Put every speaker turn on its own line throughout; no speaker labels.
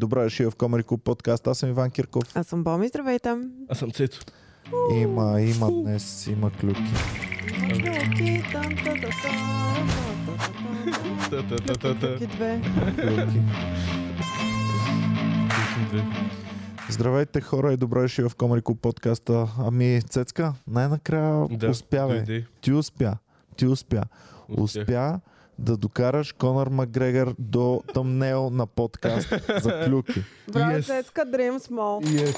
Добре дошли е, в Комари Клуб подкаст. Аз съм Иван Кирков.
Аз съм Боми, здравейте.
Аз съм Цецо.
Има, има днес, има клюки.
Та-та-та-та-та.
клюки. Здравейте хора и добре дошли е в Комари Клуб подкаста. Ами, Цецка, най-накрая
Да,
успявай.
дойде.
Ти успя. Ти успя.
Успях.
Успя да докараш Конор Макгрегор до тъмнел на подкаст за клюки.
Браво,
Yes.
Цецка, Dream Small.
е-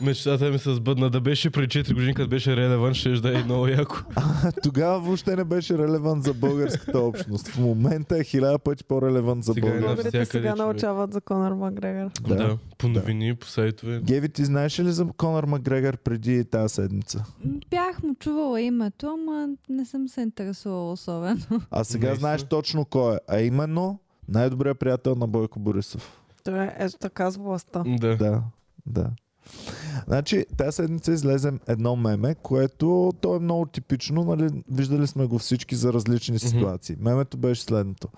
Мечтата ми се сбъдна да беше при 4 години, като беше релевант, ще да е много яко.
Тогава въобще не беше релевант за българската общност. В момента е хиляда пъти по-релевант за
Сега е
България.
на-
Българите
Навсякъде,
сега
човек.
научават за Конор Макгрегор.
Да.
Да, по новини, по сайтове.
Геви, ти знаеш ли за Конор Макгрегор преди тази седмица?
М, Бях му чувала името, ама не съм се интересувала особено.
А сега
Наистина.
знаеш точно кой е. А именно най-добрият приятел на Бойко Борисов.
Той е ето така с властта.
Да.
Да, да. Значи, тази седмица излезе едно меме, което то е много типично, нали, виждали сме го всички за различни
Мгм.
ситуации. Мемето беше следното.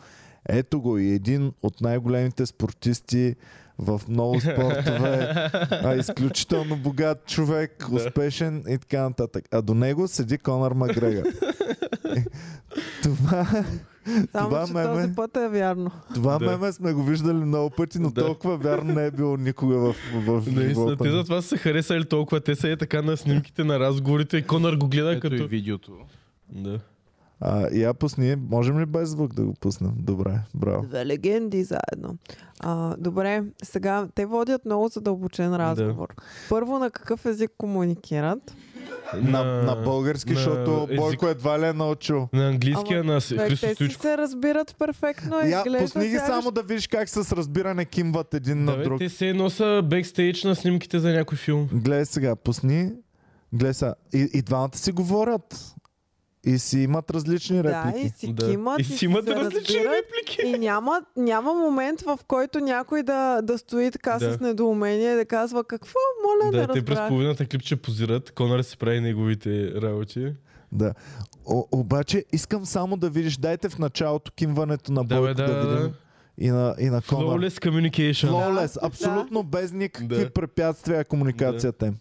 Ето го и един от най-големите спортисти в много спортове, а изключително богат човек, успешен и така нататък. А до него седи Конор Макгрегор. това
Само,
Това
че
меме-
този път е вярно.
това
Да.
меме сме го виждали много пъти, но
Да.
толкова вярно не е било никога в, в, в
Наистина,
живота.
те
ни.
затова са се харесали толкова. Те са е така на снимките, на разговорите. и Конър го гледа
Ето
като...
и видеото.
Да.
А, я пусни, можем ли без звук да го пуснем? Добре, браво.
Две легенди заедно. А, добре, сега те водят много задълбочен разговор. Първо на какъв език комуникират.
На, на български,
на
защото
език-
Бойко едва ли е научил.
На английския,
Ама,
на
Човек,
Е, Христо
те си
Стоичко.
се разбират перфектно.
Я,
изглежда
пусни ги
сякаш-
само да видиш как с разбиране кимват един
Да,
на
бе,
друг.
те се носа бекстейдж на снимките за някой филм.
Гледай сега, пусни. Гледай сега. И, и двамата си говорят. И си имат различни
Да,
реплики.
и си
Да.
кимат,
И си имат
се
различни
разбират.
реплики.
И няма, няма момент, в който някой да, да стои така
Да.
с недоумение и да казва какво, моля, не
Да, те през
разбрах.
половината клипче позират. Конър си прави неговите работи.
Да. О, обаче искам само да видиш, дайте в началото кимването на
Да,
Бойко
бе,
да,
да,
видим.
да.
И на, и на Конор.
Flawless communication.
Flawless.
Да.
абсолютно без никакви
Да.
препятствия комуникацията им.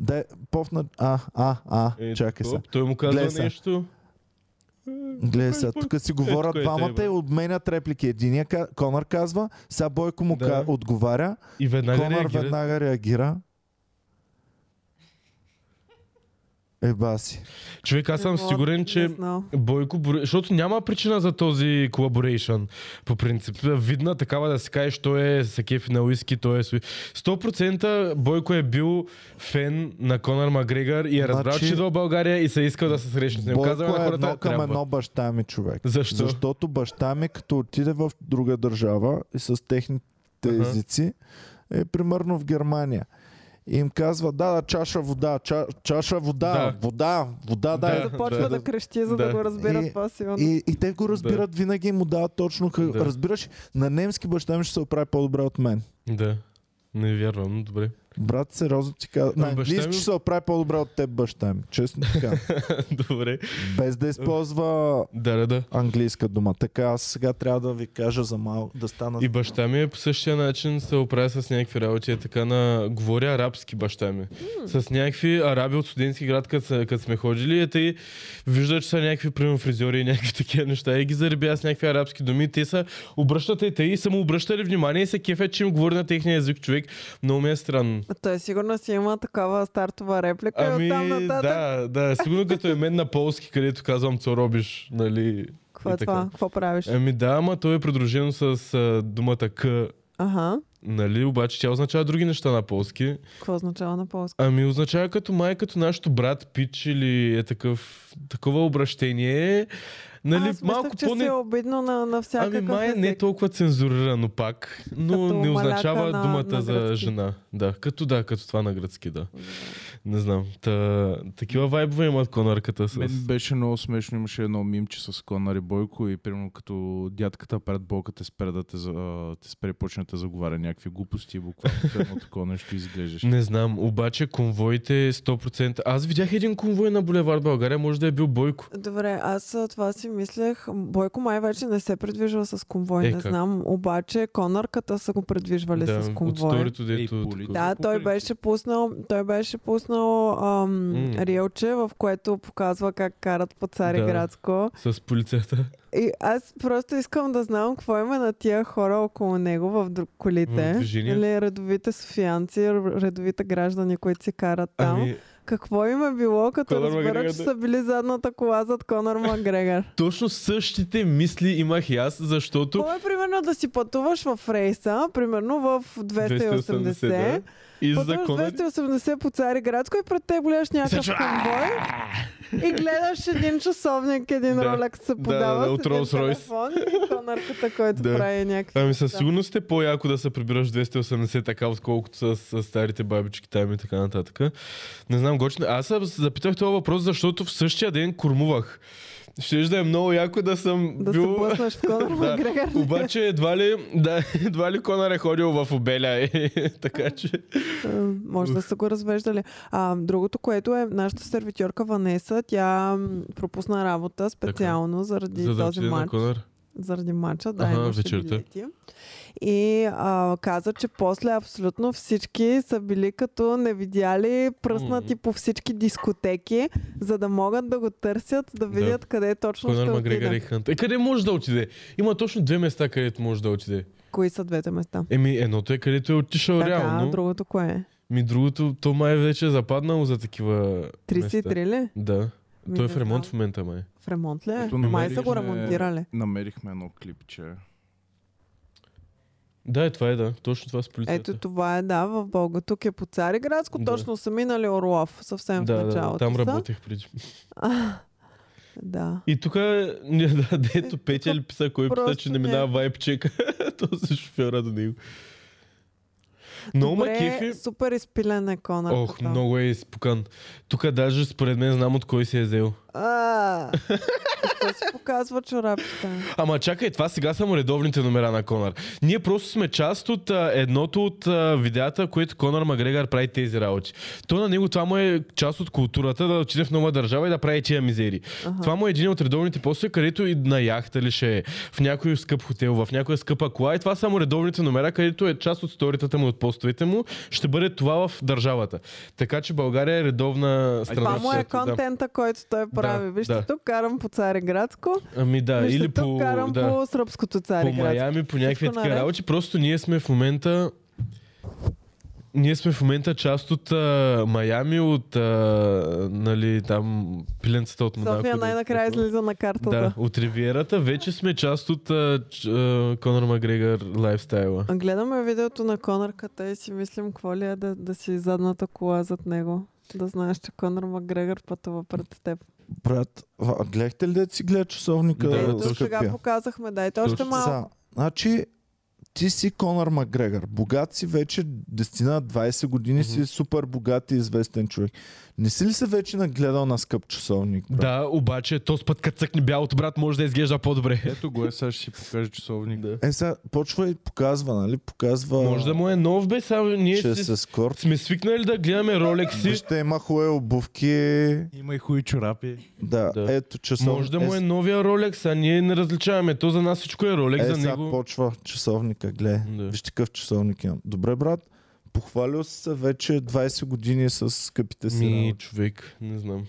Да, повна... А, а, а,
Е,
чакай
топ.
се.
Той му казва
Гледай сега.
нещо.
Гледай сега, тук си говорят
кое е
двамата
те,
и
бе.
обменят реплики. Единия ка- Конор казва, сега Бойко му
Да.
ка- отговаря,
И веднага
Конор
реагира.
веднага реагира. Еба си.
Човек, аз съм
Какво?
сигурен,
Не
че
знам.
Бойко Борисов, защото няма причина за този колаборейшън, по принцип. Видна такава да се каже, що е се кефи на уиски, то е... суи- 100% Бойко е бил фен на Конор Макгрегор и е разбрал,
Значи-
че идва в България и се е искал да се срещне с него.
Бойко
Казваме на
е
хората,
едно към
трябва.
едно баща ми човек.
Защо?
Защото баща ми, като отиде в друга държава и с техните
Аха.
езици, е примерно в Германия. И им казва, да, да, чаша вода, ча, чаша вода,
Да.
вода, вода, да.
Да.
да.
Започва да,
да.
крещи, за да,
Да.
го разбират
И-
по-силно.
И, и те го разбират винаги и му дават точно как...
Да.
Разбираш, на немски баща ми ще се оправи по-добре от мен.
Да. Не вярвам, но добре.
Брат, сериозно ти казвам.
Ама
На
Ами баща
английски
ми-
ще се оправи по-добре от теб баща ми. Честно така.
добре.
Без да използва
Да, да, да.
английска дума. Така, аз сега трябва да ви кажа за малко, да стана
И баща ми е по същия начин се оправя с някакви работи. Е така на... Говоря арабски баща ми. С някакви араби от студентски град, като са- като сме ходили, е тъй вижда, че са някакви примерно фризьори и някакви такива неща. И ги заребя с някакви арабски думи. Те са обръщат е, и тъй, са му обръщали внимание и се кефят, че им говори на техния език човек. Много ми е странно.
А Той сигурно си има такава стартова реплика и
Ами,
оттам нататък.
да, да, сигурно като е мен на полски, където казвам, co робиш, нали?
Какво е
и така.
това? Какво правиш?
Ами да, ама то е придружено с а, думата к
Аха.
Нали, обаче тя означава други неща на полски.
Какво означава на полски?
Ами означава като май, като нашето брат пич или е такъв, такова обращение. Нали,
Аз
малко
мислех, че
по
си е обидно на, на всякакъв
Ами май не е
език.
толкова цензурирано пак, но
Като
не означава
маляка на-
думата
на
за
гръцки.
жена. Да, като да, като това на гръцки, да. Не знам. Та, такива вайбове имат конарката с...
Мен беше много смешно, имаше едно мимче с Конар и Бойко и примерно като дядката пред болка те спре да те, за, те спре и почне да те заговаря някакви глупости, буквално едно такова нещо изглеждаше.
Не знам, обаче конвоите 100%. Аз видях един конвой на булевард България, може да е бил Бойко.
Добре, аз а, това си мислех. Бойко май вече не се придвижва с конвой,
Е,
не
как?
знам. Обаче конърката са го придвижвали с
от
конвой.
сторито, дето... е
Ей,
такова.
полиция.
Да, той беше пуснал, той беше пуснал ам,
М.
рилче, в което показва как карат по Цариградско.
С полицията.
И аз просто искам да знам какво има на тия хора около него в друг колите.
В движение?
Или редовите софиянци, р- редовите граждани, които си карат там.
Ами,
Какво им е било, като
Конор
разбера,
Макгрегор,
че
да.
са били задната кола зад Конор Макгрегор?
точно същите мисли имах и аз, защото...
Какво е примерно да си пътуваш в рейса, примерно в 280,
280, да. И
пътуваш
закона...
280 по Цари градско и пред те голеш някакъв конвой и гледаш един часовник, един
Да.
ролекс се
Да,
подава
да, да,
с
от
един
Rolls-Royce.
телефон и конарката, който
Да.
прави някакви...
Ами със сигурност е по-яко да се прибираш 280 така, отколкото с, с старите бабички там и така нататък. Не знам, гочно. Аз се запитах този въпрос, защото в същия ден кормувах. Щеш да е много яко да съм
Да
бил...
се блъснеш в Конор
Да,
Макгрегор.
Обаче едва ли, да, едва ли Конър е ходил в обеля, е, така че...
М, Е, Може да са го развеждали. А, другото, което е нашата сервитьорка Ванеса, тя м, пропусна работа специално заради
За да
този
отиде на
матч.
Конър.
заради матча, да,
Аха,
имаше
вечерта.
билети. И а, каза, че после абсолютно всички са били като не видяли пръснати по всички дискотеки, за да могат да го търсят, да
Да.
видят къде точно
Конър
ще
Макгрегор и
отиде.
Хант. Е, къде може да отиде? Има точно две места, където може да отиде.
Кои са двете места?
Еми, едното е където е отишъл
така,
реално.
другото кое е?
Ми другото, то май вече е западнало за такива места.
33 ли?
Да.
Ми,
Той е
не
в ремонт в
знам.
момента май.
В ремонт ли е?
Ето,
Май са го
намерихме-
ремонтирали.
Намерихме едно клипче.
Да, е, това е да. Точно това с полицията.
Ето това е, да, в Бълга. Тук е по Цариградско,
Да.
точно са минали Орлов, съвсем
да,
е в
да, да,
началото
там
са.
работех преди.
А, да.
И тук, не, да, дето Петя ли писа, кой писа, че
просто
не
не.
минава вайпчека, този шофьора до него. Много ма
Добре,
кефи.
супер изпилен е Конър.
Ох,
като.
много е изпукан. Тук даже според мен знам от кой се е взел.
А, Какво си показва чорапите?
Ама чакай, това сега са му редовните номера на Конър. Ние просто сме част от а, едното от а, видеята, които Конър Макгрегор прави тези работи. То на него това му е част от културата да отиде в нова държава и да прави тия мизери.
Аха.
Това му е един от редовните после, където и на яхта ли ще е, в някой скъп хотел, в някоя скъпа кола и това са му редовните номера, където е част от сторитата му, от постовете му, ще бъде това в държавата. Така че България е редовна страна.
Това
в
му е
света, да.
контента, който той прави. Вижте,
да.
тук карам по Цареградско,
Ами да,
вижте,
или
тук
по...
карам
да.
по сръбското
по
Цареградско.
Майами, по някакви
Всичко
такива
наред.
работи. Просто ние сме в момента ние сме в момента част от а, Майами, от а, нали, там пиленцата от Монако.
София
да-
най-накрая излиза на
Да,
картата.
от Ривиерата вече сме част от а, ч, а, Конор Макгрегор лайфстайла.
А Гледаме видеото на Конърката и си мислим, какво ли е да, да си задната кола зад него. Да знаеш, че Конър Макгрегор пътува пред теб.
Брат, а гледахте ли да си гледа часовника?
Да,
бе,
Ето,
скъпия?
сега показахме, дайте още
Точно.
малко.
Са, значи, ти си Конър Макгрегор. Богат си вече 10 на 20 години
Мгм.
си супер богат и известен човек. Не си ли се вече нагледал на скъп часовник? Брат?
Да, обаче този път като цъкне бялото брат може да изглежда по-добре.
Ето го е, сега ще си покажа часовник. Да.
Е, сега почва и показва, нали? Показва,
Може да му е нов бе, само ние
че
си,
с ескорт.
сме свикнали да гледаме ролекси.
Вижте, има хубави обувки.
Има и хуи чорапи.
Да,
Да.
ето часовник.
Може да му е новия ролекс, а ние не различаваме. То за нас всичко е
е,
ролекс,
е,
за
сега
него...
почва часовника, гледай.
Да.
Вижте какъв часовник имам. Добре, брат, похвалил си се вече 20 години с скъпите си
Ми,
работи.
човек, не знам.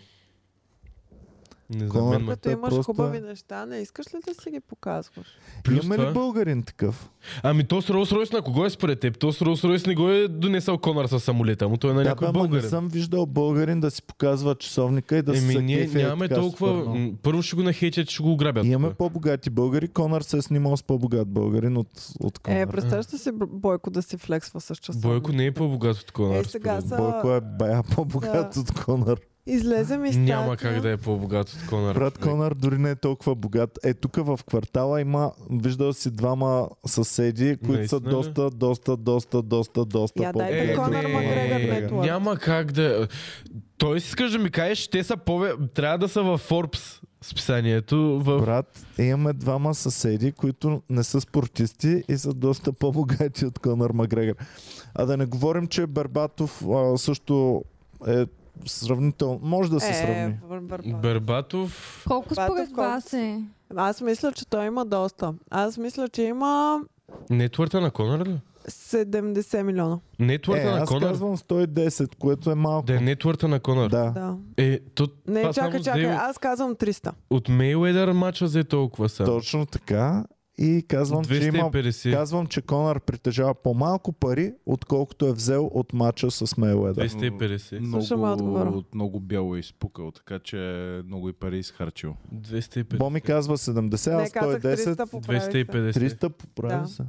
Не знам.
Конор
Мен, ме-
Макгрегор.
Като
Той
имаш
просто
хубави
е-
неща, не искаш ли да си ги показваш?
плюс
Има
това-
ли българин такъв?
Ами то с Rolls Royce на кого е според теб? То с Rolls Royce не го е донесъл Конър с самолета му, той е на
да, бе,
някой
ама не
българин.
съм виждал българин да си показва часовника и да се
Еми,
се
ние
кефи е
нямаме
така
толкова...
супер много.
м, Първо ще го нахейтят, ще го ограбят.
Имаме
тук.
по-богати българи. Конър се е снимал с по-богат българин от, от Конър.
Е, представяш ли си Б- Бойко да си флексва с часовник?
Бойко не е по-богат от Конър.
Е, сега
според
са...
мен.
Бойко е бая по-богат от Конър.
Излезем и
Няма как да е по-богат от Конър.
Брат
човек.
Конър дори не е толкова богат. Е, тук в квартала има, виждал си двама съседи, които са
Наистина ли?
доста, доста, доста, доста, доста
Я, дайте
по-богати от
Конър
Конър
Макгрегор,
Макгрегор.
Network.
няма как да... е. Той искаш да ми кажеш, те са пове... Трябва да са във Forbes списанието. В...
Брат, имаме двама съседи, които не са спортисти и са доста по-богати от Конър Макгрегор. А да не говорим, че Бербатов а, също е сравнително. Може
Е,
да се сравни.
Бербатов...
Колко
Батов,
според
колко
вас
си?
е?
Аз мисля, че той има доста. Аз мисля, че има
Нетворта на Конър ли?
70 милиона.
Е,
Нетворта на
аз
Конър?
казвам 110, което е малко.
Да е нетворта на Конър.
Да.
Да.
Е, то,
Не,
това само
чакай, чакай.
взе-
Аз казвам 300.
От Мейледър мача взе толкова са.
Точно така. И казвам, че има
250.
Казвам, че Конър притежава по-малко пари, отколкото е взел от мача с Мейледър.
250.
Много,
Слушам отговора.
от много бяло е изпукал, така че много и пари е изхарчил.
250.
Боми казва 70,
Не,
Е, аз
казах
110,
300, поправих се.
250.
300 поправи
Да.
се.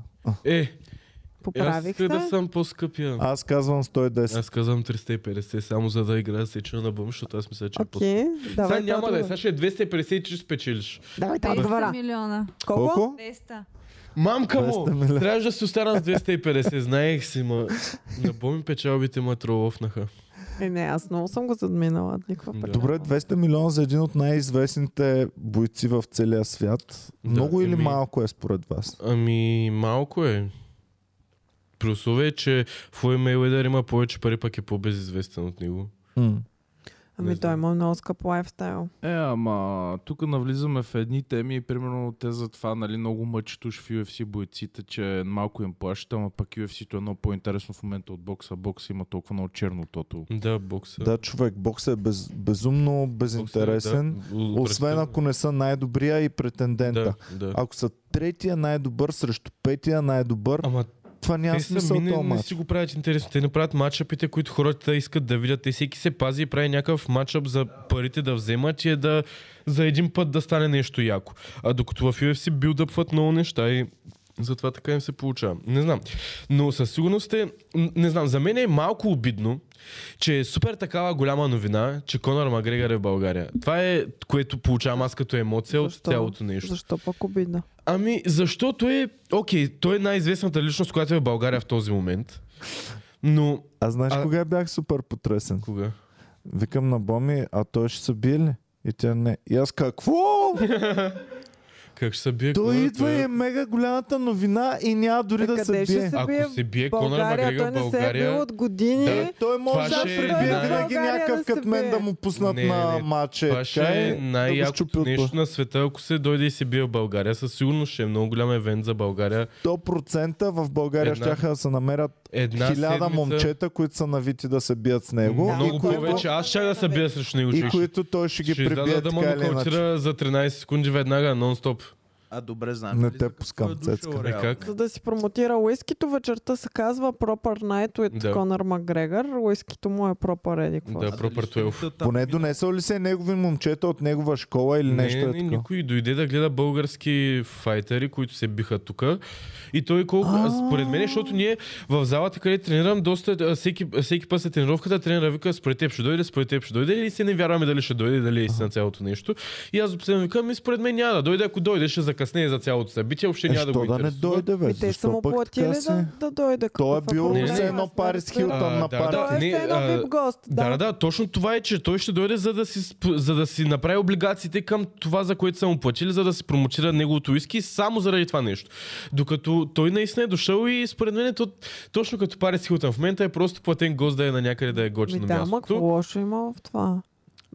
Е, аз
Поправих се.
исках да съм по-скъпия.
Аз казвам 110.
Аз казвам 350, само за да играя с сечена на бум, защото аз мисля, че е по-скъп.
Окей,
Сега
давай
няма да е,
отговор.
сега ще е 250 и че ще спечелиш.
Давайте
200
отговора.
милиона.
Колко?
Колко?
200.
Мамка му!
200 милиона.
Трябваше да се остана с 250, знаех си, ма. На боми печалбите ма троловнаха.
Е, не, аз много съм го задминала. Никаква
Е, Да.
да.
Добре, 200 милиона за един от най-известните бойци в целия свят.
Да,
Много или
еми-
малко е според вас?
Ами, малко е. При условие, че Флой Мейледър има повече пари, пък е по-безизвестен от него.
М.
Не
Ами той
знам.
има много скъп лайфстайл.
Е, ама тук навлизаме в едни теми и примерно те за това нали, много мъчат уж в UFC бойците, че малко им плащат, ама пък UFC-то е едно по-интересно в момента от бокса. Бокса има толкова много черно тото.
Да, бокса.
Да, човек, бокс е без, безумно
е,
безинтересен.
Бокса, да.
Освен ако не са най-добрия и претендента.
Да, да.
Ако са третия най-добър срещу петия най-добър,
Ама
това няма
те
смисъл
сами не,
този
не
матч.
си го правят интересно. Те не правят матчапите, които хората искат да видят. Те всеки се пази и прави някакъв матчап за парите да вземат и е да за един път да стане нещо яко. А докато в UFC билдъпват много неща и затова така им се получава. Не знам. Но със сигурност е... н- Не знам, за мен е малко обидно, че е супер такава голяма новина, че Конор Макгрегор е в България. Това е, което получавам аз като емоция
Защо?
от цялото нещо.
Защо пък обидно?
Ами, защото е... Окей, той е най-известната личност, която е в България в този момент. Но...
А знаеш
А-
кога бях супер потресен?
Кога?
Викам на Боми, а той ще се бие ли? И тя не. И аз какво?
Как ще се бие
той
Конор,
идва и е мега голямата новина и няма дори
Та
да се
къде ще
бие.
се-
Ако
бие
се бие Конор
България,
Макгрегор
той
в
не се е
България...
бил от години.
Да.
Той може да
Това ще е
пребие
най-
винаги
България
някакъв
да се
като мен
бие.
да му пуснат
Не, не,
на
не.
матча.
Това
Това
ще е
щупи
най-якото
отбор.
нещо на света, ако се дойде и се бие в България. Със сигурност ще е много голям евент за България.
100% в България
Една-
ще да се намерят
Една
хиляда
седмица...
момчета, които са навити да се бият с него.
Да.
и
Много
които-
повече. Аз ще да се бия срещу него.
И
човек.
които той ще ги
ще издада
прибие
да му
така или иначе.
нокаутира за 13 секунди веднага, нон-стоп.
А добре, знаем
Не
ли
те
за какво
пускам,
е дошъл
цецка.
Е,
реално?
как?
За да си промотира уискито, вечерта се казва Proper Night with
Да.
да. Conor McGregor. Уискито му е Proper Еди. какво
Да,
си.
Proper
А дали
12.
столицата там
Поне
мина-
донесъл ли се негови момчета от негова школа или нещо
не,
е
не,
такова?
никой дойде да гледа български файтери, които се биха тук. И той колко... а, Според мен, защото ние в залата, къде тренирам, доста, а, всеки, всеки път след тренировката тренера вика, според теб ще дойде, според теб ще дойде и се не вярваме дали ще дойде, дали е истина цялото нещо. И аз обсъдно викам, и според мен няма да дойде, ако дойде, ще закъснее за цялото събитие, въобще
Е,
няма да
що
го
да не
интересува.
дойде, бе?
Ми Ами те са
Защо
му
пък
платили
така
да,
се...
да дойде.
Той е
Какъв
бил
проблема?
за едно
Аз не
Парис
разбирам.
Хилтън
А,
на
да,
пари.
да.
Той е
не,
все едно
а,
вип гост.
Да, да, да, точно това е, че той ще дойде за да си, сп- за да си направи облигациите към това, за което са му платили, за да се промотира неговото иски, само заради това нещо. Докато той наистина е дошъл и според мен е то, точно като Парис Хилтън в момента е просто платен гост да е на някъде да е гоч
Ми
на
да, ма какво
мястото.
лошо има в това?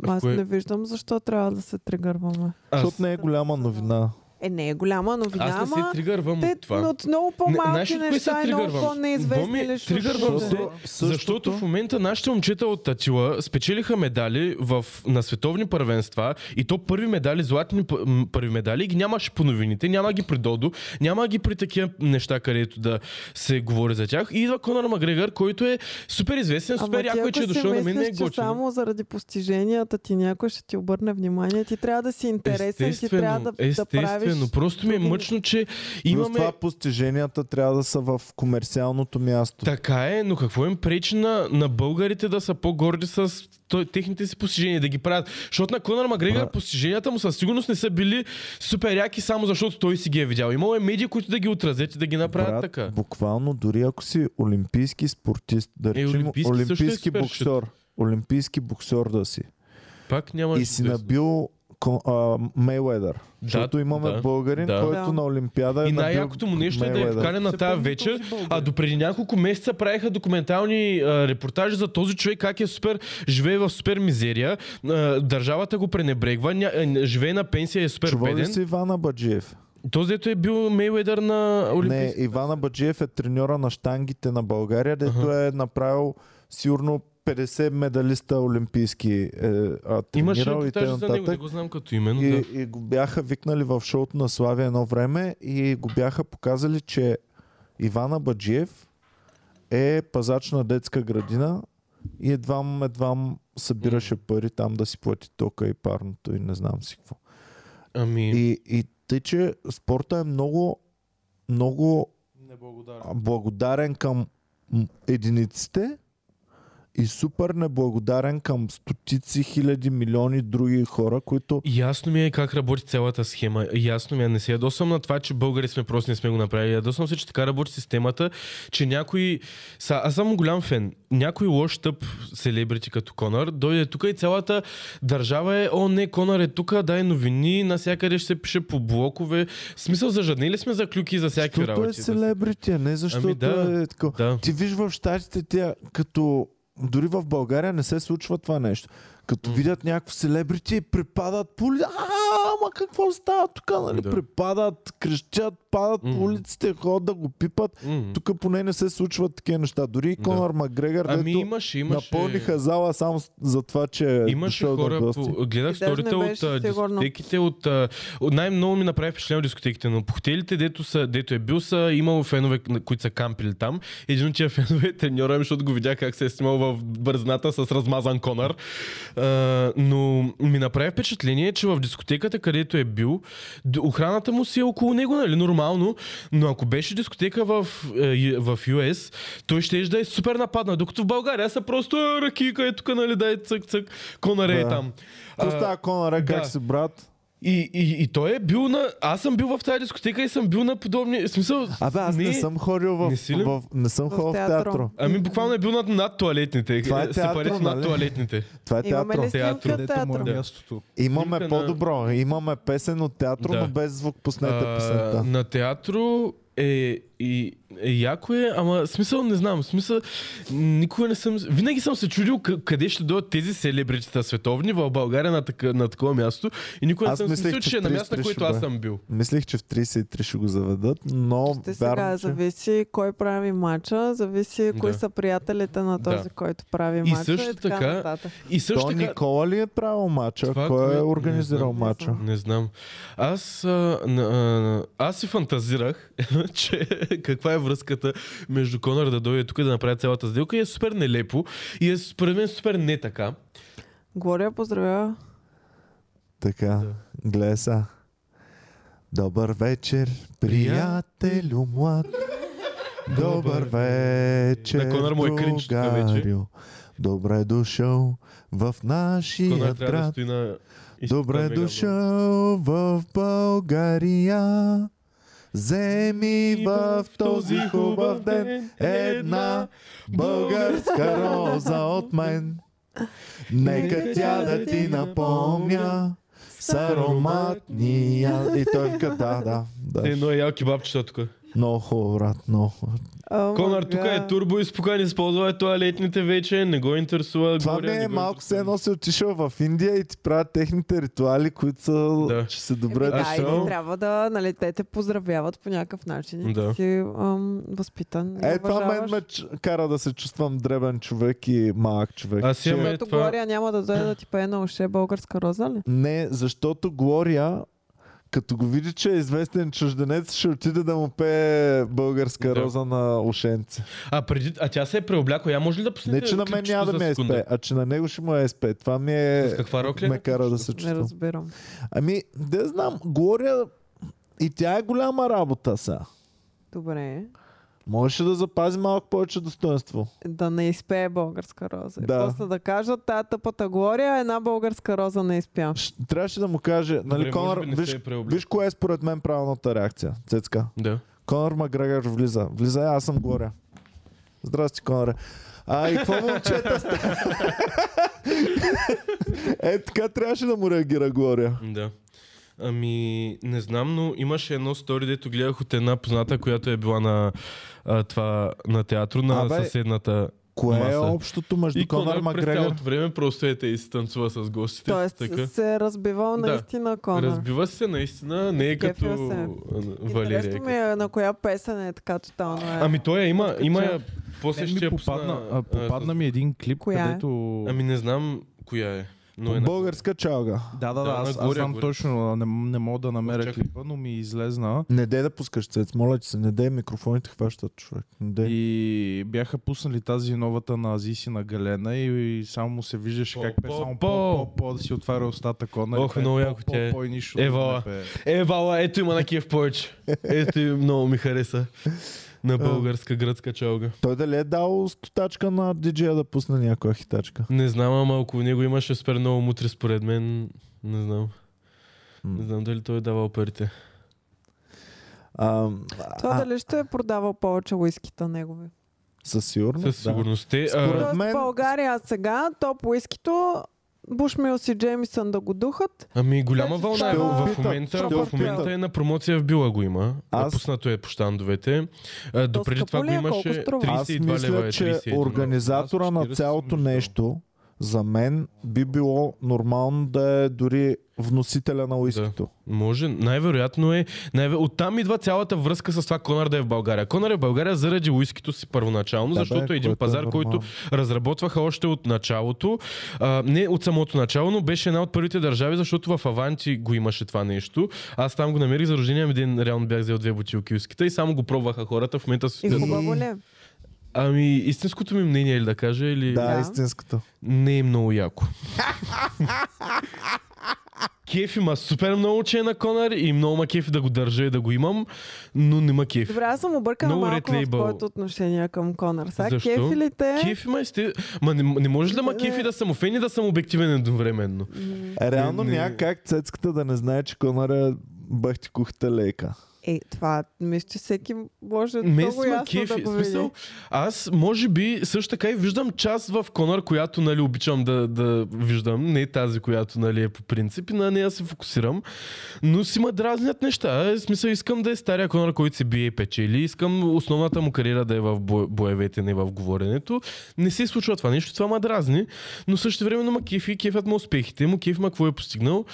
А в
Аз
кое-
не виждам защо трябва да се тригърваме.
Защото не е голяма новина.
Е, не е голяма новина,
аз не се
ама
тригървам
те
от това.
от много
Не,
по-малки
знаеш ли от кое се
неща и много
тригървам? Боми,
по-неизвестни личности.
тригървам се.
Защото, същото-
Защото в момента нашите момчета от Татила спечелиха медали в, на световни първенства и то първи медали, златни п- м, първи медали, ги нямаше по новините, няма ги при Додо, няма ги при такива неща, където да се говори за тях. И идва Конор Макгрегор, който е супер известен,
Ама
супер
ти
яко е,
ако
че е
си
дошъл на мен не е
мислиш, че
готин.
само заради постиженията ти някой ще ти обърне внимание. Ти трябва да си интересен, ти
Естествено,
трябва да, да правиш
супер, но просто ми е мъчно, че
Имаме...
имаме...
това постиженията трябва да са в комерциалното място.
Така е, но какво им пречи на, на българите да са по-горди с той, техните си постижения, да ги правят? Защото на Конор Макгрегор
Бра-
постиженията му със сигурност не са били супер яки, само защото той си ги е видял. Имало е медии, които да ги отразят и да ги направят
Брат,
така.
буквално, дори ако си олимпийски спортист, да речем
олимпийски
олимпийски,
също е
олимпийски
супер
боксер, олимпийски боксер да си,
Пак няма
и си набил ко- а, Мейледър.
Да,
защото имаме
да,
българин,
да.
който
Да.
на Олимпиада е
И
набил
най-якото му нещо е да я
Мейледър.
вкаля на
Се
тази
помни
вечер.
този българин.
А до преди няколко месеца правиха документални а, репортажи за този човек, как е супер, живее в супер мизерия, а, държавата го пренебрегва, ня, а, живее на пенсия, е супер
Чувал ли
беден.
си Ивана Баджиев?
Този ето е бил Мейледър на
Не,
Олимпийски.
Ивана Баджиев е треньора на штангите на България, дето е направил сигурно 50 медалиста олимпийски е, а,
Имаше
тренирал и
репортажи за него, не
т.н.
го знам като име, но да.
И, и го бяха викнали в шоуто на Слави едно време и го бяха показали, че Ивана Баджиев е пазач на детска градина и едвам, едвам събираше пари там да си плати тока и парното и не знам си какво.
Ами,
И, и тъй, че спорта е много, много
Неблагодарен.
а, благодарен към м, единиците и супер неблагодарен към стотици, хиляди, милиони други хора, които
Ясно ми е как работи цялата схема. Ясно ми е. Не се ядосвам на това, че българи сме просто не сме го направили. Ядосвам се, че така работи системата, че някой... Са, аз съм голям фен. Някой лош тъп селебрити като Конър дойде тук и цялата държава е о, не, Конър е тук, дай новини, насякъде ще се пише по блокове. В смисъл, зажаднили сме за клюки и за всякакви
Защото е
работи.
селебрити, а не защото
Ами да,
е такова.
да.
Ти виж в щатите тя, като дори в България не се случва това нещо. Като видят някакво селебрити, припадат по ули- А, ама какво става тук? Нали?
Да.
Припадат, крещят, падат
Мгм.
по улиците, ходят да го пипат.
Мгм.
Тук поне не се случват такива неща. Дори и Конор Макгрегор,
Ами
дето
имаше, имаше.
напълниха зала само с- за това, че е
Имаше
дошъл на
хора,
гости.
по, гледах
И даже не
сторите от
беше
а,
сигурно.
дискотеките, от, а, от най-много ми направи впечатление от дискотеките, но по хотелите, дето, са, дето е бил, са имало фенове, на- които са кампили там. Един от тия фенове е треньора ми, защото го видях как се е снимал в бързната с размазан Конър. А, но ми направи впечатление, че в дискотеката, където е бил, д- охраната му си е около него, нали, нормално, но ако беше дискотека в, е, Ю- в US, той ще да е супер нападнат, докато в България са просто «Е, ракийка е тук, нали, дай цък-цък, Конър е
Да.
там.
Какво
А,
става Конор, е, как
да.
си брат?
и, и, и той е бил на... Аз съм бил в тази дискотека и съм бил на подобни... в Смисъл...
Абе, аз не, съм ходил в,
Не си ли?
в, не съм
В
ходил в
театро.
театро.
Ами буквално е бил над, над туалетните.
Това е
Се
театър,
пари над
нали?
туалетните.
Това е
Имаме
театро.
ли снимка
Където
от
му е
театъра?
мястото.
Имаме
Снимка на-
по-добро. Имаме песен от театро,
Да.
но без звук пуснете
А,
песента.
на театро е, и, е яко е, ама смисъл не знам. Смисъл, никога не съм... Винаги съм се чудил къ- къде ще дойдат тези селебритита световни в България на, така, на такова място. И никога не
Аз
съм
мислех,
мислил, че,
че
е на място,
33
на което
ще
аз
бъде.
съм бил.
Мислих, че в 33 ще го заведат, но
Ще сега
вярвам, че...
зависи кой прави мача, зависи кои
Да.
са приятелите на този,
Да.
който прави
И
мача.
също така,
нататък.
И също
То
така...
Никола ли е правил мача?
Това,
Кой е
което-
организирал
не
знам.
мача?
Не знам. Аз, а, на, а, аз си фантазирах, че каква е връзката между Конър да дойде тук и да направи цялата сделка и е супер нелепо и е според мен супер не така.
Глория, поздравя.
Така, гледай са. Добър вечер, приятелю млад. Добър вечер,
На Конър му е кринч тук вече.
другарю. Добре дошъл в
Конър
нашия
трябва да
град.
стои на... и
е Добре
на мегафон.
дошъл в България. Вземи в този хубав ден една българска роза от мен. Нека тя да ти напомня с ароматния... И той вика, да, да,
Те
да.
едно е ялки бабчета тук.
Много хубаво, брат, много хубаво.
О,
Конър тук е
мага.
турбо изпукан, използва е туалетните вече, не го интересува.
Това
Глория,
ми
не
е
го
малко
интересува.
се едно си отишъл в Индия и ти правят техните ритуали, които са,
Да.
че са
Еми,
добре
да,
дошъл.
и ти трябва да, нали, те те поздравяват по някакъв начин. Да.
Да.
Си ам, възпитан. и
Е, това мен
уважаваш.
ме ч- кара да се чувствам дребен човек и малък човек.
Аз имам е
Защото
това...
Глория няма да дойде да ти пее на уше българска роза ли?
Не, защото Глория, като го види, че е известен чужденец, ще отиде да му пее българска
Да.
роза на ушенце.
А, преди... а тя се е преоблякла. Я може ли да
Не,
пуснете
че на мен
клипчето
няма да
за
ми е
секунда?
спе, а че на него ще му е спе. Това ми е...
С каква рокля?
ме кара да се
Не
чувствам.
разбирам.
Ами, да знам, Глория И тя е голяма работа сега.
Добре.
Можеше да запази малко повече достоинство.
Да не изпее българска роза. Да.
Да.
После да кажат, тази тъпата Глория, една българска роза не изпя.
Щ- Трябваше да му каже, нали,
Добре,
Конор,
може би не се
виж,
е преоблякал.
виж кое е според мен правилната реакция, Цецка.
Да.
Конор Макгрегор влиза. Влиза, е, аз съм Глория. Здрасти, Коноре. А и какво момчета ста? е, така трябваше да му реагира Глория.
Да. Ами, не знам, но имаше едно стори, дето гледах от една позната, която е била на, а, това, на театро на
Абе,
съседната.
Кое е
Маса.
общото между
И е
Конор
Конор през
Макгрегор?
цялото време просто е те и се танцува с гостите.
Тоест
така.
се е разбивал
Да.
наистина Конор.
Разбива се наистина, не е
Кефил
като
се.
а, Валерия.
Интересно ми е на коя песен е така тотално. Е.
Ами той я има, има я, после
Мен
ще
ми
я
попадна, а,
пусна. е,
попадна ми един клип,
Коя е?
където...
Ами не знам коя е. Но е на-
Българска чалга.
Да, да, да,
Да,
аз, аз
нагоре,
знам
горе.
точно, а, не, не мога да намеря
Чакай.
клипа, но ми излезна.
Не дей да пускаш цец, моля ти се, не дей микрофоните хващат човек. Не дей.
И бяха пуснали тази новата на Азиси на Галена и, и само му се виждаше
По,
как пее
по,
само
по.
по-по-по да си отваря устата Конър. и
Ох,
пее
много
по,
яко
по,
тя е.
по и нищо друго
Евала.
не пее.
Е, вала, ето има на Киев повече. Ето и много ми хареса. На българска гръцка чалга.
Той дали е дал стотачка на диджея да пусне някоя хитачка?
Не знам, ама ако него имаше спер много мутри, според мен, не знам.
М.
Не знам дали той е давал парите.
А,
Това
а,
дали ще е продавал повече уискита негови?
със сигурност.
Със сигурност. Те,
Според
а,
Тоест
мен-
мен... България сега, топ уискито, Бушмилс и Джеймисън да го духат.
ами голяма
Ще
вълна е
опитам,
в в момента.
ще
В момента
опитам.
е на промоция в Била го има.
Аз-
Аз... Пуснато е по щандовете. А, допреди
скъпо
това
ли
го
е? Колко
имаше
струва?
Аз
32 лева
мисля,
е
че
31.
организатора
Аз
на
40
цялото
съм виждал.
нещо за мен би било нормално да е дори вносителя на уискито.
Може, най-вероятно е. Най- оттам идва цялата връзка с това Конър да е в България. Конър е в България заради уискито си първоначално,
Да, бе,
защото е един
което е
пазар, който
нормално.
разработваха още от началото. А, не от самото начало, но беше една от първите държави, защото в Аванти го имаше това нещо. Аз там го намерих за рождения ми ден, реално бях взел две бутилки уискита и само го пробваха хората. В момента
И
се
хубаво ли? е?
Ами, истинското ми мнение ли да кажа или...
Да,
Да.
истинската.
Не е много яко. кеф има супер много, че е на Конър и много ма кефи да го държа и да го имам, но не ма кеф.
Добре, аз съм объркана
Много
малко
red
в
label.
твоето отношение към Конър. Сега
Защо?
кефилите...
Кеф има сте... Ма не, не може ли да
Е.
ма кефи да съм офен и да съм обективен едновременно?
Реално
Е, Не, не.
няма как цецката да не знае, че Конър е бахти кухта лейка.
Е, това мисля, че всеки може
Ме
много
си ма
ясно
кефи.
да
в
го
смисъл,
види.
аз може би също така и виждам част в Конър, която нали, обичам да, да виждам. Не тази, която нали, е по принцип и на нея се фокусирам. Но си ма дразнят неща. В смисъл, искам да е стария Конър, който се бие и печели. Искам основната му кариера да е в бо- боевете, не в говоренето. Не се случва това нещо, това ма дразни. Но също време ма кефи, кефят му успехите му, кеф ма какво е постигнал.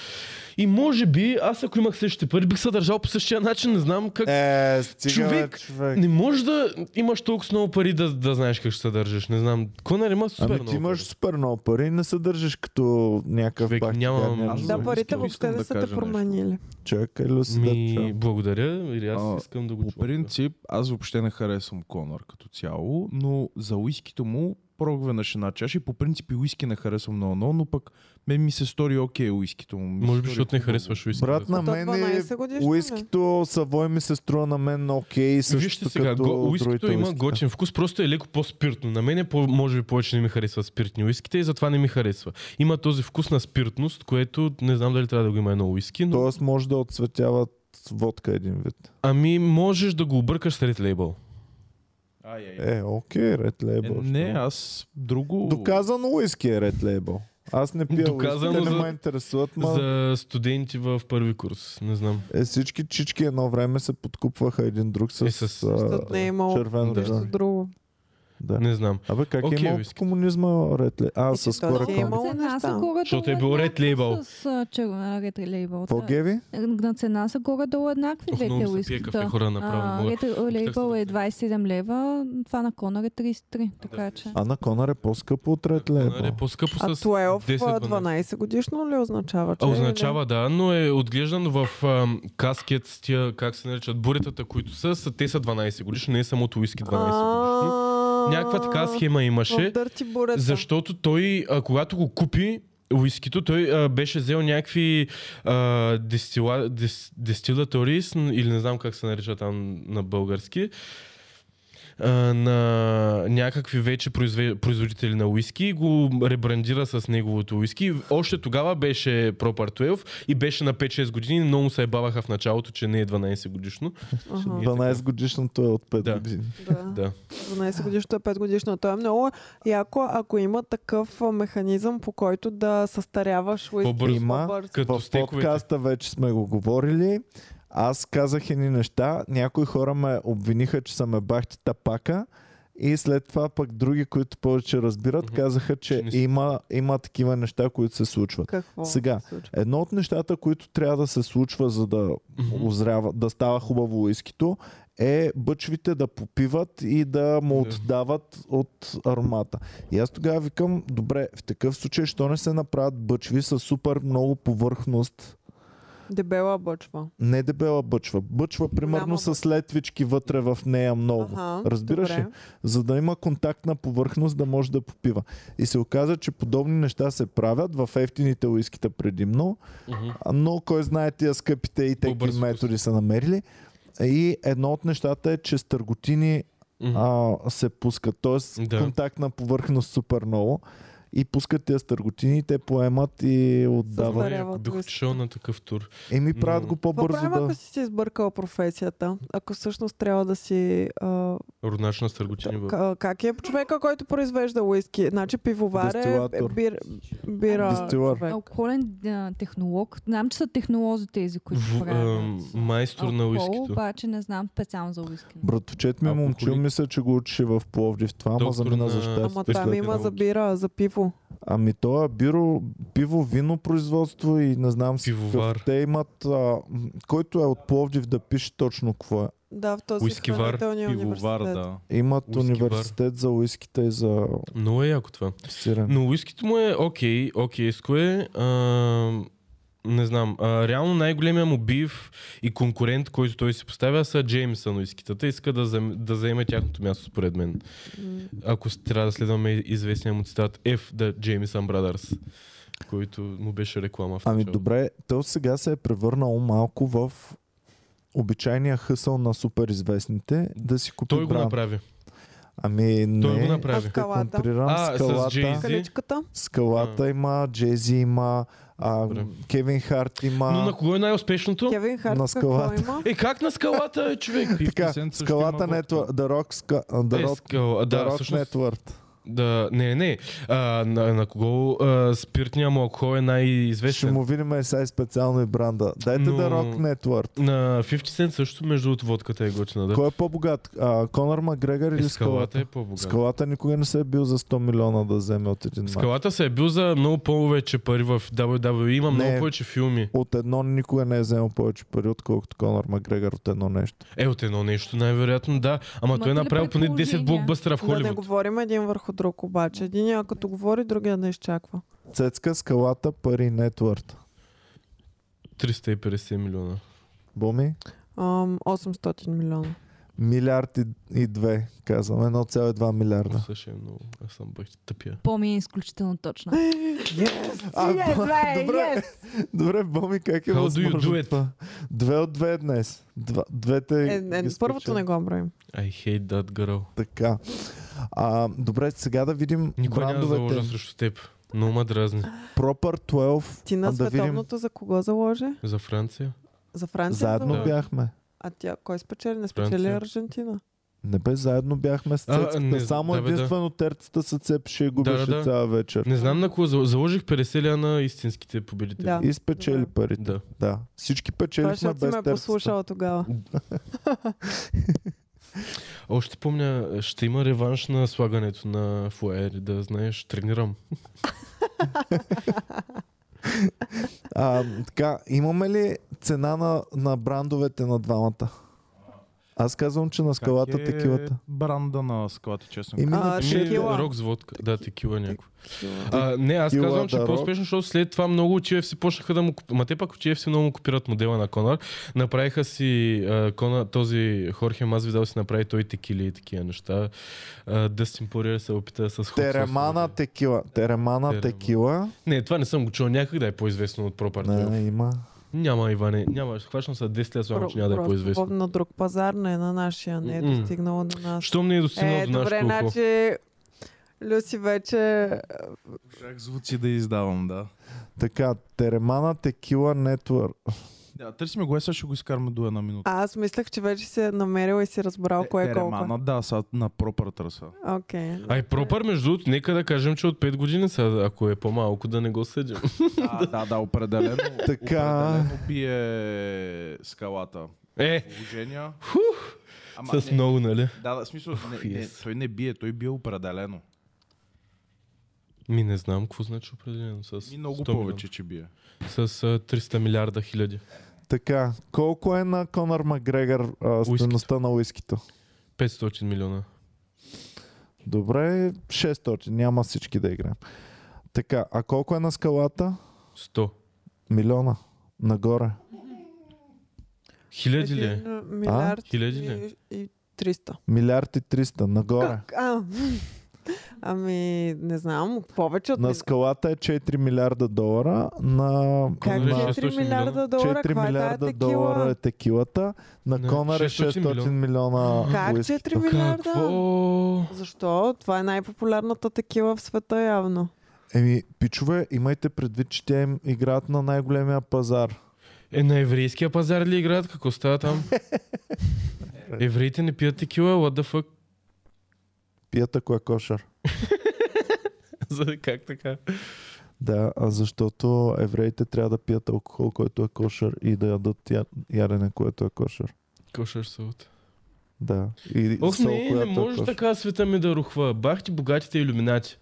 И може би, аз ако имах същите пари, бих се държал по същия начин. Не знам как
Е, стига, човек,
Човек,
бе, човек.
не е може да имаш толкова много пари да, да знаеш как ще се държиш. Не знам. Конър има супер
Ами ти
много
имаш
пари.
супер много пари и не се държиш като някакъв
Човек,
бахти
нямам-
гаден.
Аз
Да,
за
парите
уискито
въобще
искам
не
да
са те
кажа нещо.
променили.
Чакай, Люси, да
Ми,
чуем.
благодаря. Или аз
А,
искам да го
По
чувам.
принцип, аз въобще не харесвам Конър като цяло, но за уискито му прогвенаш една чаша и по принцип и уиски не харесвам много, много, но пък мен ми се стори окей уискито му. Ми се
Може би,
стори
защото не
хубаво.
харесваш уиски.
Брат на
То
мен е
12 годишно, ли?
уискито Савой ми се струва на мен окей,
Вижте
също
сега,
като
го,
другите
уискито има
уискита.
готин вкус, просто е леко по-спиртно. На мен е по, може би повече не ми харесва спиртни уиските и затова не ми харесва. Има този вкус на спиртност, което не знам дали трябва да го има едно уиски, но...
Тоест може да отцветяват водка един вид.
Ами можеш да го объркаш сред лейбъл.
Ай, ай, ай.
Е, окей, Red Label.
Е,
ще
не,
му-
аз друго...
Доказано уиски е Red Label. Аз не пия
Доказано
уиски, те не
за-
ме интересуват, ма за...
За студенти в първи курс, не знам.
е, всички чички едно време се подкупваха един друг с,
Е, с-
а,
Защото не е имало
червен
Да.
нещо
да.
друго.
да.
Не знам.
Абе, как
Окей,
е имал в
уиските.
комунизма Red Label? А,
Е,
с
че то
хора
си е
кон.
имал- Много
цена
неща.
са горе
Защото е
долу
бил ред
еднакви
лейбъл.
С а, червена ред лейбъл.
Какво,
е?
Геви?
На цена са горе-долу еднакви
Ох, много
двете
ми се пие кафе,
уискита.
хора,
А,
направо. мога.
Ред лейбъл е 27 лева, това на Конър е 33, така че...
А на Конър е по-скъпо от Red
Конър е
Label.
по-скъпо
А
с
12,
10-12.
12 годишно ли означава? Че е,
А, означава да, но е отглеждан в ам, каскет с тия, как се наричат, буритата, които са, са, те са 12 годишни, не е самото уиски 12 годишно. Някаква така схема имаше,
Дърти бурета.
защото той, а, когато го купи, уискито, той а, беше взел някакви а, дестила, дес, дестилаторис, н- или не знам как се нарича там на български, а, на някакви вече произве, производители на уиски и го ребрандира с неговото уиски. Още тогава беше Proper 12 и беше на 5-6 години. Много му се ебаваха в началото, че не е 12 годишно.
Аха.
12 годишното е от 5
Да.
години.
Да.
Да.
12 годишното е 5 годишно. Той е много яко, ако има такъв а, механизъм, по който да състаряваш уиски
По-бързо.
Има.
по-бързо.
Като
в
стековете.
подкаста вече сме го говорили. Аз казах едни неща. Някои хора ме обвиниха, че съм бахти тапака. И след това пък други, които повече разбират,
Мгм.
казаха,
Че
че
не си-
има, има такива неща, които се случват.
Какво
Сега.
се случва?
Едно от нещата, които трябва да се случва, за да
Мгм.
озрява, да става хубаво уискито, е бъчвите да попиват и да му
Да.
отдават от аромата. И аз тогава викам, добре, в такъв случай, що не се направят бъчви с супер много повърхност?
Дебела бочва.
Не дебела бъчва. Бъчва, примерно,
бъчва.
с летвички вътре в нея много.
Ага,
Разбираш ли?
добре.
за да има контактна повърхност, да може да попива. И се оказа, че подобни неща се правят в ефтините уискита предимно,
Мгм.
а, но кой знае тия скъпите и такива
По-бързо
методи са намерили. И едно от нещата е, че стърготини
Мгм.
а, се пускат, т.е.
Да.
контактна повърхност супер много и пускат тези стърготини, и те поемат и
Ама
отдават.
Създават.
яко,
от
Бих
листа.
отишъл на такъв тур.
Еми правят го
Какво
по-бързо
правим, ако
да...
си си избъркал професията? Ако всъщност трябва да си... А,
Роднач на Стърготини. бе.
к- как е човека, който произвежда уиски? Значи пивовар е
Дестилатор.
бир, бира
Дестилар.
човек.
Алкохолен а, технолог. Знам, че са технолози тези, които
В- ам,
правят.
майстор на
алкохол,
уискито.
обаче не знам специално за уиски.
Братовчет ми е
Алкохолик.
момчил, мисля, че го учи в Пловдив това, ама
Доктор
замина
на-
за щастие.
Ама
След
там има
работа.
за бира, за пиво.
Ами то е биро, пиво, вино производство и не знам си какъв.
Пивовар.
Те имат, а, м, който е от Пловдив да пише точно какво е.
Да, в този
Уискивар,
хранителния
Пивовар,
университет.
да.
Имат
Уиски бар.
университет за уиските и за
Много е яко това.
сирене.
Но уискито му е окей, окейско е. А, не знам. А, реално най-големия му бив и конкурент, който той си поставя, са Джеймсън уискитата. Иска да, зам, да заеме тяхното място, според мен. Ако с- трябва да следваме известния му цитат F, да Джеймсън Brothers, който му беше реклама в
Ами
началото.
добре, то сега се е превърнало малко в обичайния хъсъл на суперизвестните да си купи
Той го
бранд.
направи.
Ами не,
Той го
А
направи.
скалата?
контрирам
А, с
скалата.
Jay-Z.
Каличката?
Скалата има, Джези има, а,
Добре.
Кевин Харт има.
Но на кого е най-успешното?
Кевин Харт
На
какво
скалата.
има?
Е, как на скалата, е, човек?
Така,
Песен също
скалата
има
Network,
водка.
The Rock, Ska- The
Е,
Rock,
скала,
The
да,
Rock
всъщност,
Network.
Да, не, не. А, на, на кого а, спиртния му алкохол е
Ще
най-известен?
му видим е сега и специално и бранда. Дайте
Но-
да Rock Network.
На 50 Cent също, между от водката е готина. Да.
Кой е по-богат? А, Конор Макгрегор
Е,
или
скалата
скалата?
е по-богата. Скалата.
Скалата никога не се е бил за 100 милиона да вземе от един матч.
скалата се е бил за много повече пари в WWE. Има
Не.
много повече филми.
От едно никога не е вземал повече пари, отколкото Конор Макгрегор от едно нещо.
Е, от едно нещо, най-вероятно, да. Ама
Имате
той е
ли
направил поне 10
предположения?
блокбъстера в
Да не
Холивуд.
говорим един върху друг обаче. Единия като говори, другия не изчаква.
Цецка, скалата, пари, нетворд.
350 милиона.
Боми,
Ам, 800 милиона.
милиард и, и две, казвам. 1,2 милиарда.
Също е много. Аз съм бах тъпия.
Поми е изключително точна.
А,
е,
бо- добре, добре, Боми, как е
How do you do
възможно
it?
това? Две от две е днес. Два, двете
Е,
ги
е, първото
спечели.
не го броим.
I hate that girl.
Така. А, добре, сега да видим
Никой няма да
брандовете.
заложа срещу теб. Много ма дразни.
Proper 12.
Ти на
а да видим.
световното за кого заложи?
За Франция?
За Франция?
Заедно
заложи?
Да.
бяхме.
А тя кой спечели? Не спечели
Франция.
Аржентина.
Не бе, заедно бяхме с
А,
цецката.
не,
Само
да бе, да.
единствено терцата се цепеше и губеше
да.
цяла вечер.
Не знам на кого. зал- Заложих 50 ля на истинските победители.
Да.
И спечели
Добре.
парите.
Да.
Да. Всички
Това е,
печелихме
защото си
без
ме
терцата.
послушала тогава.
Още помня, ще има реванш на слагането на фуаери, да знаеш, тренирам.
А, така, имаме ли цена на, на брандовете на двамата? Аз казвам, че на скалата
Как е
текилата.
Бранда на скалата, честно.
Еми,
А,
на
Ми,
Текила.
Рок с водка. Да, текила някакво.
Текила.
А, не, аз
Текила,
казвам, че
да,
е
рок.
по-успешно, защото след това много от GFC почнаха да му... куп- Ма те пак от GFC много му копират модела на Конар. Направиха си а, Конар, този Хорхе Мазвидал си направи той текили и такива неща. А, Дъстин Пориер се е опита с хот
Теремана
сос.
текила. Теремана
Теремана.
текила.
Не, това не съм го чул някъде да е по-известно от Пропарт.
Не, има.
Няма, Иване, няма. Хващам се 10 лет, само
Про-
че няма да е
просто
по-известно.
На друг пазар, не на нашия, не е
М-м.
достигнало до нас.
Щом не е достигнал
Е,
до нашето
добре,
ухо.
значи Люси вече
Шах звуци да издавам, да.
Така, Теремана текила нетворк.
Да, търси ми го, е, сега ще го изкараме до една минута.
А, аз мислех, че вече се е намерила и си разбрал кое е колко.
Теремана, да, са на пропър търса.
Окей.
А и пропър, между другото, нека да кажем, че от 5 години са, ако е по-малко, да не го съдим.
А, да, да, определено.
Така.
Определено бие скалата.
Е,
Положения. Ама
с
не,
много, нали?
Да, да, в смисъл, не, не,
yes.
той не бие, той бие определено.
Ми не знам какво значи определено с
И много
100 милиона.
повече, че бие.
С а, 300 милиарда хиляди.
Така, колко е на Конор Макгрегор а,
Уискито.
стоеността на уискито?
500 милиона.
Добре, 600, няма всички да играем. Така, а колко е на скалата?
100.
Милиона. Нагоре.
Хиляди ли е?
Един, а, Милиард
Хиляди
и,
ли?
и 300.
Милиард и 300. Нагоре.
А, ами, не знам, повече от...
На
мили-
скалата е 4 милиарда долара. На,
Как
Конор е
на
600
4 милиарда
милиона?
долара?
4
Каква е тая
милиарда
текила?
долара е текилата. На
Не,
Конър е
600
600
милиона.
милиона.
Как
уискито.
4 милиарда?
Какво?
Защо? Това е най-популярната текила в света явно.
Еми, пичове, имайте предвид, че те им играят на най-големия пазар.
Е, на еврейския пазар ли играят? Какво става там? Евреите не пият текила, what the fuck?
Пият ако е кошер.
За- как така?
Да, а защото евреите трябва да пият алкохол, който е кошер и да ядат я- ядене, което е кошер.
Кошер салата.
Да. И
Ох,
сол,
не, не
която е
може
кошер.
така света ми да рухва. Бах ти богатите иллюминати.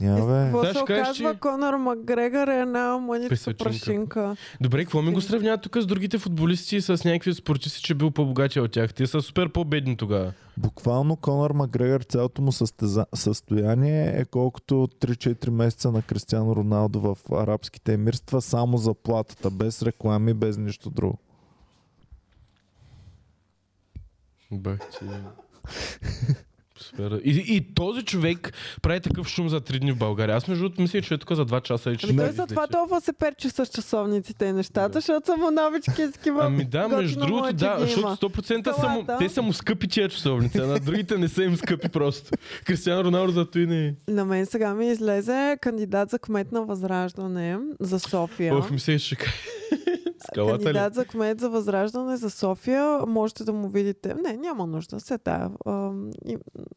Няма, Е, бе.
Какво
Сега
се
ще кажеш,
оказва,
че-
Конор Макгрегор е една мъничка
Песачинка.
прашинка. Ами
Добре, какво ми го сравняват тук с другите футболисти и с някакви спортисти, че бил по-богатия от тях? Те са супер по-бедни тогава.
Буквално Конор Макгрегор цялото му състеза... състояние е колкото 3-4 месеца на Кристиано Роналдо в арабските емирства, само за платата, без реклами, без нищо друго.
Бах ти. Супер. И, и този човек прави такъв шум за 3 дни в България. Аз между другото мисля, че е тук за 2 часа и че...
Ами
ще
той
излече.
затова толкова се перчи с часовниците и нещата,
Да.
защото са му новички с такива
Ами да,
готино
между другото,
момче
да,
ги
защото
има. е
100% са му,
Салата.
те са му скъпи тия часовница, а на другите не са им скъпи просто. Кристиан Роналдо за той не е.
На мен сега ми излезе кандидат за кмет на Възраждане за София.
Ох, мисля, че ще кажа. Скалата ли?
Е, кандидат за кмет за Възраждане за София. Можете да му видите. Не, няма нужда. Се тая. ам, и-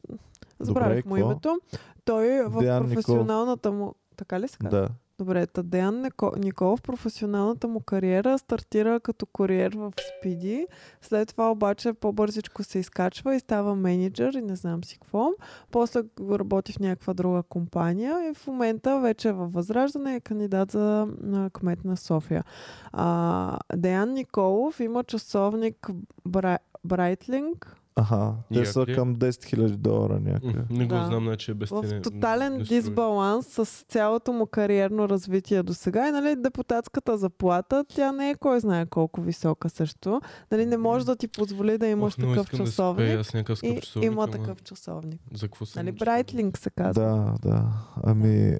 м, Забравих
Добре,
му
какво?
името. Той е в
Деян Николов.
професионалната му... Така ли се казва?
Да.
Добре, та Деян Нико- Николов професионалната му кариера стартира като куриер в Спиди, след това обаче по-бързичко се изкачва и става менеджер и не знам си какво. После го работи в някаква друга компания и в момента вече е във Възраждане и е кандидат за а, кмет на София. А, Деян Николов има часовник Бра... Брайтлинг,
Аха, те са
Някъде.
към 10 000 долара някъде.
М, Не го
Да.
знам, значи е без
в
тене.
тотален
Не струва.
дисбаланс с цялото му кариерно развитие до сега. И нали, депутатската заплата, тя не е кой знае колко висока също. Нали, не може да ти позволи да имаш
Ох, много
такъв
искам да си купя и
часовник.
аз някакъв скъп
И
часовник,
има
ама
такъв часовник.
За какво съм?
Нали, Брайтлинг се казва.
Да, да. Ами.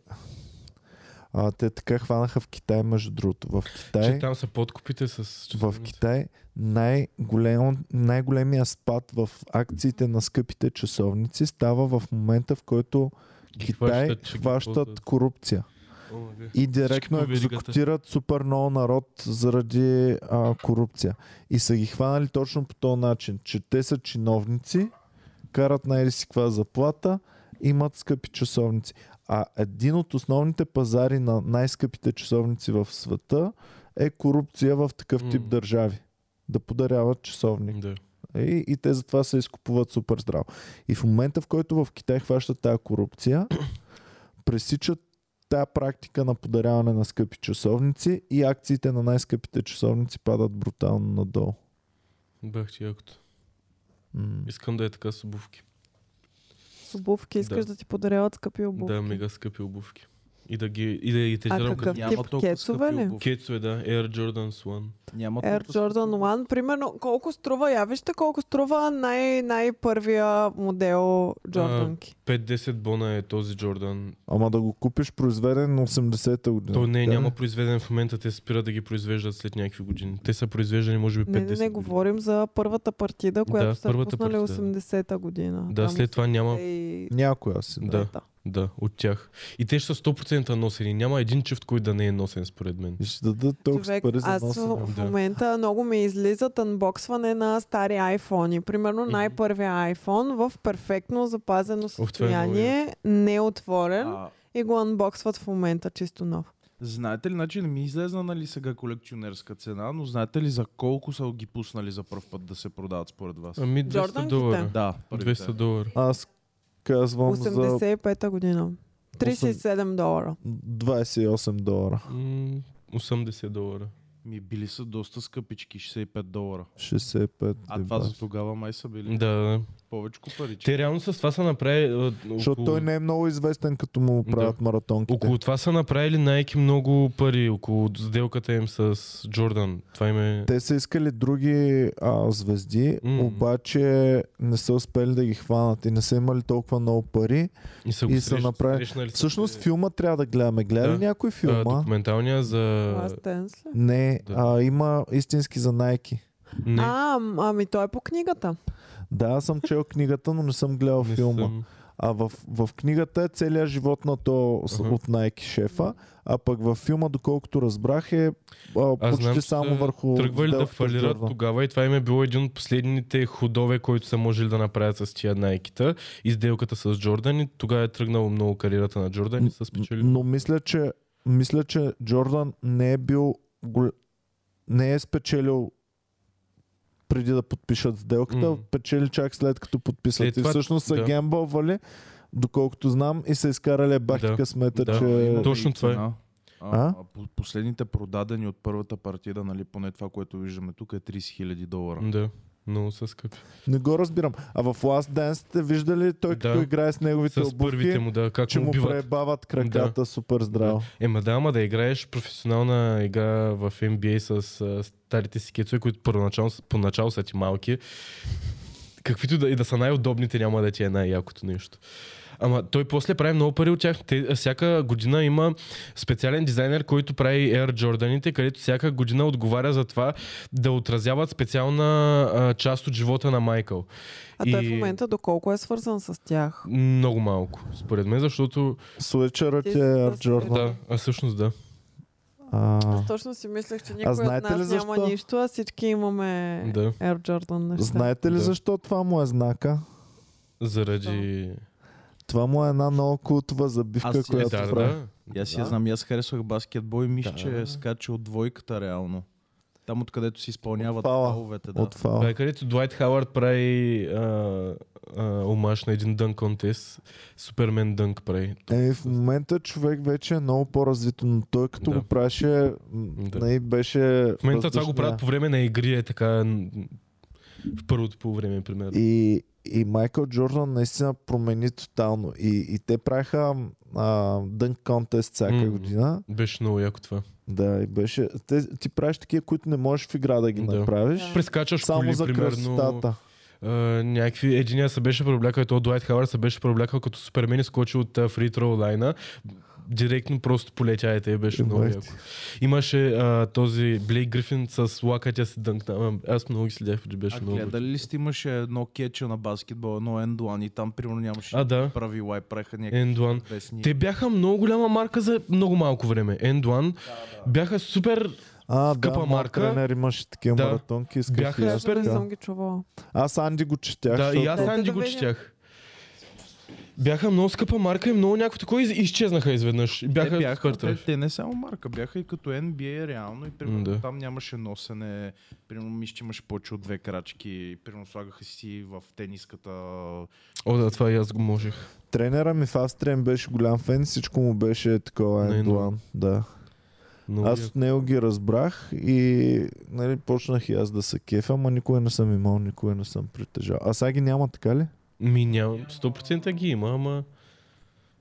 А, те така хванаха в Китай, между другото. В
Че
Китай,
там са подкупите с
в
часовници.
Китай най-голем, най-големия спад в акциите на скъпите часовници става в момента, в който
Ги
Китай
хващат, че ги
хващат
ползват.
корупция.
О, ма, бе.
И директно
по веригата.
екзекутират супер много народ заради а, корупция. И са ги хванали точно по този начин, че те са чиновници, карат на еди си каква заплата, имат скъпи часовници. А един от основните пазари на най-скъпите часовници в света е корупция в такъв тип
М.
държави. Да подаряват часовник.
Да.
Е, И, и те затова се изкупуват супер здраво. И в момента, в който в Китай хващат тази корупция, пресичат тая практика на подаряване на скъпи часовници и акциите на най-скъпите часовници падат брутално надолу.
Бах ти якото.
М.
Искам да е така с обувки.
С обувки искаш да, ти подаряват скъпи обувки.
Да, мега скъпи обувки. И да ги, и да ги тежирам
какъв
като
Тип кецове ли?
кецове, да. Air Jordans One.
Няма
Air Jordan 1, примерно, колко струва, я вижте колко струва най- най-първия модел Джорданки.
5-10 бона е този Джордан.
Ама да го купиш произведен на 80-та година.
То не, е,
така ли?
няма произведен в момента, те спират да ги произвеждат след някакви години. Те са произвеждани може би 50
Не, не, не
години.
говорим за първата партида, която
Да,
са
първата
пуснали
партида.
80-та година.
Да, след това
е
няма...
И...
Някоя си. Да.
Да, да, от тях. И те ще са 100% носени. Няма един чифт, който да не е носен, според мен.
И ще дадат толкова
Човек,
пари за
аз
носене.
в в
Да.
момента много ми излизат анбоксване на стари iPhone. Примерно
Мгм.
най-първия iPhone в перфектно запазено
много
състояние, не отворен
А,
и го анбоксват в момента чисто нов.
знаете ли, значи не ми излезна нали сега колекционерска цена, но знаете ли за колко са ги пуснали за първ път да се продават според вас?
Ами 200
Джорданките?
долара.
Да, първите.
200 долара.
Аз казвам за
85-та година. 37 долара.
28 долара.
М, 80 долара.
Ми били са доста скъпички, 65 долара.
65
А това
деба.
за тогава май са били
Да, да.
повече парички.
Те реално с това са направили... а,
Защото
около-
той не е много известен, като му правят да. маратонките.
Около това са направили Nike много пари, около сделката им с Джордан. Това им е...
Те са искали други а, звезди,
М.
mm. обаче не са успели да ги хванат и не са имали толкова много пари.
И са го
И са
срещ-
направи-
срещнали са
Всъщност
се-
филма трябва да гледаме. Гледа ли
Е. Да.
някой
А,
филма?
документалния за...
Last Dance ли?
не,
Да.
а, има истински за Найки.
Не,
А, м- ами той е по книгата.
Да, аз съм чел книгата, но не съм гледал
не
филма.
съм.
А в, в книгата е целият живот на то с-
Аха.
от Найки шефа, а пък във филма, доколкото разбрах, е а,
Аз
почти
знам, че
само
са
върху
Тръгвали да
сделката с
фалират
Джордан.
тогава и това им е било един от последните ходове, които са можели да направят с тия найкита и сделката с Джордан и тогава е тръгнало много кариерата на Джордан и са спечели.
Но мисля, че, мисля, че Джордан не е бил гол- не е спечелил преди да подпишат сделката,
М.
mm. печели чак след като подписат.
След
и
това-
всъщност са
да.
гембълвали, доколкото знам, и са изкарали бахи
Да,
късмета,
да.
че...
Има
Точно
и
това е.
цена.
А?
А, а? по- Последните продадени от първата партида, нали, поне това, което виждаме тук, е 30 000 долара.
Да, много са скъпи.
Не го разбирам. А в Last Dance сте виждали той
Да.
като играе с неговите
С първите
обувки,
му, да, как
че
му
му
убиват.
пребават краката супер здраво.
Ема Е, да, ама да играеш професионална игра в NBA с а, старите си кецове, които първоначално, с- поначало са ти малки. Каквито да, и да са най-удобните, няма да ти е най-якото нещо. Ама той после прави много пари от тях. Те, а, всяка година има специален дизайнер, който прави Air Jordaните, където всяка година отговаря за това да отразяват специална а, част от живота на Майкъл.
А той в
И-
момента доколко е свързан с тях?
Много малко, според мен, защото...
Суечерът
Ти
е
си
Air
с-
Jordan.
Да, а всъщност да.
А,
Аз точно си мислех, че никой от
знаете ли
нас няма
защо?
нищо, а всички имаме
Да.
Air Jordan неща.
знаете ли
Да.
защо това му е знака?
Заради...
Това му е една много култова забивка,
Аз си-
която
е, да,
прави.
да.
И аз я
Да.
знам, и аз харесвах баскетбол и мисля,
Да.
че е скачал от двойката реално. Там откъдето си изпълняват
От фала.
фаловете. Да.
От
Това
фала.
е където Дуайт Хауърд прави а, а, омаж на един дънк контест. Супермен дънк прави.
Е, в момента човек вече е много по-развито, но той като
Да.
го правеше, да.
Да.
не, беше
В момента това го
въздушния.
правят по време на игри, е така н- в първото по време, примерно.
И, и Майкъл Джордан наистина промени тотално. И, и те праха а, дънк контест всяка
М.
година.
Беше много яко това.
Да, и беше. Те, ти правиш такива, които не можеш в игра да ги
Да.
направиш.
Да.
Прескачаш
Само
коли,
за
примерно.
красотата.
А, някакви... Единия се беше проблякал, и то Дуайт Хауърд се беше проблякал като Супермен и скочи от а, фри троу лайна. Директно просто полетя и те беше много
Бах
яко.
ти.
Имаше а, този Блейк Грифин с лакътя си дънкна. Аз много ги следях, преди беше
А
много. готино.
гледали ли сте имаше едно кече на баскетбол, едно ендуан и там примерно нямаше
А, да.
правила и праха някакви
End One.
песни.
Те бяха много голяма марка за много малко време. End One. Да, да. Бяха супер...
А,
Скъпа
да, марка.
марка.
тренер имаше такива
Да.
маратонки. Исках
Бяха
и
Даже
аз,
супер
не
така.
съм ги чувала.
аз Анди го четях.
Да, и
защото-
аз
Дайте
Анди
да
го
видим.
четях. Бяха много скъпа марка и много някакво такова из- изчезнаха изведнъж. И Бяха,
те, бяха
супер
те,
треш.
те, не само марка, бяха и като NBA реално и примерно
М, да.
да. там нямаше носене, примерно мисля, че имаше повече от две крачки, примерно слагаха си в тениската.
О, да, това и аз го можех.
Тренера ми в Австрия ми беше голям фен, всичко му беше такова
Не,
Ендуан. Да.
Много
Аз
яко.
от него ги разбрах и нали, почнах и аз да се кефя, ама никой не съм имал, никой не съм притежавал. А сега ги няма така ли?
Ми нямам, 100% ги има, ама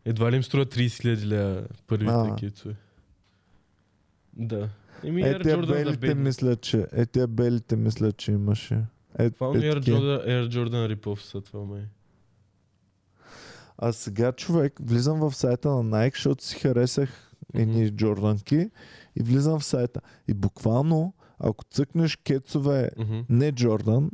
едва ли им струва 30 000 ля първите
А.
а. кицове. Да. Еми,
Е,
Air
тия
Jordan за
белите
бедни.
мисля, че, е, тия белите мисля, че имаше. Е, е,
Това е Air
такива.
Jordan, Air Jordan Rip-Off са това, май.
А сега, човек, влизам в сайта на Nike, защото си харесах едни
Мгм.
джорданки и влизам в сайта. И буквално, ако цъкнеш кецове
Мгм.
не Джордан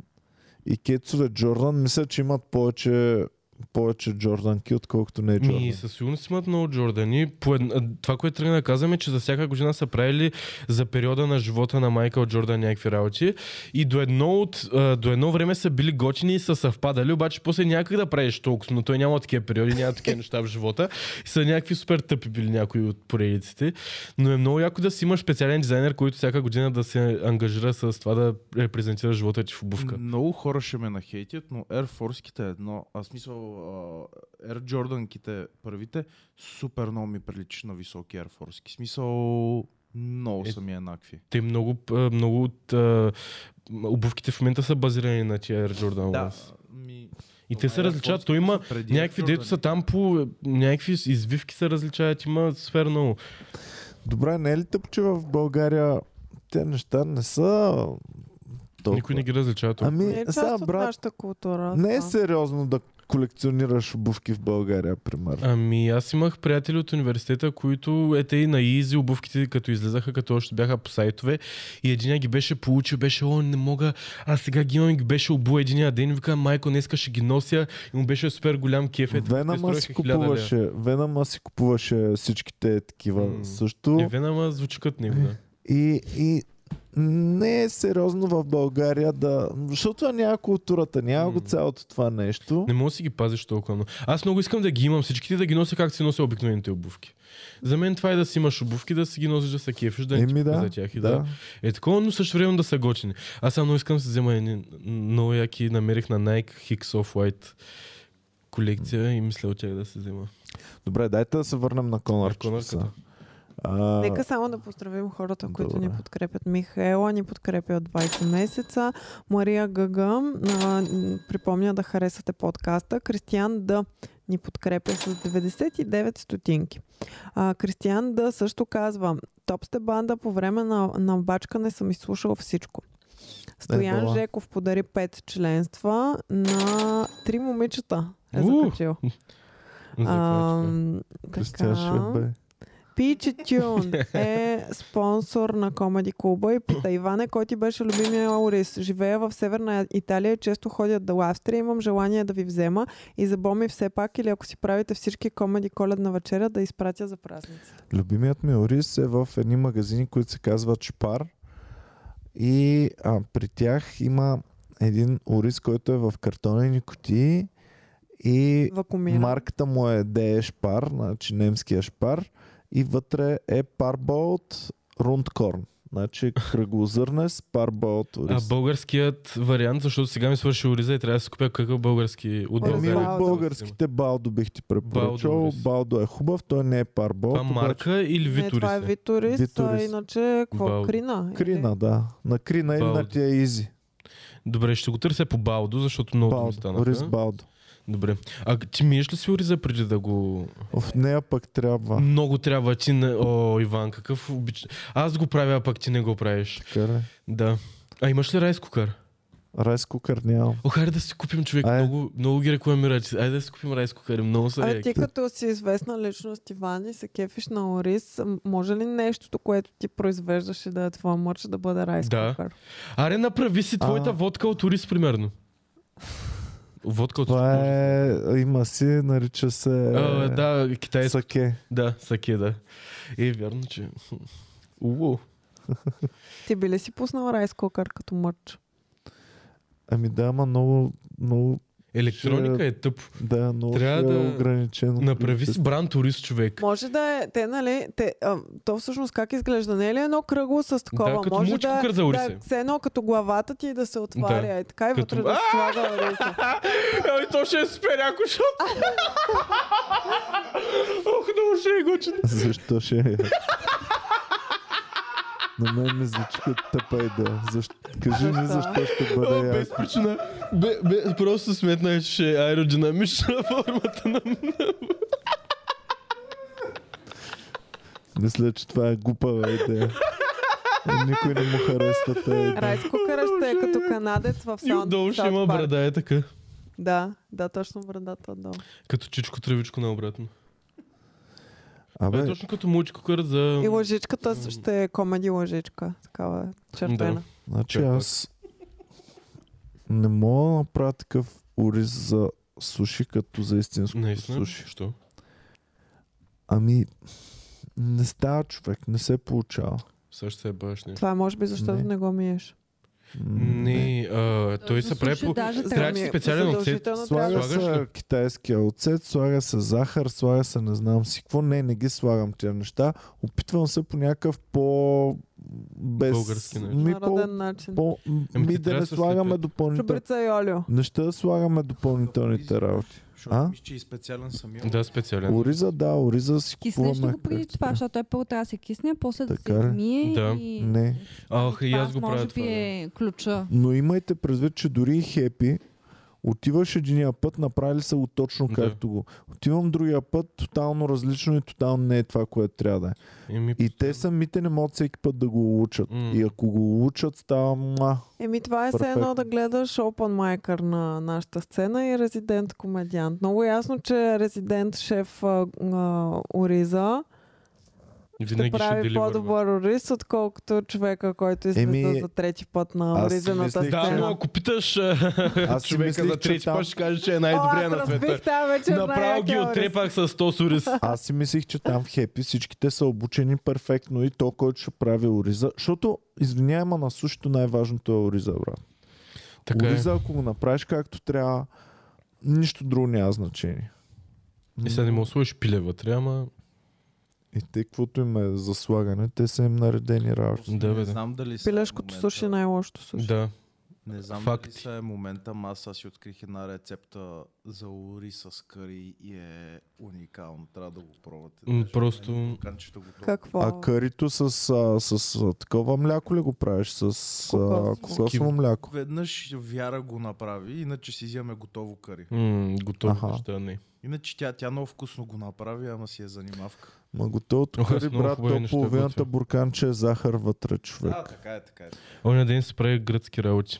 и кецове Джордан, мисля, че имат повече, повече Джорданки, отколкото не е Джордан.
Ми, със сигурност имат много Джордани. По една... Това, което тръгна да казваме, е, че за всяка година са правили за периода на живота на Майкъл Джордан някакви работи. И до едно, от, а, до едно време са били готини и са съвпадали, обаче после някак да правиш толкова, но той няма такива периоди, няма такива неща в живота. И са някакви супер тъпи били някои от поредиците. Но е много яко да си имаш специален дизайнер, който всяка година да се ангажира с това да репрезентира живота ти в обувка.
Много хора ще ме нахейтят, но Air Force-ките е едно, а в смисъл а, Air Jordan-ките първите, супер много ми приличаш на високи Air Force-ки. В смисъл много
Е,
са ми еднакви.
Те много, а, много от а, обувките в момента са базирани на тия Air Jordan.
Да,
Ones.
ми...
И те се различават. Той има някакви, дето са там по е, някакви с- извивки се различават. Има сфер много.
Добре, не е ли тъп, че в България те неща не са толкова?
Никой не ги различава. толкова.
Ами,
Не е
сега,
част от
брат,
нашата култура.
не е
това.
сериозно да колекционираш обувки в България, примерно.
Ами аз имах приятели от университета, които ете и на Изи обувките, като излезаха, като още бяха по сайтове. И един ги беше получил, беше, о, не мога, аз сега ги имам и ги беше обуя един ден. и Вика, майко, днеска ще ги нося. И му беше супер голям кеф. Е,
Венама си купуваше, Венама си купуваше всичките такива
М.
също.
И Венама звучи като него, да.
И, и не е сериозно в България да... Защото няма културата, няма го
М.
цялото това нещо.
Не мога да си ги пазиш толкова много. Аз много искам да ги имам всичките, да ги нося както си нося обикновените обувки. За мен това е да си имаш обувки, да си ги носиш, да се кефиш, да не ти
Еми
да,
да,
за тях и да. Е такова, но също време да са готини. Аз само искам да си взема едни много яки, намерих на Nike Hicks Off White колекция и мисля от тях да се взема.
Добре, дайте да се върнем на Конър.
Конърката.
А,
Нека само да поздравим хората, които ни
Добре.
подкрепят. Михаела ни подкрепя от 20 месеца. Мария Гъга а, н- припомня да харесате подкаста. Кристиан Д ни подкрепя с 99 стотинки. А, Кристиан Д също казва Топ сте банда, по време на, на бачкане съм изслушал всичко. Стоян
Ебала.
Жеков подари 5 членства на три момичета. Е
Уу!
закачил.
А,
Ам,
Кристиан Швед, бе.
Peachy Tune е спонсор на Комеди Клуба и пита Иване, кой ти беше любимия Орис? Живея в Северна Италия и често ходя до Австрия. Имам желание да ви взема и за Боми все пак или ако си правите всички Комеди коледна вечеря да изпратя за празниците.
Любимият ми ориз е в едни магазини, които се казват Шпар. И а, при тях има един ориз, който е в картонени кутии и
Вакуумира.
марката му е DE Шпар, значи немския Шпар и вътре е Parbold Rundkorn. Значи кръглозърне с Parbold
а
ориз.
българският вариант, защото сега ми свърши ориза и трябва да си купя какъв български от
Еми,
Еми,
България.
Ами, от
Балдо.
българските Балдо бих ти
Балдо
препоръчал.
ориз.
Балдо е хубав, той не е Parbold.
Това
обаче-
марка или
Не, това е
Виторис?
Виторис, а
Виторис.
иначе какво?
Бал-
Крина?
Крина, да. На Крина или на
Балдо.
тия Изи.
Добре, ще го търся по Балдо, защото много ми
Балдо.
стана.
Ориз Балдо.
Добре. А ти миеш ли си ориза преди да го...
В нея пък трябва.
Много трябва ти... на- О, Иван, какъв обич... Аз го правя, а пък ти не го правиш.
Така ли?
Да. А имаш ли райс кукър?
Райс кукър нямам.
О, хайде да си купим човек.
Айде.
Много, много ги рекламират. Айде да си купим райс кукър. Много са
А
яки.
ти като си известна личност, Иван, и се кефиш на Орис, м- може ли нещото, което ти произвеждаш и да е твой мърч, да бъде райс
Да.
кукър?
Аре, направи си твоята
А.
водка от Орис, примерно. Водка от
Това
Орис.
е... Има си, нарича се...
А, Е, да, китайска.
Саке.
Да, саке, да. Е, вярно, че... Уу.
Ти би ли си пуснал райс кукър като мърч?
Ами да, ама много... много
Електроника е тъп.
да, много
Трябва
ще е
да
ограничено.
Направи си бранд Орис, човек.
Може да е, те, нали, те, а, то всъщност как изглежда? Не е ли едно кръгло с такова?
Да, като
Може
мучка
да,
кърза
да,
орисе.
е все едно като главата ти да се отваря
Да.
и така и
Като-
вътре да се слага ориса.
Ами то ще е супер яко, защото... Ох, много ще е готино.
Защо ще е? На мен ми звучи като тъпа идея. Защо... Кажи ми защо ще
О,
бъде
без
яко.
причина. Бе, бе, просто сметнах, че е аеродинамична формата на...
Мисля, че това е глупава идея. И Никой не му харесва тази идея.
Райско караща е като канадец в
И
Саунд
отдолу ще има брада, е така.
Да, да, точно брадата отдолу.
Като чичко тръвичко наобратно. Бе,
Абе,
точно като мучко кърт за...
И лъжичката с- ще е комеди лъжичка. Такава червена.
значи
Чакай.
аз не мога да направя такъв ориз за суши, като за истинско
Наистина.
суши.
Що?
Ами, не става човек, не се получава.
Сега ще се баш нещо.
Това е може би защото
Не.
не, го миеш.
М,
Не, а, той се прави по...
Даже
Трябва
трябва
ти
Ами,
специален оцет.
задължително трябва
Слага
да-
Слагаш
се
ли?
китайския оцет, слага се захар, слага се не знам си какво. Не, не ги слагам тия неща. Опитвам се по някакъв по... Без...
Български начин.
Ми, по...
Народен начин.
по...
Ами ти
ми да
трябва
не
да се
слагаме
слепят.
допълнителни...
Чубрица и олио.
Неща да слагаме допълнителните работи. А?
Защото мисля, че и специален самия.
Да, специален.
Ориза, да, ориза си
Киснеш ли
купуваме.
го преди
както
това,
е.
защото той първо трябва да се кисне, после да се
Така ли?
измие
Да.
и...
Не.
Ах, и аз го
може
правя
би
това. да.
е ключа.
Но имайте предвид, че дори и хепи, отиваш единия път, направили са го точно
Да.
както го. Отивам другия път, тотално различно и тотално не е това, което трябва да е.
Еми,
И те самите не могат всеки път да го учат.
М.
И ако го учат, става ма.
Еми това е все
Перфектно.
едно да гледаш Open Майкър на нашата сцена и резидент комедиант. Много ясно, че резидент шеф а, а, Ориза ще
винаги ще
прави
деливърва.
по-добър ориз, отколкото човека, който излиза
Еми,
за трети път на
аз си
оризената
мислих,
Да,
Че-
но
сцена.
ако питаш
Аз си
човека
мислих,
за
че
трети
там-
път, ще каже, че е
О,
най-добрия
аз
на света.
разбих тази вечер
Направо ги
най-якия ориз.
оттрепах с 100 сурис.
Аз си мислих, че там в Хепи всичките са обучени перфектно и то, който ще прави ориза. Защото, извинявай, ма на сушито най-важното е ориза, брат.
Така е.
ориза, ако го направиш както трябва, нищо друго няма значение.
И сега не му сложиш пиле вътре, ама...
И те, каквото им е за слагане, те са им наредени работи.
Да, бе,
не
да.
знам дали са
Пилешкото
момента-
суши е най-лошото суши.
Да.
Не знам
Факти.
дали са е момента, ама аз сега си открих една рецепта за лури с кари и е уникално. Трябва да го пробвате.
М,
Даже
просто-
мен боканчето готово.
Какво?
А карито с, а, с, а, такова мляко ли го правиш? С а,
Кокосово.
кокосово мляко.
Веднъж Вяра го направи, иначе си вземе готово кари.
М, Готови
Аха.
неща, не.
Иначе тя, тя много вкусно го направи, ама си е занимавка.
Ма готовото
Ох, аз
кари,
много
брат,
хубави
то
неща
половината
готвя.
бурканче е захар вътре, човек.
Да, така е, така е.
Оня ден се прави гръцки работи.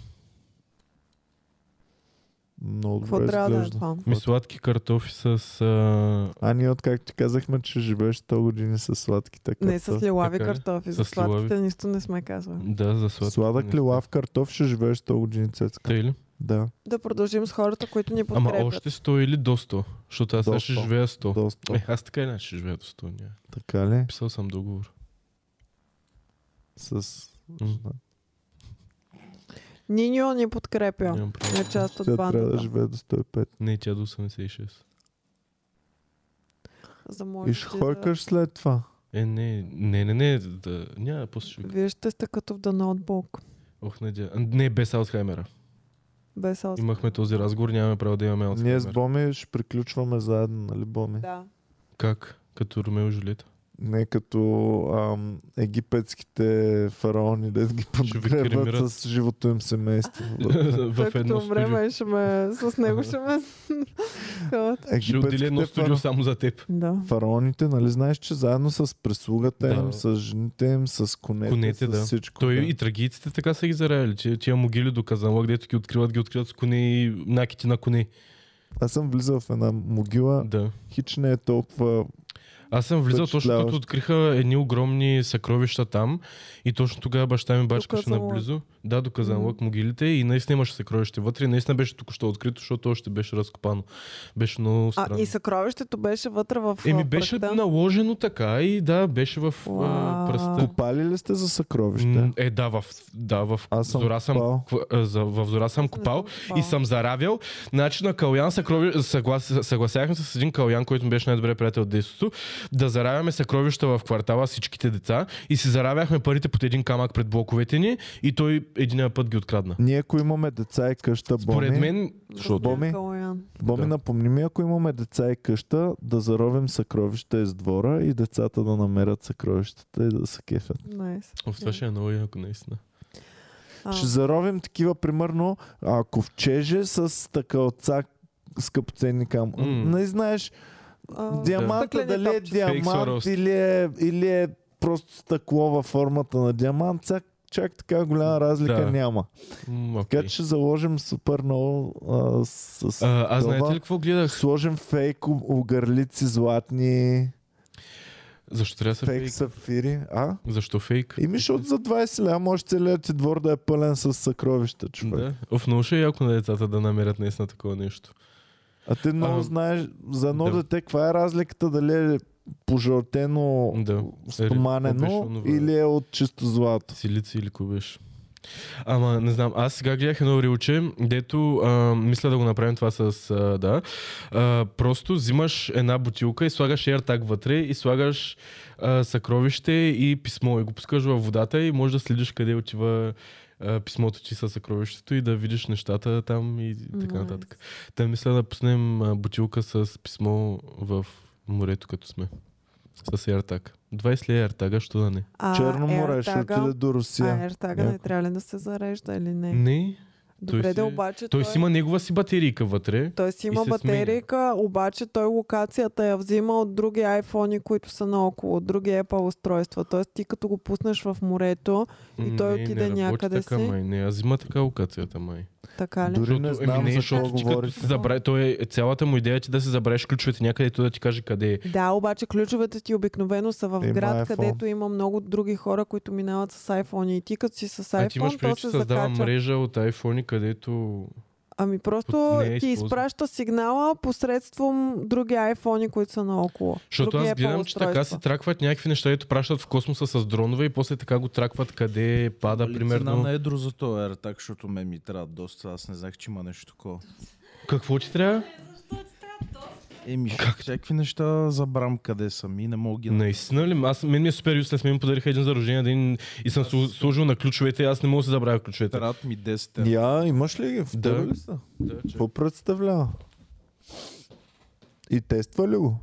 Много
Какво
добре
трябва да е
изглежда.
това?
Ми сладки картофи с... а,
А ние, откакто ти казахме, че живееш 100 години с сладки така.
Не с лилави
Така е.
картофи,
С
за сладките
лилави.
нищо не сме казвали.
Да, за сладки.
Сладък ли лав картоф ще живееш 100 години, цецка?
Тъй ли?
Да,
Да продължим с хората, които ни
Ама
подкрепят.
още 100 или до 100? Защото аз сега
До
ще
100.
живея 100.
доста.
Е, аз така или иначе ще живея до 100. Ня.
Така ли?
Писал съм договор.
С...
М,
Ниньо ни подкрепя.
нямам право.
Не е част
Тя
от
трябва да
бандата.
живее до 105.
Не, тя до 86.
За
И
може
ще
да-
хоркаш след това.
Е, не, не, не, не, да, няма, после ще...
Вие ще сте като в The Notebook.
Ох, надя... А, Не, без Алцхаймера.
Без алс.
Имахме този разговор, нямаме право да имаме Алцхаймер.
Ние с Боми ще приключваме заедно, нали, Боми?
Да.
Как? Като Ромео и Жулиета.
Не като ам, египетските фараони, да ги подгребат
кремират.
с живото им семейство.
в
Той
едно
като
студио.
време ще ме... С него ще ме... Калата.
Ще отделя едно
Египетските
студио
фара...
само за теб.
да.
фараоните, нали знаеш, че заедно с прислугата
Да.
им, с жените им, с конете,
Конете,
с
да.
всичко.
Той
да.
и трагиците така са ги зараяли, че тия могили до Казанлък, дето ги откриват, ги откриват с коне и накити на коне.
Аз съм влизал в една могила,
Да.
хич не е толкова...
Аз съм
Значи,
влизал точно като
Впечатляващо.
откриха едни огромни съкровища там и точно тогава баща ми бачкаше
Казанлък.
наблизо. Да, до Казанлък могилите и наистина имаше съкровище вътре. И Наистина беше току-що открито, защото още беше разкопано. Беше много странно.
А, и съкровището беше вътре в
Еми
а,
беше
пръста.
наложено така и да, беше в а,
Уау.
пръста.
Копали ли сте за съкровище?
М, Е, да, в, да, в
Аз съм
зора съм,
копал.
ква- а, за- в зора съм копал и съм заравял. Значи на Калян съкрови... съглас... съгласяхме се с един Калян, който ми беше най-добре приятел от детството, да заравяме съкровища в квартала всичките деца и си заравяхме парите под един камък пред блоковете ни и той единия път ги открадна.
Ние ако имаме деца и къща,
Според
Боми,
мен,
Защото-
Боми? Боми
Да.
напомни ми, ако имаме деца и къща, да заровим съкровища из двора и децата да намерят съкровищата и да се кефят.
Найс.
Оф, това ще е много яко, наистина.
А,
Ще заровим такива, примерно, а, ковчеже с такълца скъпоценни кам.
М.
Не знаеш,
а,
Диаманта
стъклени
дали е
топчета.
диамант
Фейксваровски.
или е, или е просто стъкло във формата на диамант, сега чак така голяма разлика
Да.
няма.
М, окей.
Така че ще заложим супер много а, с, с
А, аз знаете
това.
ли какво гледах?
Сложим фейк у- огърлици златни,
Защо трябва да са
фейк,
фейк?
сапфири. А?
Защо фейк?
И миш от за 20 ля, може целият ти двор да е пълен с съкровища, човек.
Да. Оф, много ще е яко на децата да намерят наистина такова нещо.
А ти много
А,
знаеш за едно
да.
дете, каква е разликата дали е пожълтено,
Да.
стоманено
По-бешено, е, да.
или е от чисто злато.
Силици или какво беше? Ама, не знам, аз сега гледах едно рилче, дето а, мисля да го направим това с... А, да. А, просто взимаш една бутилка и слагаш AirTag вътре и слагаш а, съкровище и писмо и го пускаш във водата и може да следиш къде отива а, писмото ти със съкровището и да видиш нещата там и така
Nice.
нататък. Та мисля да пуснем а, бутилка с писмо в морето, като сме. С AirTag. 20 ли е AirTag, що да не?
А,
Черно море ще
AirTag-а-
отиде до
А е,
Русия.
ертага не
Яко.
трябва ли да се зарежда или не?
Не.
Добре,
той
да
си-
обаче
Той си има негова си батерийка вътре.
той си
и
има
се
батерийка, обаче той локацията я взима от други айфони, които са наоколо, от други Apple устройства. Тоест ти като го пуснеш в морето, И той
не,
отиде
не работи
някъде
така,
си.
Май. Не, аз взима така локацията, май.
така ли?
Дори не
Защото- ами
знам
е
за
защото
какво
ти като
говорите.
си забра... той, е- цялата му идея е ти да си забравиш ключовете някъде и той да ти каже къде е.
Да, обаче ключовете ти обикновено са в
Има
град,
iPhone.
където има много други хора, които минават с iPhone. И ти като си с
а ти имаш
iPhone, то
предвид, че
се
създава
закача.
мрежа от iPhone, където...
Ами
Под
просто
нея е
ти
използван.
изпраща сигнала посредством други айфони, които са наоколо.
Защото
други
аз гледам,
Apple
че така
устройства.
се тракват някакви неща, ето пращат в космоса с дронове и после така го тракват къде е, пада,
Нали
примерно.
Цена на едро за този ертак, защото ме ми трябва доста. Аз не знаех, че има нещо такова.
Какво ти трябва?
Еми, как? всякакви неща забрам къде съм и не мога ги...
Наистина ли? Аз, мен ми е супер юслес, мен ми подариха един за рождения ден и съм слу- сложил на ключовете и аз не мога да се забравя ключовете.
Трябват ми 10 евро.
Я, имаш ли ги? В
Да.
тебе ли са?
Да, че...
Какво представлява? И тества ли го?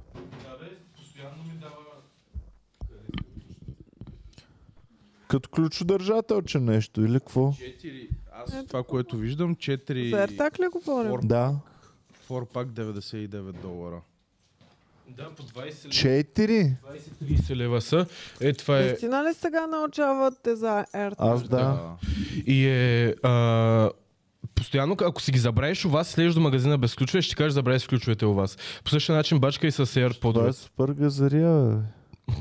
Като ключодържател, че нещо или какво?
Четири. Аз Е, това, което виждам, 4
За ертак ли говорим?
Фор-
Да.
форпак 99 долара.
Да, по 20
Четири?
20-30 лева са. Е, това е.
Истина ли сега научават те за ертак?
Аз да.
И е. А, постоянно, ако си ги забравиш у вас, следиш до магазина без ключове, ще ти кажеш забравяй си ключовете у вас. По същия начин бачка и с
Това е
AirPod.
супер газария. бе.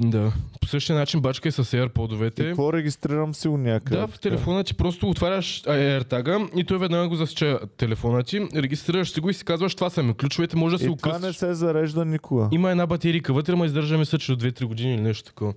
Да. По същия начин бачка и с
И
AirPod-овете.
какво регистрирам си у някъде?
Да, в телефона ти просто отваряш AirTag и той веднага го засича телефона ти, регистрираш си го и си казваш това са ми ключовете, може да се
И Е, това не
окръстиш.
се зарежда никога.
Има една батерийка вътре, ма издържа мисля, че до 2-3 години или нещо такова.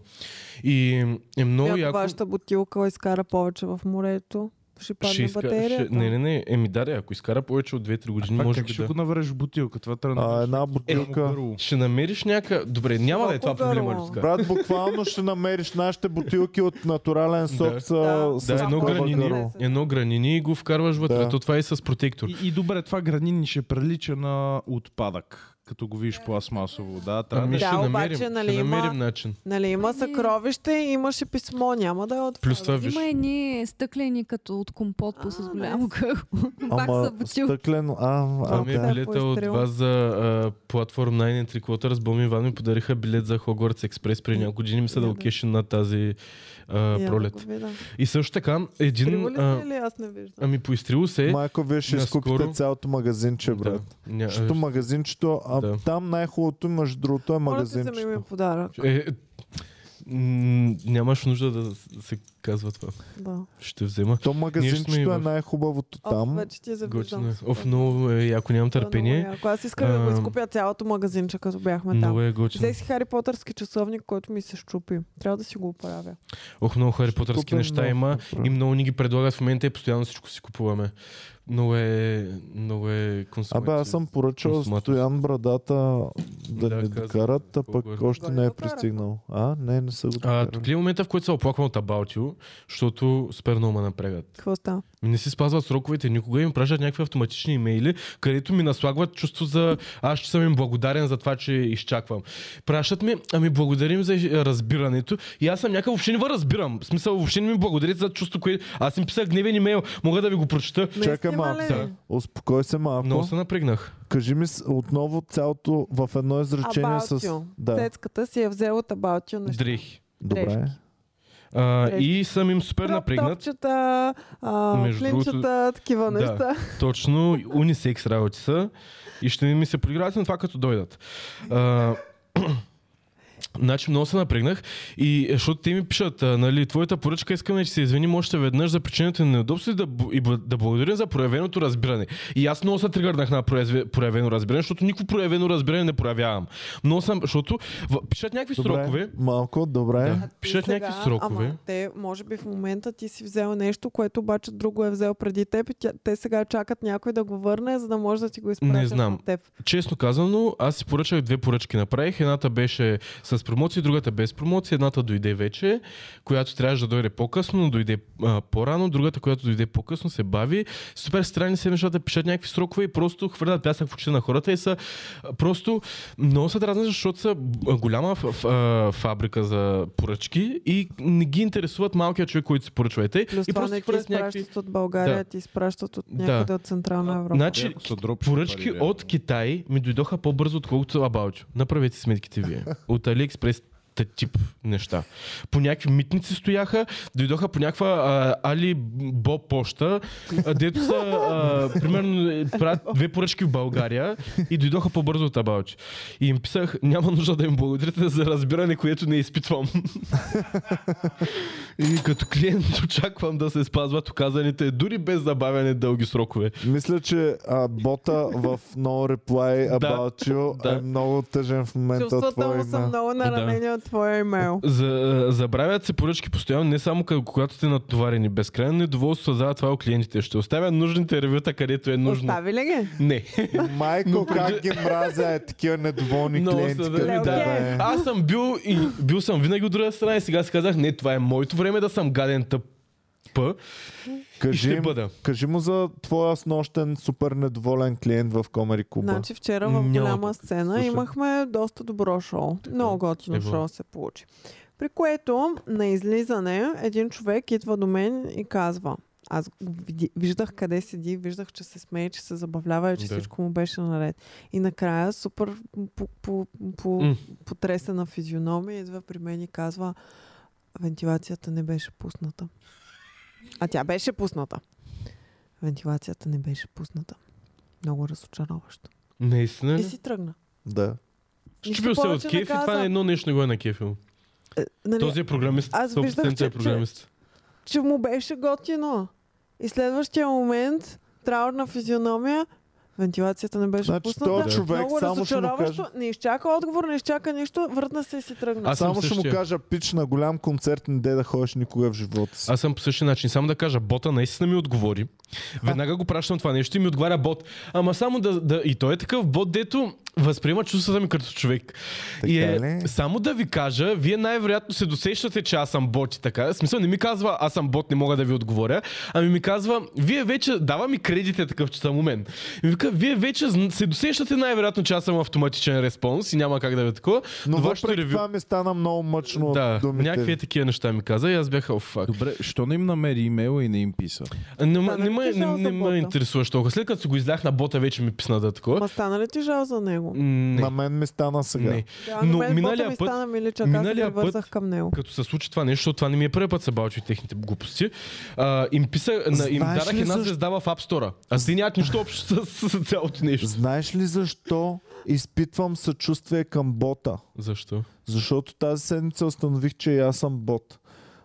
И е много
Ако
яко.
вашата бутилка изкара повече в морето, ще
Ще
падне
иска-
батерията.
ще- Не, не, не. Еми, да, да, ако изкара повече от 2-3 години,
Може
може
как
би
ще
да.
го навреш в бутилка? Това трябва да
А, е,
Е,
навреш
една
в голямо
бутилка.
гърло.
Ще намериш някакъв... Добре, няма да е това
Малко
проблема,
гърло.
Люска.
Брат, буквално ще намериш нашите бутилки от натурален сок
Да.
с,
Да.
с
Да, едно
такова
гранини,
гърло.
едно гранини и го вкарваш вътре.
Да.
То това е и с протектор.
И, и добре, това гранин ще прилича на отпадък, като го видиш пластмасово. Да, трябва
Ами
да...
ще
обаче,
намерим,
нали,
ще
има-
намерим начин.
Нали, има съкровище, имаше писмо, няма да е от
Плюс това виж.
Има едни стъклени като от компот по с
А,
голямо гърло. Пак
Ама
са бутилка.
стъклено... А, а,
Ами
Малко се
да.
е
билета от
поизтрил.
вас за а, платформ 9 and 3 quarters. Боми Иван ми подариха билет за Хогвартс Експрес преди няколко години. Мисля да
Да,
го
да.
кешим на тази а,
Я да
е пролет.
го видя.
И също така, един...
Криво ли
а,
се или аз не виждам?
Ами поизтрил се. е.
Майко, вие ще
наскоро-
изкупите цялото магазинче,
Да,
брат.
ня-
Защото магазинчето, а
Да.
там най-хубавото, между другото, е
Моля ти, вземи ми
магазинчето.
подарък.
Е, м, нямаш нужда да се казва това.
Да.
Ще взема.
То
сме и
магазинчето е
в-
най-хубавото
Там,
там.
вече ти завиждам.
Готино е. Оф, много е, яко нямам търпение.
Ако аз исках да го
Ам,
изкупя цялото магазинче, като бяхме
Много
там.
е готино.
Взех си Хари Потърски часовник, който ми се щупи. Трябва да си го оправя.
Ох, много Хари Потърски
Купен
неща
нов,
има
направо.
и много ни ги предлагат в момента и постоянно всичко си купуваме. Много е, много е
Абе,
консумативно.
аз съм поръчал
Консуматор.
Стоян брадата да,
Да,
ни
каза,
докарат, а
какво
пък
говори.
още
Той
не
го
е
докара.
пристигнал. А, не, не са го
А,
докарали.
тук ли е момента, в който се оплаквам от About You? защото супер много ме напрягат.
Какво става?
Ми Не си спазват сроковете, никога им пращат някакви автоматични имейли, където ми наслагват чувство за аз ще съм им благодарен за това, че изчаквам. Пращат ми, ами благодарим за е, разбирането и аз съм някакъв, въобще не ви разбирам. В смисъл, въобще не ми благодарите за чувство, което... Аз им писах гневен имейл, мога да ви го прочета.
Чакай
Наистина
малко.
ли? е?
Да.
Успокой се малко.
Много се напрегнах.
Кажи ми с- отново цялото в едно изречение
About
с...
you.
Да,
Цецката си е взела от About You неща.
Дрих.
добре.
дрежки.
А,
Дрежки.
и съм им супер напрегнат.
Топчета, а,
Между другото-
клинчета, такива
Да.
неща.
Точно, унисекс работи са. И ще ми се подиграват на това, като дойдат. А, Значи много се напрегнах и е, защото те ми пишат, а, нали, твоята поръчка искаме, че се извиним още веднъж за причината на неудобство и да, б- и б- да благодарим за проявеното разбиране. И аз много се тригърнах на проязве- проявено разбиране, защото никакво проявено разбиране не проявявам. Много съм, защото в- пишат някакви срокове,
Добре, малко, добре.
Да. пишат
Ти
някакви срокове.
Ама те, може би в момента ти си взел нещо, което обаче друго е взел преди теб и тя, те сега чакат някой да го върне, за да може да ти го изпратят
знам.
на теб.
Честно казано, аз си поръчах две поръчки направих. Едната беше с промоция, другата без промоция. Едната дойде вече, която трябваше да дойде по-късно, но дойде а, по-рано. Другата, която дойде по-късно, се бави. Супер странни се нещата, пишат някакви срокове и просто хвърлят пясък в очите на хората и са а, просто много се дразна, защото са а, голяма ф- ф- а, фабрика за поръчки и не ги интересуват малкият човек, който си поръчва. И, те,
Плюс
и
това е
просто
не ти
си хвърлят някакви...
изпращат от България,
Да.
ти изпращат от
Да.
някъде от Централна Европа.
Значи,
Ако са дропшип
Поръчки
пари,
от Китай ми дойдоха по-бързо, отколкото About You. Направете сметките вие. От AliExpress та тип неща. По някакви митници стояха, дойдоха по някаква а, Али Бо поща, а, дето са, а, примерно, е, правят две поръчки в България и дойдоха по-бързо от About You. И им писах, няма нужда да им благодарите за разбиране, което не изпитвам. и като клиент очаквам да се спазват указаните, дори без забавяне дълги срокове.
Мисля, че а, бота в No Reply
Да,
About You е
да.
много тъжен в момента от
Чувствата
твоя
му са
име.
много наранени от твоя имейл.
За, забравят се поръчки постоянно, не само къ- когато сте натоварени безкрайно, недоволство създава това у клиентите. Ще оставя нужните ревюта, където е нужно.
Остави ли ги?
Не.
Майко, как ги мразя е такива недоволни
Много
клиенти. е.
са, нали?
като
да,
да.
тебе.
Аз съм бил и бил съм винаги от друга страна и сега си казах, не, това е моето време да съм гаден тъп. П. И
Кажи,
ще
им-
бъда.
кажи му за твоя снощен супер недоволен клиент в Комери Куба.
Значи вчера в
Няма
голяма
как.
сцена
Слушай.
имахме доста добро шоу. Много готино
Ево.
шоу се получи. При което на излизане един човек идва до мен и казва аз го види- виждах къде седи, виждах, че се смее, че се забавлява и че
Да.
всичко му беше наред. И накрая супер по, по, по,
М.
потресена физиономия идва при мен и казва вентилацията не беше пусната. А тя беше пусната. Вентилацията не беше пусната. Много разочароващо.
Наистина.
И
ли?
Е, си тръгна.
Да.
Нищо
Щупил се от
повече не
кеф и това
каза.
на едно нещо не го е на кефил.
Е, нали,
Този е програмист.
аз виждах,
100%
че-
е програмист.
Че му беше готино. И следващия момент, траурна физиономия, вентилацията не беше
Значи
пусната.
този човек
много
само ще му
разочароващо. Не изчака отговор, не изчака нищо, вратна се и си тръгна.
Аз съм
Само ще му
същия.
кажа, пич на голям концерт не де да ходиш никога в живота си.
Аз съм по същия начин. Само да кажа, бота наистина ми отговори. Веднага го пращам това нещо и ми отговаря бот. Ама само да, да... И той е такъв бот, дето възприема чувствата ми като човек.
Така
и е,
ли?
само да ви кажа, вие най-вероятно се досещате, че аз съм бот и така. В смисъл не ми казва, аз съм бот, не мога да ви отговоря. Ами ми казва, вие вече, дава ми кредите такъв, че съм умен. И ми вика, вие вече зн- се досещате най-вероятно, че аз съм автоматичен респонс и няма как да ви е такова.
Но
вашето
въпреки
ревю-
това ми стана много мъчно
да,
от думите.
някакви такива неща ми каза и аз бях, о, фак.
Добре, що не им намери имейла и не им писа?
Не, ма-
Да,
не,
нали
ме-
ти
не,
жал за
не ме
бота?
интересуваш толкова. След като си го издах на бота, вече ми писна да е такова.
Ма стана ли ти жал за него?
М, Не,
На мен ми стана сега.
не.
Да,
Но
на мен
миналия
бота ми
път-
стана миличък, аз се
миналия път-
привързах към него.
Като се случи това нещо, това не ми е първи път се балчи техните глупости, а, им, писа, на, им
Знаеш
дарах
ли
една
защо?
звезда в App Store. А те нямат нищо общо с, с цялото нещо.
Знаеш ли защо изпитвам съчувствие към бота?
Защо?
Защото тази седмица установих, че и аз съм бот.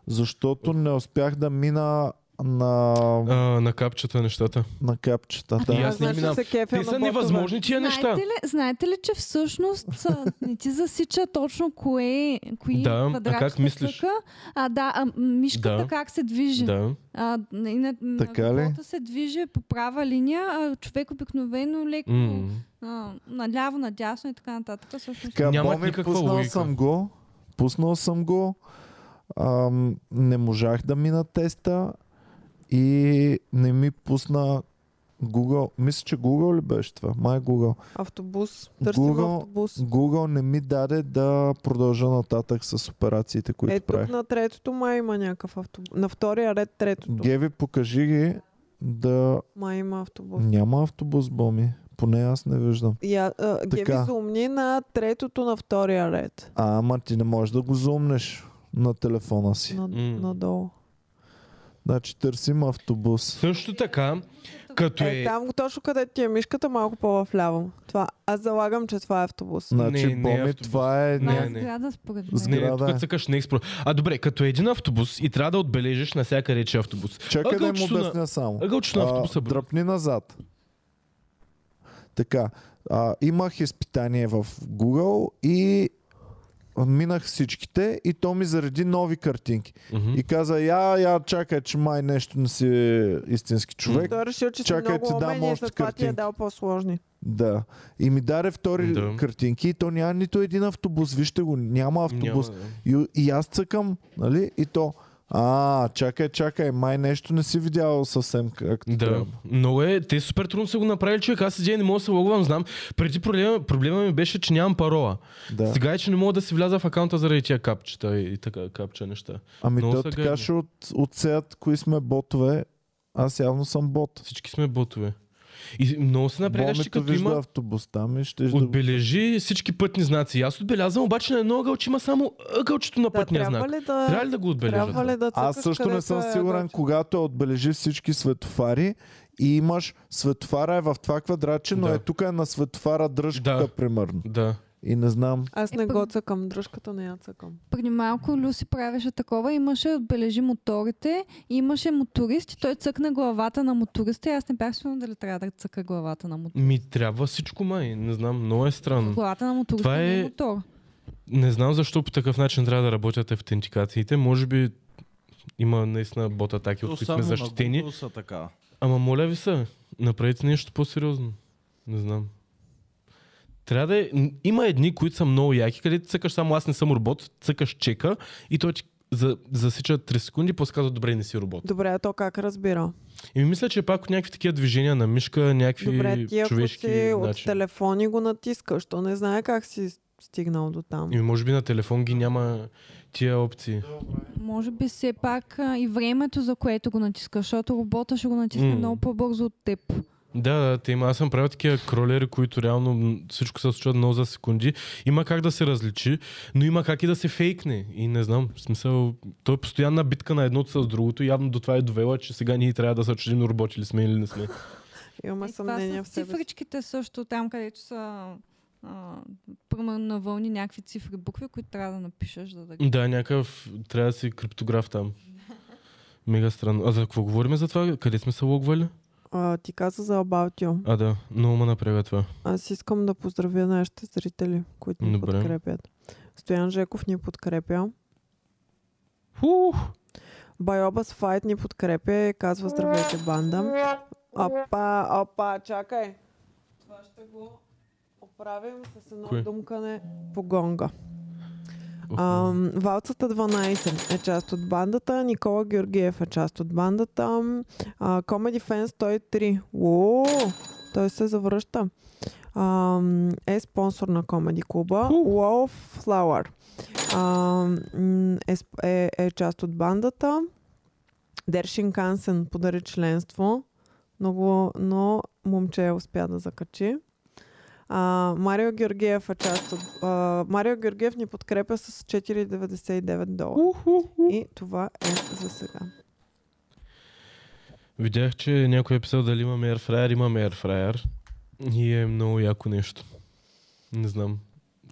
Защото не успях да мина на,
А, на капчета нещата.
на капчетата.
и аз не
Значи
минавам.
се кефя
Те
на
са
ботове.
невъзможни тия неща.
Знаете ли, знаете ли, че всъщност а, не ти засича точно кое, кои
Да, а
квадратчета
как мислиш?
Са, а да, а, м, мишката
Да.
как се движи.
Да.
А, на, и на, на
Така ли?
горлото се движи по права линия, а човек обикновено леко
М.
а, наляво, надясно и така нататък. Всъщност,
Така,
Нямат
Боми,
никаква
пуснал
логика.
съм го. Пуснал съм го. Ам, не можах да мина теста и не ми пусна Google. Мисля, че Google ли беше това? Май Google.
Автобус. Търсим
Google-
автобус.
Google не ми даде да продължа нататък с операциите, които
Е,
правих.
тук на третото май има някакъв автобус. На втория ред третото
Геви, покажи ги да...
май има автобус.
Няма автобус, Боми. Поне аз не виждам.
Я, а, Геви
Така.
заумни на третото на втория ред.
А, ама ти не можеш да го зумнеш на телефона си.
На,
М.
Надолу.
Значи търсим автобус.
Също така, като
Е,
е...
там точно къде ти е мишката, малко по-вляво. Това. Аз залагам, че това е автобус.
Значи,
Не, не
Боми,
автобус.
това е...
Това
Не,
е
не.
сграда според
С-
мен.
Не, не,
сграда е.
тук цъкаш на експро. А добре, като е един автобус и трябва да отбележиш навсякъде, че е автобус.
Чакай да им
Ъгълчето на-
обясня само.
Ъгълчето на автобуса,
А,
бро.
дръпни назад. Така. А, имах изпитание в Google и минах всичките и то ми зареди нови картинки.
Мгм.
И каза, я, я, чакай, че май нещо не си истински човек.
Той е решил, че
Чакай,
си
ти
много
дам
умен и
още
затова ти е
картинки.
дал по-сложни.
Да. И ми даде втори
Да.
да. картинки и то няма нито един автобус. Вижте го, няма автобус.
Няма,
Няма. И, и аз цъкам, нали? И то, а, чакай, чакай, май нещо не си видял съвсем както
Да,
трябва.
да. много е. Те супер трудно са го направили, човек. Аз един не мога да се логвам, знам. Преди проблема, проблема ми беше, че нямам парола.
Да.
Сега е, че не мога да си вляза в акаунта заради тия капчета и, и така капча неща.
Ами
Много
то
са
така
гадни.
ще от, отсеят кои сме ботове. Аз явно съм бот.
Всички сме ботове. И много се напрягаш, че
Бомето
като
вижда
има...
автобус там и ще да го...
Отбележи всички пътни знаци. И Аз отбелязвам, обаче на едно ъгълче има само ъгълчето на
Да,
пътния
трябва
знак.
ли да...
Трябва ли да го отбележа?
Трябва ли да
Аз
цъкаш
също не
където
съм
е
сигурен,
ъгълче?
когато отбележи всички светофари и имаш светофара е в това квадратче, но
Да.
е тук е на светофара дръжката,
Да.
примерно.
Да.
И не знам.
Аз не
Е, пък-
го цъкам, дръжката не я цъкам.
Преди малко Люси правеше такова, имаше отбележи моторите, имаше моторист и той цъкна главата на моториста и аз не бях сигурна дали трябва да цъка главата на моториста.
Ми трябва всичко май. Не знам, много е странно.
Главата на моториста
Това
не
е-
е мотор.
Не знам защо по такъв начин трябва да работят автентикациите. Може би има наистина бот атаки, от които сме защитени.
Са така.
Ама моля ви се, направете нещо по-сериозно. Не знам. Трябва да е... н- Има едни, които са много яки, където цъкаш само аз не съм робот, цъкаш чека и той ти за, засича 3 секунди, после казва, добре, не си робот.
Добре, а то как разбира?
И мисля, че пак някакви такива движения на мишка, някакви
Добре, ти ако
човешки
си от
начини.
телефони го натискаш, то не знае как си стигнал до там.
И може би на телефон ги няма тия опции.
Може би все пак а, и времето, за което го натискаш, защото робота ще го натисне
М.
много по-бързо от теб.
Да, да, те има. Аз съм правил такива кролери, които реално м, всичко се случва много за секунди. Има как да се различи, но има как и да се фейкне. И не знам, в смисъл, то е постоянна битка на едното с другото. Явно до това е довела, че сега ние трябва да се чудим роботи ли сме или не сме.
Имаме
И Е, това
съмнение
с
в себе си.
цифричките също, там където са а, примерно на вълни някакви цифри, букви, които трябва да напишеш, за да ги...
да, някакъв трябва да си криптограф там. Мега странно. А за какво говорим за това? Къде сме се логвали?
А, ти каза за About You.
А да, много ме напряга това.
Аз искам да поздравя нашите зрители, които ни
Добре.
подкрепят. Стоян Жеков ни подкрепя.
Фух!
Байобас Файт ни подкрепя и казва здравейте банда. Опа, опа, чакай. Това ще го оправим с едно
Кое?
думкане по гонга. А, Валцата 12 е част от бандата, Никола Георгиев е част от бандата, а, Comedy Fan 103, О, той се завръща, а, е спонсор на Comedy клуба, Wallflower а, м, е, сп- е, е част от бандата, Дершин Кансен подари членство, много, но момче успя да закачи. А, Марио Георгиев е част от... А, Марио Георгиев ни подкрепя с 4,99 долара. И това е за сега.
Видях, че някой е писал дали имаме Airfryer, имаме Airfryer. И е много яко нещо. Не знам.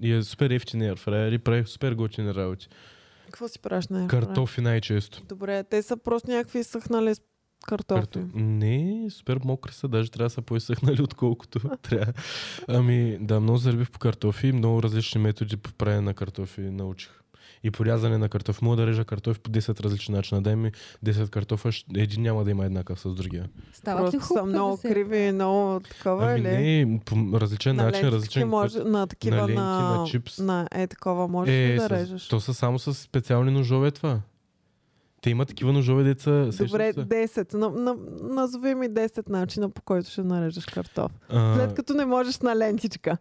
И е супер ефтин Airfryer и прави супер готини работи.
Какво си правиш на Airfryer?
Картофи най-често.
Добре, те са просто някакви съхнали с картофи.
Карто... Не, супер мокри са, даже трябва да са по-изсъхнали, отколкото трябва. Ами, да, много заребих по картофи и много различни методи по правене на картофи научих. И порязане на картоф. Мога да режа картоф по 10 различни начина. Дай ми 10 картофа, щ- един няма да има еднакъв с другия.
Стават ли
Просто са
хубави?
много криви и много такова,
Ами
или?
не, по различен
на
начин,
лентички
различен
може, на такива
на ленти,
на,
на Нали? чипс.
на е такова можеш ли
Е,
да
с-
режеш?
То са само с специални ножове това. Те имат такива ножове, деца. сещаш
Добре,
се?
10. На, на, назови ми 10 начина по който ще нарежеш картоф.
А,
След като не можеш на лентичка.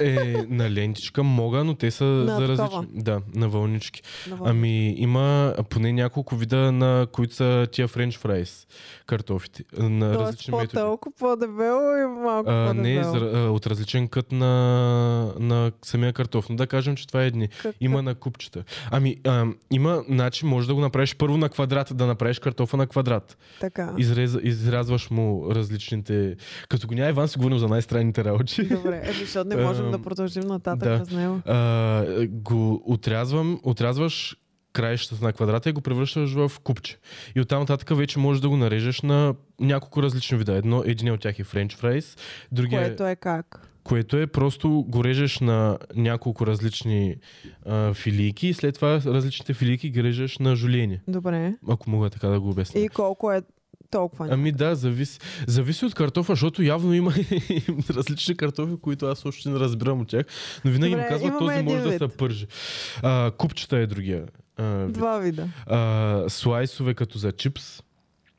е, на лентичка мога, но те са
На
за
такова.
различни. Да, на вълнички.
На вълни.
Ами има поне няколко вида, на които са тия френч фрайс картофите. На
Тоест
различни методи.
по-тълко, по-дебело и малко
А, не,
по-дебело.
за, а, от различен кът на, на самия картоф. Но да кажем, че това е едни.
Как-
Има на купчета. Ами, а, има начин, може да го направиш първо на квадрат, да направиш картофа на квадрат.
Така.
Изрез, изрязваш му различните... Като го няма Иван, си говорим за най-странните работи.
Добре, е, защото не можем да
Ам,
продължим нататък
да.
без него.
А, го отрязвам, отрязваш краищата на квадрата и го превръщаш в купче. И оттам нататък вече можеш да го нарежеш на няколко различни вида. Едно, един от тях е френч фрайс, другия е
Което е как?
което е просто го режеш на няколко различни а, филийки и след това различните филийки ги режеш на жулиене,
Добре.
ако мога така да го обясня.
И колко е толкова?
Ами да, зависи. Зависи от картофа, защото явно има различни картофи, които аз още не разбирам от тях, но винаги
Добре,
ми казват,
имаме
този може
един
да се
вид.
пържи. А, купчета е другия. А, вид.
Два вида.
а, слайсове като за чипс,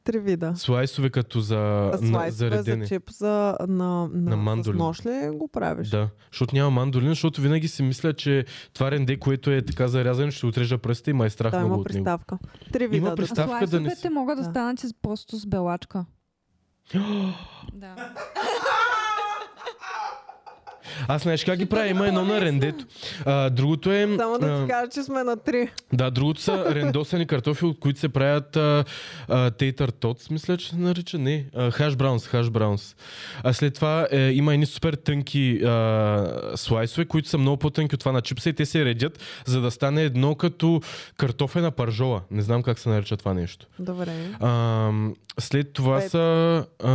Три вида.
слайсове като за,
А
на, за
Слайсове за
редене.
чип за на, на,
На
на с
мандолин.
нож ли го правиш?
Да, защото няма мандолин, защото винаги си мисля, че това ренде, което е така зарязано, ще отрежа пръста и май страх
Той
много
има
от него.
приставка. Три вида. да.
приставка. Ставка да не си-
Слайсовете могат да
Да.
станат с- просто с белачка. да.
Аз знаеш как ги правя, има едно на рендето. А, другото е...
Само да ти
а,
кажа, че сме на три.
да, другото са рендосани картофи, от които се правят а, а, тейтър тотс, мисля, че се нарича. Не, а, хаш браунс, хаш браунс. А след това е, има едни супер тънки а, слайсове, които са много по-тънки от това на чипса и те се редят, за да стане едно като картофена паржола. Не знам как се нарича това нещо.
Добре.
Ам, след това
Пет.
са а,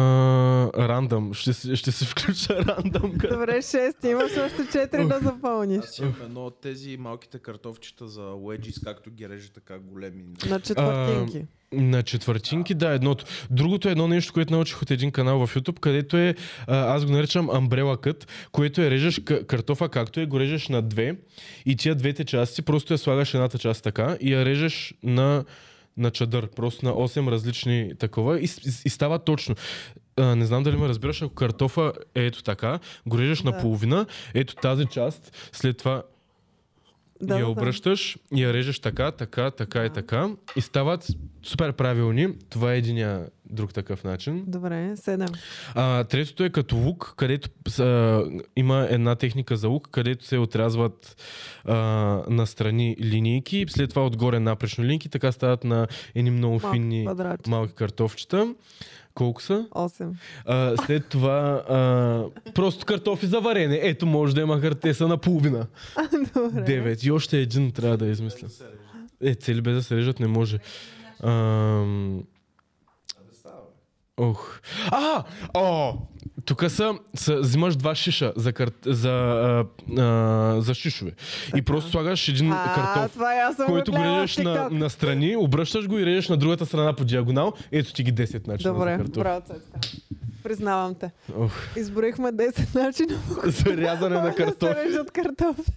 рандъм. Ще, си- ще се включа рандъм. като-
Добре, шест. Имаш още четири да запълниш.
Аз имам едно от тези малките картофчета за уеджис, както ги реже така големи.
На четвъртинки.
На четвъртинки, да, едното. Другото е едно нещо, което научих от един канал в YouTube, където е, а, аз го наричам амбрела кът, което е режеш к- картофа както е, го режеш на две и тия двете части, просто я слагаш едната част така и я режеш на, на чадър, просто на 8 различни такова и, с- и става точно. А, не знам дали ме разбираш, ако картофа е ето така, го режеш
Да.
на половина, ето тази част, след това
Да,
да, я
да,
обръщаш и я режеш така, така, така и
Да.
така. И стават супер правилни. Това е единия друг такъв начин.
Добре, седем.
А, третото е като лук, където а, има една техника за лук, където се отрязват а, настрани линийки, след това отгоре напречно линки, така стават на едни много
Малко
финни
квадрат.
малки картофчета. Колко са?
Осем.
А, след това а, просто картофи за варене. Ето може да има картеса на половина.
Добре.
Девет. И още един трябва да измисля. Е, цели без да се режат не може. Ам... Ох. А! О! Тук са, са, взимаш два шиша за, кар... за, а, а, за шишове. И просто слагаш един
А,
картоф,
това е и аз съм
който го
гледала в
режеш на,
TikTok.
на страни, обръщаш го и режеш на другата страна по диагонал. Ето ти ги 10 начина за
Добре,
картоф.
браво, Цецка. Признавам те.
Ох.
Изброихме 10 начина по
За рязане на
които да
картоф.
се режат картофи.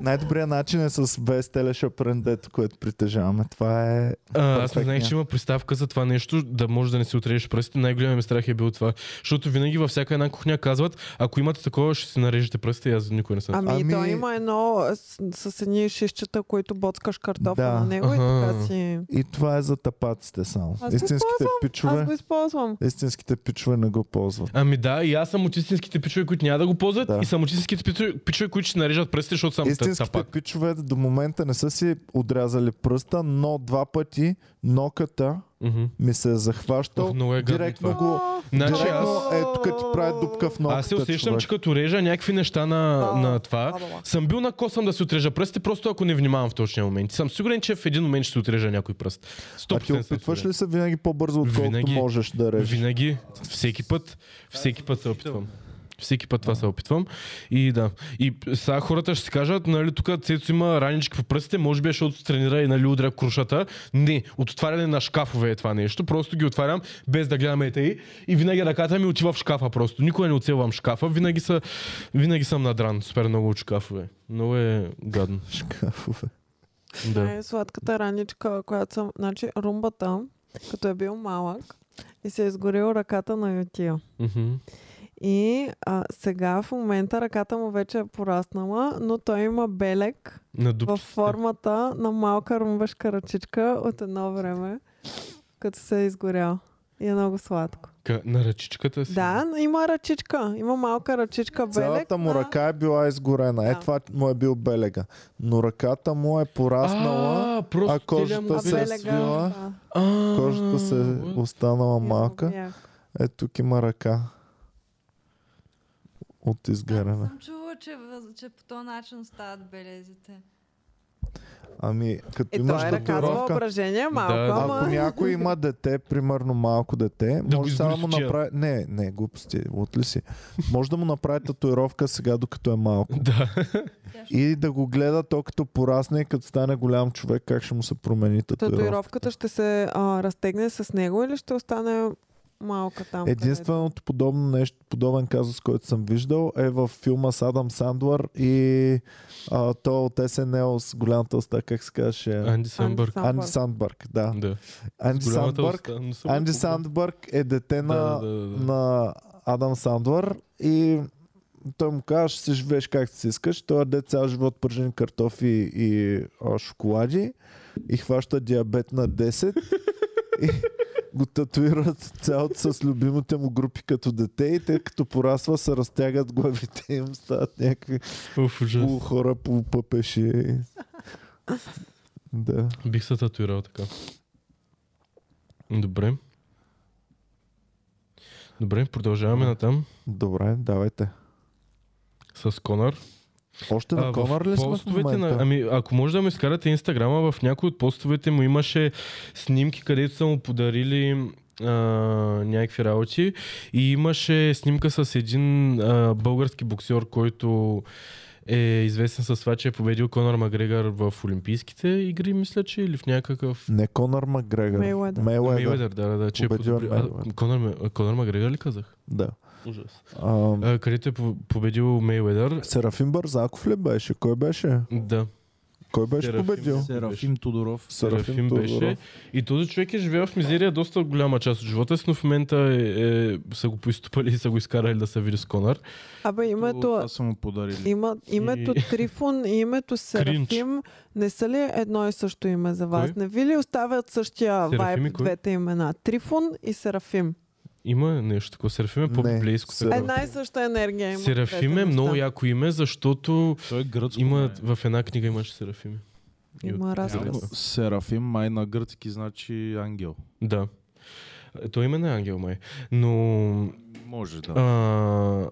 Най-добрият начин е с без телешъп рендето, което притежаваме. Това е...
А, аз не
перфектния.
знаех, че има приставка за това нещо, да може да не си отрежеш пръстите. Най-големият ми страх е бил това. Защото винаги във всяка една кухня казват, ако имате такова, ще си нарежете пръстите и аз никой не съм.
Ами, ами...
Ами-
то има едно с, с едни шишчета, които боцкаш картофа да.
Да.
на него и
Аха.
така си...
И това е за тапаците само.
Аз го
Истинските
Аз го
пичове,
използвам.
истинските пичове не го ползват.
Ами да, и аз съм от истинските пичове, които няма да го ползват,
Да.
и съм от истинските пичове, пичове които ще нарежат пръстите, защото съм тъ-
Истинските
тапак.
пичове до момента не са си отрязали пръста, но два пъти ноката
Мгм.
ми се е захващал.
Ох, много е гадно
директно
това.
го...
Значи
Директно
аз-
е тук ти прави дупка в ноката.
Аз се усещам,
човек.
че като режа някакви неща на,
А,
на това,
абала.
съм бил на косъм да си отрежа пръстите, просто ако не внимавам в точния момент. Съм сигурен, че в един момент ще си отрежа някой пръст. 100%
А ти
съм
опитваш
сигурен.
ли се винаги по-бързо, отколкото
Винаги.
можеш да режеш?
Винаги, всеки път, всеки път се опитвам. Всеки път това се опитвам. И да. И сега хората ще си кажат, нали, тук Цецо има ранички по пръстите, може би е, защото тренира и нали, удря крушата. Не, от отваряне на шкафове е това нещо. Просто ги отварям без да гледам ете и. И винаги ръката ми отива в шкафа просто. Никога не оцелвам шкафа. Винаги, са, винаги съм надран. Супер много от шкафове. Много е гадно.
Шкафове.
Е.
Да.
Най-сладката раничка, която съм... Значи, румбата, като е бил малък и се е изгорил ръката на ютия.
Мгм.
И а, сега в момента ръката му вече е пораснала, но той има белек
На дупче.
в формата на малка румбашка ръчичка от едно време, като се е изгорял. И е много сладко.
На ръчичката си.
Да, но има ръчичка. Има малка ръчичка белек.
Цялата му
на-
ръка е била изгорена. Е,
Да.
това му е бил белега. Но ръката му е пораснала,
А, просто
а
А
кожата се е
белега...
свила,
да,
А,
кожата се е
what?
останала
я
малка.
побях.
Е, тук има ръка. От изгаряне.
Съм чула, че, въз- че по този начин стават белезите.
Ами, като
Е,
имаш
той е ръка за
татуировка,
въображение малко,
Да, да.
Ако
ама...
някой има дете, примерно малко дете,
Да го
може
изгори
само
с
му
кичия.
направи... Не, не, глупости, от ли си? Може да му направи татуировка сега, докато е малко.
Да.
И да го гледа то като порасне и като стане голям човек, как ще му се промени татуировка.
Татуировката ще се а, разтегне с него или ще остане малка там? е
Единственото подобно нещо, подобен казус, който съм виждал е в филма с Адам Сандлър и а, то от SNL с голямата уста, как се казваше?
Анди Самбърг.
Сандбърг.
Анди Сандбърг, да.
Да.
Анди
С голямата
Сандбърг.
уста, но съм
Анди
го пробвал.
Сандбърг е дете на,
Да, да, да, да.
на Адам Сандвар и той му казва, ще си живееш както си искаш. Той яде цял живот пържени картофи и а, шоколади и хваща диабет на 10 и го татуират цялото с любимите му групи като дете и те като порасва се разтягат главите и им, стават някакви
Уф, ужас.
полу хора, полупъпеши. Да.
Бих се татуирал така. Добре. Добре, продължаваме натам
Добре, давайте.
с Конър.
Още
А,
на
в
Конър ли сме в
постовете на,
момента?
ами, ако може да ме изкарате инстаграма, в някои от постовете му имаше снимки, където са му подарили а, някакви работи и имаше снимка с един а, български боксер, който е известен с това, че е победил Конор Макгрегор в Олимпийските игри, мисля, че или в някакъв...
Не Конър Макгрегор.
Мейлуедър.
Мейлуедър.
Мейведър, да, да, да, че е
Победил е
подобри... а,
Мейуедър.
Конор, Ме- Конор Макгрегор ли казах?
Да.
Ужас.
А,
А, където е по- победил Мейведър.
Серафим Бързаков ли беше? Кой беше?
Да.
Кой беше
Серафим.
победил?
Серафим Тодоров.
Серафим беше.
Тодоров.
И този човек е живял в мизерия доста голяма част от живота си, но в момента е, е, са го поизтупали и са го изкарали да се види с Конър.
Абе, името...
Това са му подарили.
Има, името Трифон и името Серафим не са ли едно и също име за вас?
Кой?
Не ви ли оставят същия
Серафим и
вайб
кой?
двете имена? Трифон и Серафим.
Има нещо такова. Серафим е
Не,
по-библейско.
Серафим.
така.
Една и съща енергия има.
Серафим е
двете
много
неща.
яко име, защото
Той е гръцко.
има,
май.
в една книга имаше Серафими. и от-
Има
Реално,
разказ.
Серафим май на гръцки значи ангел.
Да. Е, Той име не е ангел май. Но
Може да.
А,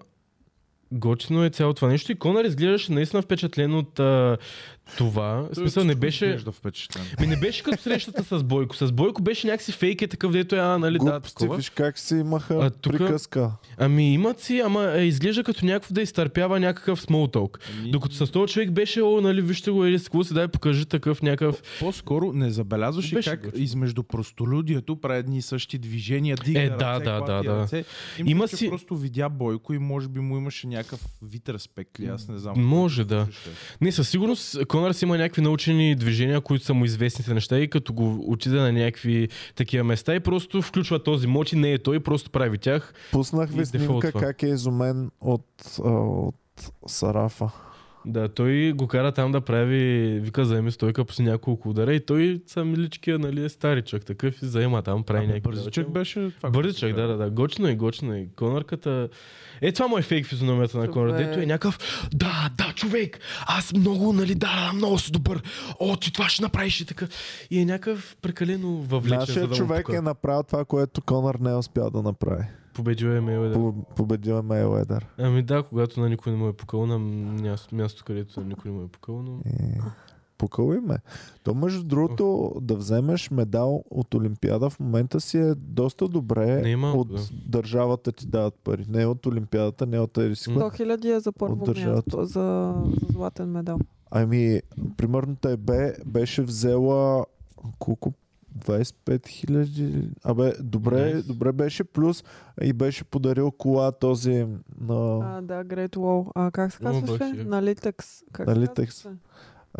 готино е цялото това нещо и Конър изглеждаше наистина впечатлен от а, това. В
Той е
смисъл не
всичко
беше...
изглежда впечатлен.
Ми не беше като срещата с Бойко. С Бойко беше някакси фейк е такъв, дето е, а, нали, да,
Глупости,
такова.
виж как си имаха
А, тука-
приказка.
Ами имат си, ама е, изглежда като някакво да изтърпява някакъв смолтълк.
Ами,
Докато с този човек беше, о, нали, вижте го, или с какво си дай, покажи такъв някакъв.
По-скоро не забелязваше
Беше
как
готино.
измежду простолюдието прави едни и същи движения, дига
Е,
е,
да,
ръце,
да,
клати
да, да.
ръце. Им
Има
Има си...
си-
просто видя Бойко и може би му имаше някакъв вид респект ли, аз не знам.
Може да.
Слушай.
Не, със сигурност Конърс има някакви научени движения, които са му известните неща и като го отиде на някакви такива места и просто включва този мод и не е той, просто прави тях.
Пуснах
И
ви снимка
дефолтва.
как е изумен от, а, от Сарафа.
Да, той го кара там да прави, вика, заеми стойка по няколко удара и той са миличкия, нали, е старичък такъв и заема там, прави
Ами,
някакви...
бързичък
работи.
беше това.
Бързичък, да, да, да. Гочно е, гочно е. Конърката... Е, това му е фейк физиономията на Конър.
Добре.
Дето е някакъв... Да, да, човек! Аз много, нали, да, много си добър. О, ти това ще направиш и така. И е някакъв прекалено въвлечен, за
Нашия
да
човек
му
е
е...
направил това, което Конър не е успял да направи.
Победил е Мейуедър.
По- Победил е Мейледър.
Ами да, когато на никой не му е пукал на място, място където на никой не му е пукал, но...
изпукало име. То между другото да вземеш медал от Олимпиада в момента си е доста добре.
Не е малко,
от
да.
държавата ти дават пари. Не е от Олимпиадата, не от Ерисикла.
100 хиляди е за първо
държавата.
място, за, за златен медал.
Ами, примерно ТБ беше взела колко? 25 хиляди. Абе, добре,
Nice.
добре беше. Плюс и беше подарил кола този на
А, да, Great Wall. А, как се
Има
казваше?
баш, е.
На Литекс. Как
На
се
Litex.
казваше?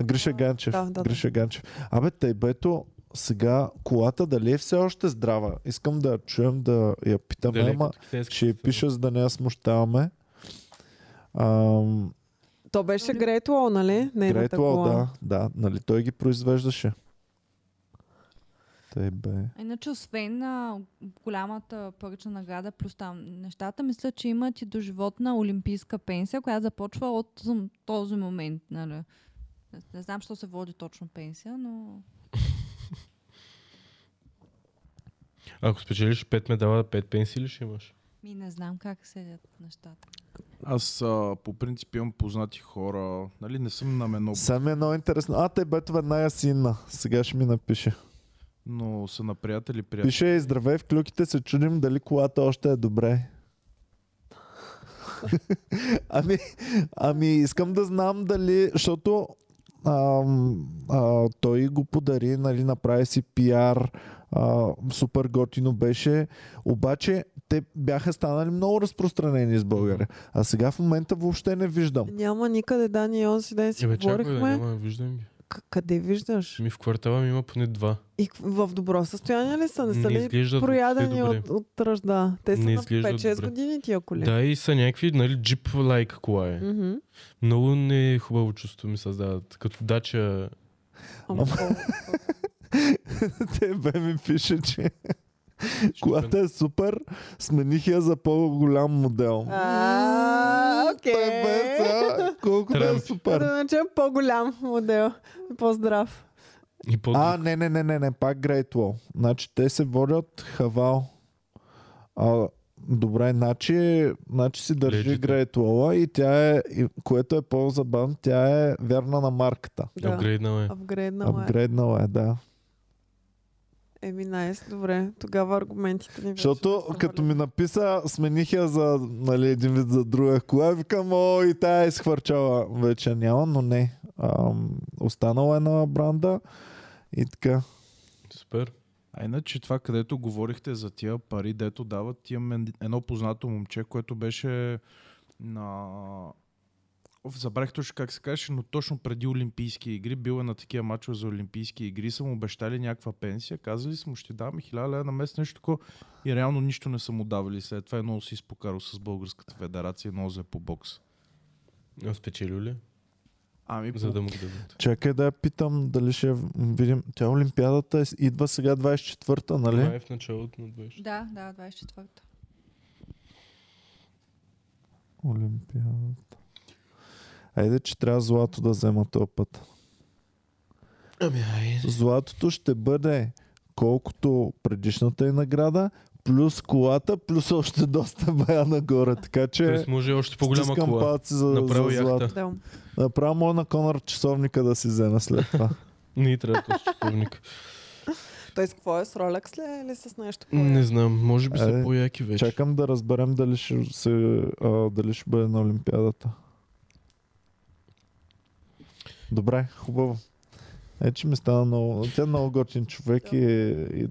Гриша Ганчев.
да, да, да.
Гриша Ганчев. Абе, ТБ-то сега колата дали е все още здрава? Искам да я чуем, да я питаме,
Дали е
ама
като китайска
ще я
представа.
пиша, за да не я смущаваме. Ам,
То беше Great Wall, нали? Нейната
Гретло,
кола.
да, да. Нали той ги произвеждаше? ТБ.
А Иначе, освен на голямата парична награда, плюс там нещата, мисля, че имат и доживотна олимпийска пенсия, която започва от зам- този момент. Нали? Не- Не знам, що се води точно пенсия, но...
Ако спечелиш 5 медала, 5 пенсии ли ще имаш?
Ми не знам как седят нещата.
Аз а, по принцип имам познати хора, нали не съм на мено,
Само едно е интересно. А, те бето веднага синна. Сега ще ми напише.
но са на приятели, приятели.
Пише и здравей в клюките, се чудим дали колата още е добре. ами, ами, искам да знам дали, защото ам, а, той го подари, нали, направи си пиар, а, супер готино беше, обаче те бяха станали много разпространени с България. А сега в момента въобще не виждам.
Няма никъде, Дани и онзи ден си
Ебе, Е, чакай, да,
говорихме.
няма, виждам ги.
К- къде виждаш?
Ми в квартала ми има поне два.
И к- в добро състояние ли са? Не са
Не
ли
изглеждат въобще
проядени
добре.
от, от ръжда? Те са на
Не изглеждат
5-6
добре.
години тия коли.
Да, и са някакви, нали, джип-лайк кола е.
Мгм.
Много не е хубаво чувство ми създават. Като дача...
Ама,
Те бе ми пише, че колата е супер, смених я за по-голям модел.
А, окей.
Те
е?
бе са, колко да е
Тръмп.
Да
супер.
начем по-голям модел. Поздрав.
И по
А, не, не, не, не, не, пак Great Wall. Значи те се водят Хавал. А, добре, значи, значи си държи
Леджите.
Great Wall и тя е, и- което е по-забавно, тя е вярна на марката.
Да.
Апгрейднала е.
Апгрейднала е.
Апгрейднала е, да.
Еми, найс, добре. Тогава аргументите ни вече не
Защото
са
като
валидни.
ми написа, смених я за нали, един вид за друга кола, викам, о, и тая е изхвърчала. Вече няма, но не. Ам, останала е на бранда и така.
Супер.
А иначе това, където говорихте за тия пари, дето дават, имам ен- едно познато момче, което беше на... Оф, забрах точно как се каже, но точно преди Олимпийски игри, бил е на такива мачове за Олимпийски игри, са му обещали някаква пенсия, казали са му, ще дам 1000 лева на месец, нещо такова. И реално нищо не са му давали. След това е много се изпокарал с Българската федерация, много за по бокс.
А спечелил ли?
Ами,
За
по...
да му ги дадат.
Чакай да я питам дали ще видим. Тя Олимпиадата е с- идва сега 24-та, нали?
Май е в началото на 20.
Да, да, 24-та.
Олимпиадата. Айде, че трябва злато да взема този път.
Ами, айде.
Златото ще бъде колкото предишната е награда, плюс колата, плюс още доста бая нагоре. Така че
Тоест може още по-голяма
стискам
кола.
палци за,
Направо
за
яхта.
злато.
Да.
Направо мога на Конър часовника да си взема след това.
Не и трябва този часовник.
Той с какво е? С Rolex ли е или с нещо?
Не знам, може би са
Е,
по-яки вече.
Чакам да разберем дали ще, се, а, дали ще бъде на Олимпиадата. Добре, хубаво. Е, че ми стана много... Тя е много готин човек и, и...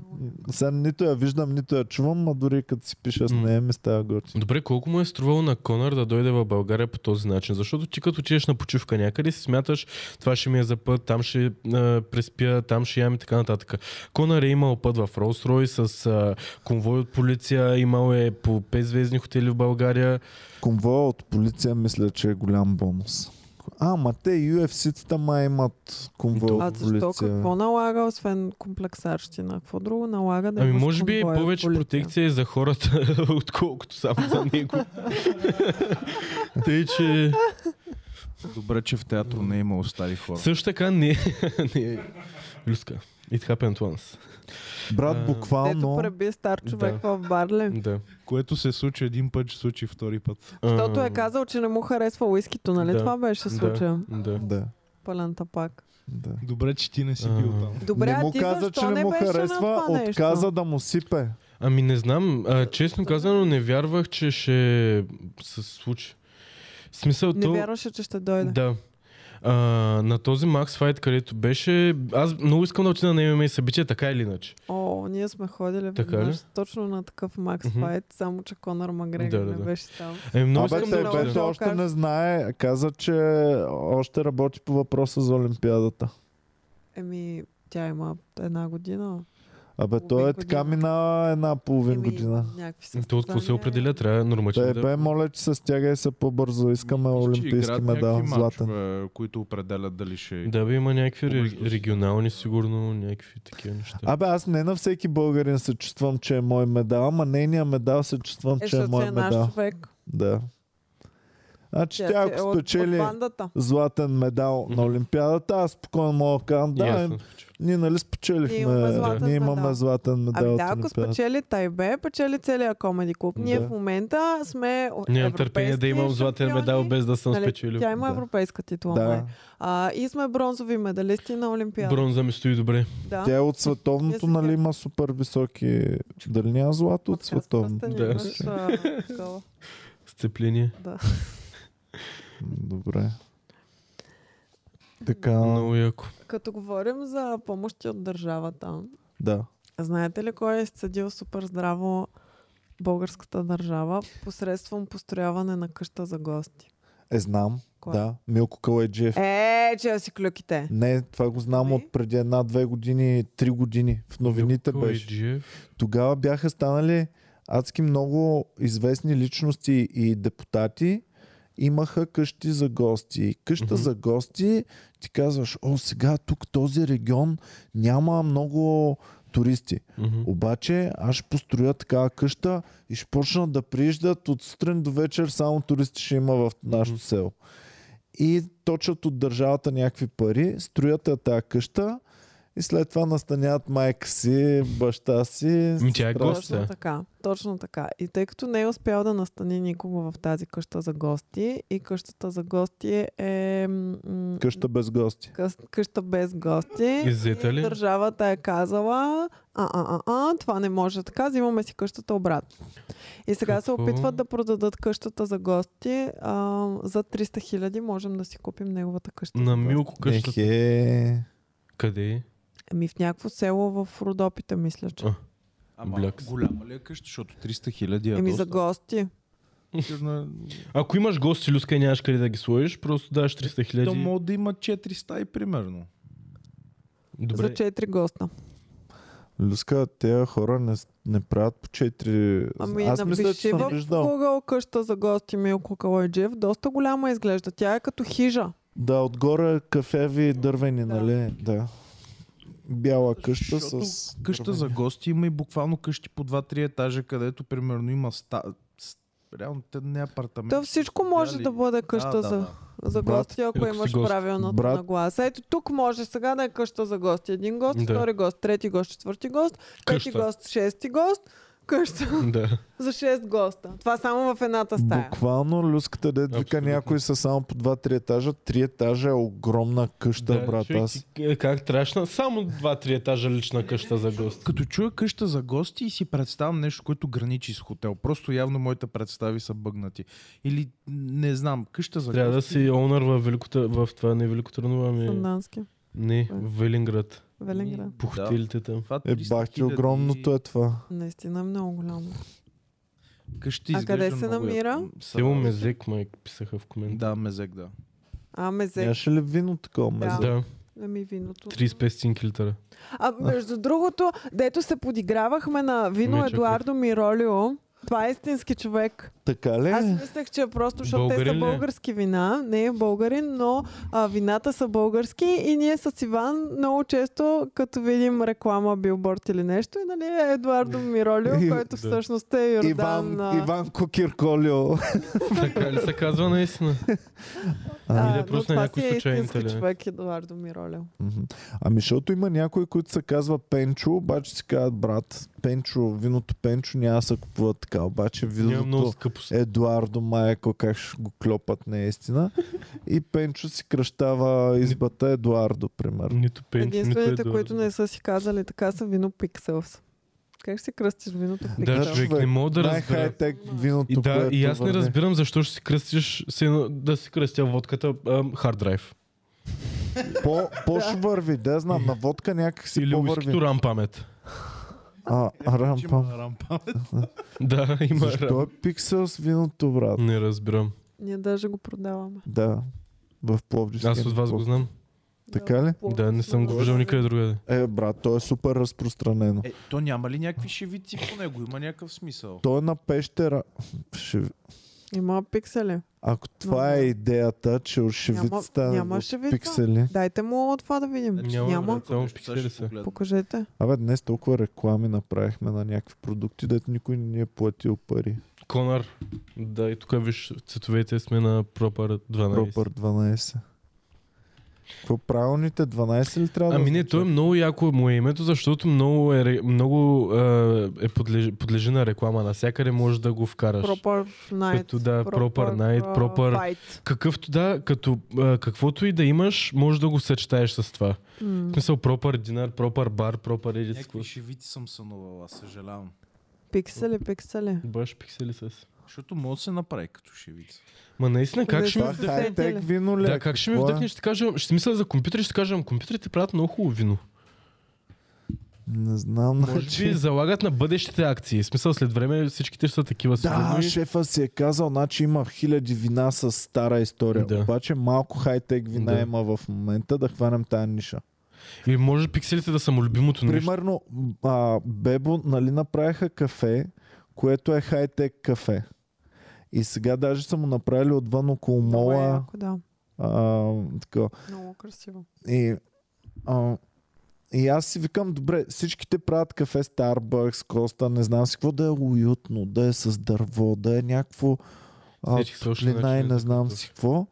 Сега нито я виждам, нито я чувам, а дори като си пиша с
М.
нея ми става готин.
Добре, колко му е струвало на Конър да дойде в България по този начин? Защото ти като отидеш на почивка някъде, си смяташ, това ще ми е за път, там ще а, преспя, там ще ям и така нататък. Конър е имал път в Ролс Рой с а, конвой от полиция, имал е по 5 звездни хотели в България.
Конвоя от полиция мисля, че е голям бонус. А, ма те UFC-тата май имат конвоя
А
от
защо?
полиция.
Какво налага, освен комплексарщина? Какво друго налага да
ами
имаш
може би е
конвой от
повече
полиция?
протекция за хората, отколкото само за него. Тъй, че...
добре, че в театър не е имало стари хора.
Също така не, не е... Люска. It happened once.
Брат,
А,
Дето
буквално...
преби стар човек
Да.
в барле.
Да.
Което се случи един път, ще случи втори път.
Защото е
Ам,
казал, че не му харесва уискито, нали?
Да.
Това беше
Да.
случая.
Да.
Да.
Пълен тапак.
Да.
Добре, че ти не си
А.
бил там.
Добре,
не
а
му
ти
каза,
защо
че не
не
му
беше на
харесва,
това нещо?
отказа да му сипе.
Ами не знам, а, честно казано не вярвах, че ще се случи. В смисъл,
Не
то...
вярваше, че ще дойде.
Да. А, на този Макс Файт, където беше, аз много искам да отида на ММА събитие, така или иначе.
О, ние сме ходили
Така
веднъж
ли?
точно на такъв Макс
Мгм.
Файт, само че Конор Макгрегор
Да, да,
не
да.
беше там.
Еми, Ами, много
Абе,
искам
те
да
много
бето
отида.
да
още
кажа.
не знае. Каза, че още работи по въпроса за Олимпиадата.
Еми, тя има една година.
Абе, то е
Половин
така
година.
минава една половин
Еми,
година.
Някакви
Ами То от какво се
състезания.
определя, трябва нормативно
Бе, бе, моля, че се стягай се по-бързо. Искаме олимпийски медал, златен.
Мачове, които определят дали ще... е. Да.
Да бе, има някакви
Помежду
ре-
си.
регионални, сигурно, някакви такива неща.
Абе, аз не на всеки българин се чувствам, че е мой медал, ама нейния медал се чувствам,
Е,
че е
защото
мой
е наш
медал.
човек.
Да. Значи
Тя
тя,
си е
ако
от- От
спечели
бандата.
златен медал
Мгм.
на Олимпиадата, аз спокойно мога да кажа, да,
Ясно.
ние нали спечелихме,
Ние имаме златен
ние имаме
медал.
златен медал
Ами
от
да, ако
Олимпиадата.
спечели Тайбе, печели целият комеди клуб. Ние
Да.
в момента сме о-
Нямам търпение
европейски
да имам златен
шампиони.
медал без да съм
Нали,
спечелил.
Тя има
Да.
европейска титла. май.
Да,
А, и сме бронзови медалисти на Олимпиада.
Бронза ми стои добре.
Да.
тя е от световното,
Ние си
нали
тя.
има супер високи... Дали няма злато от
Подкаст
световното?
пръстен
Да.
имаш, а, такова.
Сцепление.
Добре. Така,
Много яко.
Като говорим за помощи от държавата,
да.
знаете ли кой е изцедил супер здраво българската държава посредством построяване на къща за гости?
Е, знам.
Кой?
Да, Милко Калайджиев.
Е, че да си клюките.
Не, това го знам
Ами?
от преди една-две години, три години. В новините
Кой е
беше.
Джиев?
Тогава бяха станали адски много известни личности и депутати. Имаха къщи за гости. И Къща
Мгм.
за гости ти казваш, о, сега тук този регион няма много туристи.
Мгм.
Обаче аз ще построя такава къща и ще почнат да прииждат от сутрин до вечер, само туристи ще има в нашето
Мгм.
село. И точат от държавата някакви пари, строят я тази къща и след това настаняват майка си, баща си.
Ми, тя
сестра
е
си.
гост,
Точно
е.
така, точно така. И тъй като не е успял да настани никого в тази къща за гости, и къщата за гости е м, м,
Къща без гости.
къс- къща без гости.
Иззета ли?
Държавата е казала, а, а, а, а, това не може така, взимаме си къщата обратно. И сега се
Какво?
опитват да продадат къщата за гости. А, за 300 хиляди можем да си купим неговата къща. за
На
гости.
Милко
е.
къщата.
Ехе.
Къде е?
Ами в някакво село в Родопите, мисля, че.
А,
Ама
Блякс.
голяма ли е къща, защото 300 хиляди е
Еми
доста.
за гости.
Сигурно е-
Ако имаш гости, Люска, и нямаш къде да ги сложиш, просто даш 300
Да
хиляди.
мога да има 400 и примерно.
Добре.
За 4 госта.
Люска, тези хора не, с- не правят по 4...
Ами
Аз мисля, че
напиши
съм
в
виждал.
Google къща за гости Милко Калайджиев. Доста голяма изглежда. Тя е като хижа.
Да, отгоре кафеви дървени,
Да.
нали? Да. Бяла къща
Защото
с...
Къща
дървени.
за гости има и буквално къщи по 2-3 етажа, където примерно има ста... с- Реално те не е апартамент.
То всичко може
Дали-
да бъде къща
да, да,
за,
да.
за
Брат,
гости, ако
ако си
имаш
гост.
правилната
Брат.
нагласа. Ето тук може сега да е къща за гости. Един гост,
Да.
втори гост, трети гост, четвърти гост, пети
Къща.
гост, шести гост, къща
Да.
за шест госта. Това само в едната стая.
Буквално люската дед вика
Абсолютно.
някои са само по 2-3 етажа. 3 етажа е огромна къща,
Да,
брат.
човек,
Аз.
ти- е, Как трашна? Само 2-3 етажа лична къща за гости.
Като чуя къща за гости и си представям нещо, което граничи с хотел. Просто явно моите представи са бъгнати. Или не знам, къща за
Трябва да
гости.
си онър в, Велико, Тър- в това, не Велико Търново, ами...
Сандански,
Не, в Велинград.
Велинград.
По хотелите там.
Това
Е,
300
бахти,
хиляди
огромното е това.
Наистина е много голямо.
Къщи
А
изглежда
къде се
много
намира?
яко.
Село Мезек, май писаха в коментар.
Да, мезек, да.
А, мезе.
Нямаше ли вино такова мезе?
Да,
Ами виното.
35 литра.
А между другото, дето се подигравахме на вино
Меча
Едуардо Миролио. Това е истински човек.
Така ли?
Аз мислех, че е просто, защото те
Българин
са
ли е?
български вина. Не е българин, но а, вината са български и ние с Иван много често, като видим реклама, билборд или нещо, и нали е Едуардо
И-
Миролио, който
да.
всъщност е Йордан.
Иван,
а,
Иван Кокирколио.
Така ли се казва наистина?
а,
Или е
но
просто
това
някой
си е
случайен
истински
италянец.
човек Едуардо Миролио.
Мгм. Ами защото има някои, които се казва Пенчо, обаче си казват брат. Пенчо, виното Пенчо няма да се купува така, обаче
Няма много
виното
скъпост.
Едуардо Майко, как ще го клепат наистина. И Пенчо си кръщава избата Едуардо, примерно.
Нито пенчо, нито
Единствените,
Едуардо.
които не е са си казали така, са вино Pixels. Как ще си кръстиш виното
Да,
Pixels?
човек,
човек, не мога да разбера.
Най-хайтек виното,
И да,
което
и аз не
върви.
разбирам защо ще си кръстиш, се едно да си кръстя водката ам, хард драйв.
По, по ще върви, да знам, на водка някак си
Или
по-върви.
уискито рам памет.
А, рампа.
Рампа.
Да, има
Защо
рам.
е пиксел с виното, брат?
Не разбирам.
Ние даже го продаваме.
Да. В Пловдив.
Аз от вас го знам.
Така ли?
Пловдив
Да, не съм
сме
го
на
виждал
Русе.
никъде другаде.
Е, брат, то е супер разпространено.
Е, то няма ли някакви шевици по него? Има някакъв смисъл.
Той е на пещера. Ще...
Има пиксели.
Ако това
Но-
е идеята, че от
Няма-
шевицата
няма
няма,
шевица.
пиксели.
Дайте му това да видим.
Значи Няма,
Няма.
брат. само
Ако нещо, сега
пиксели
ще
са.
погледна.
Покажете.
Абе, днес толкова реклами направихме на някакви продукти, дето никой не ни е платил пари.
Конър. Да, и тук виж, цветовете сме на Пропър 12.
Пропър 12. Какво правилните 12 ли трябва да
Ами не, то е
означава?
много яко му е името, защото много, е, ре- много е, е подлежи, подлежи на реклама. Навсякъде можеш да го вкараш.
Proper night.
Значи Като е да, proper night,
а,
proper-
fight.
Какъвто да, като, а, каквото и да имаш, можеш да го съчетаеш с това.
М.
В смисъл, пропър динар, пропър бар, пропър едиц.
Някакви шевици съм сънувал, аз съжалявам.
Пиксели, пиксели.
Баш пиксели с.
Защото може да се направи като шевица.
Ма наистина, как ще ми
Това
Десет
хай-тек
ли?
вино ли? е?
Да, как ще ми
Какво е?
вдъхне, ще кажа, ще мисля за компютри, ще кажа, компютрите правят много хубаво вино.
Не знам. значи.
Може би е залагат на бъдещите акции. В смисъл, след време всичките ще са такива.
Да,
сигурно и-
шефа си е казал, значи има хиляди вина с стара история.
Да.
Обаче малко хай-тек вина
Да.
има в момента да хванем тая ниша.
И може пикселите да са му любимото нещо.
Примерно, а, Бебо, нали направиха кафе, което е хай-тек кафе. И сега даже са му направили отвън около
Много е
мола.
яко, да.
А, така.
Много красиво.
И, а, и аз си викам, добре, всичките правят кафе Starbucks, Коста, не знам си какво, да е уютно, да е с дърво, да е някакво а,
Всички са още
топлина и
начини
не
за
знам
кафето.
си какво.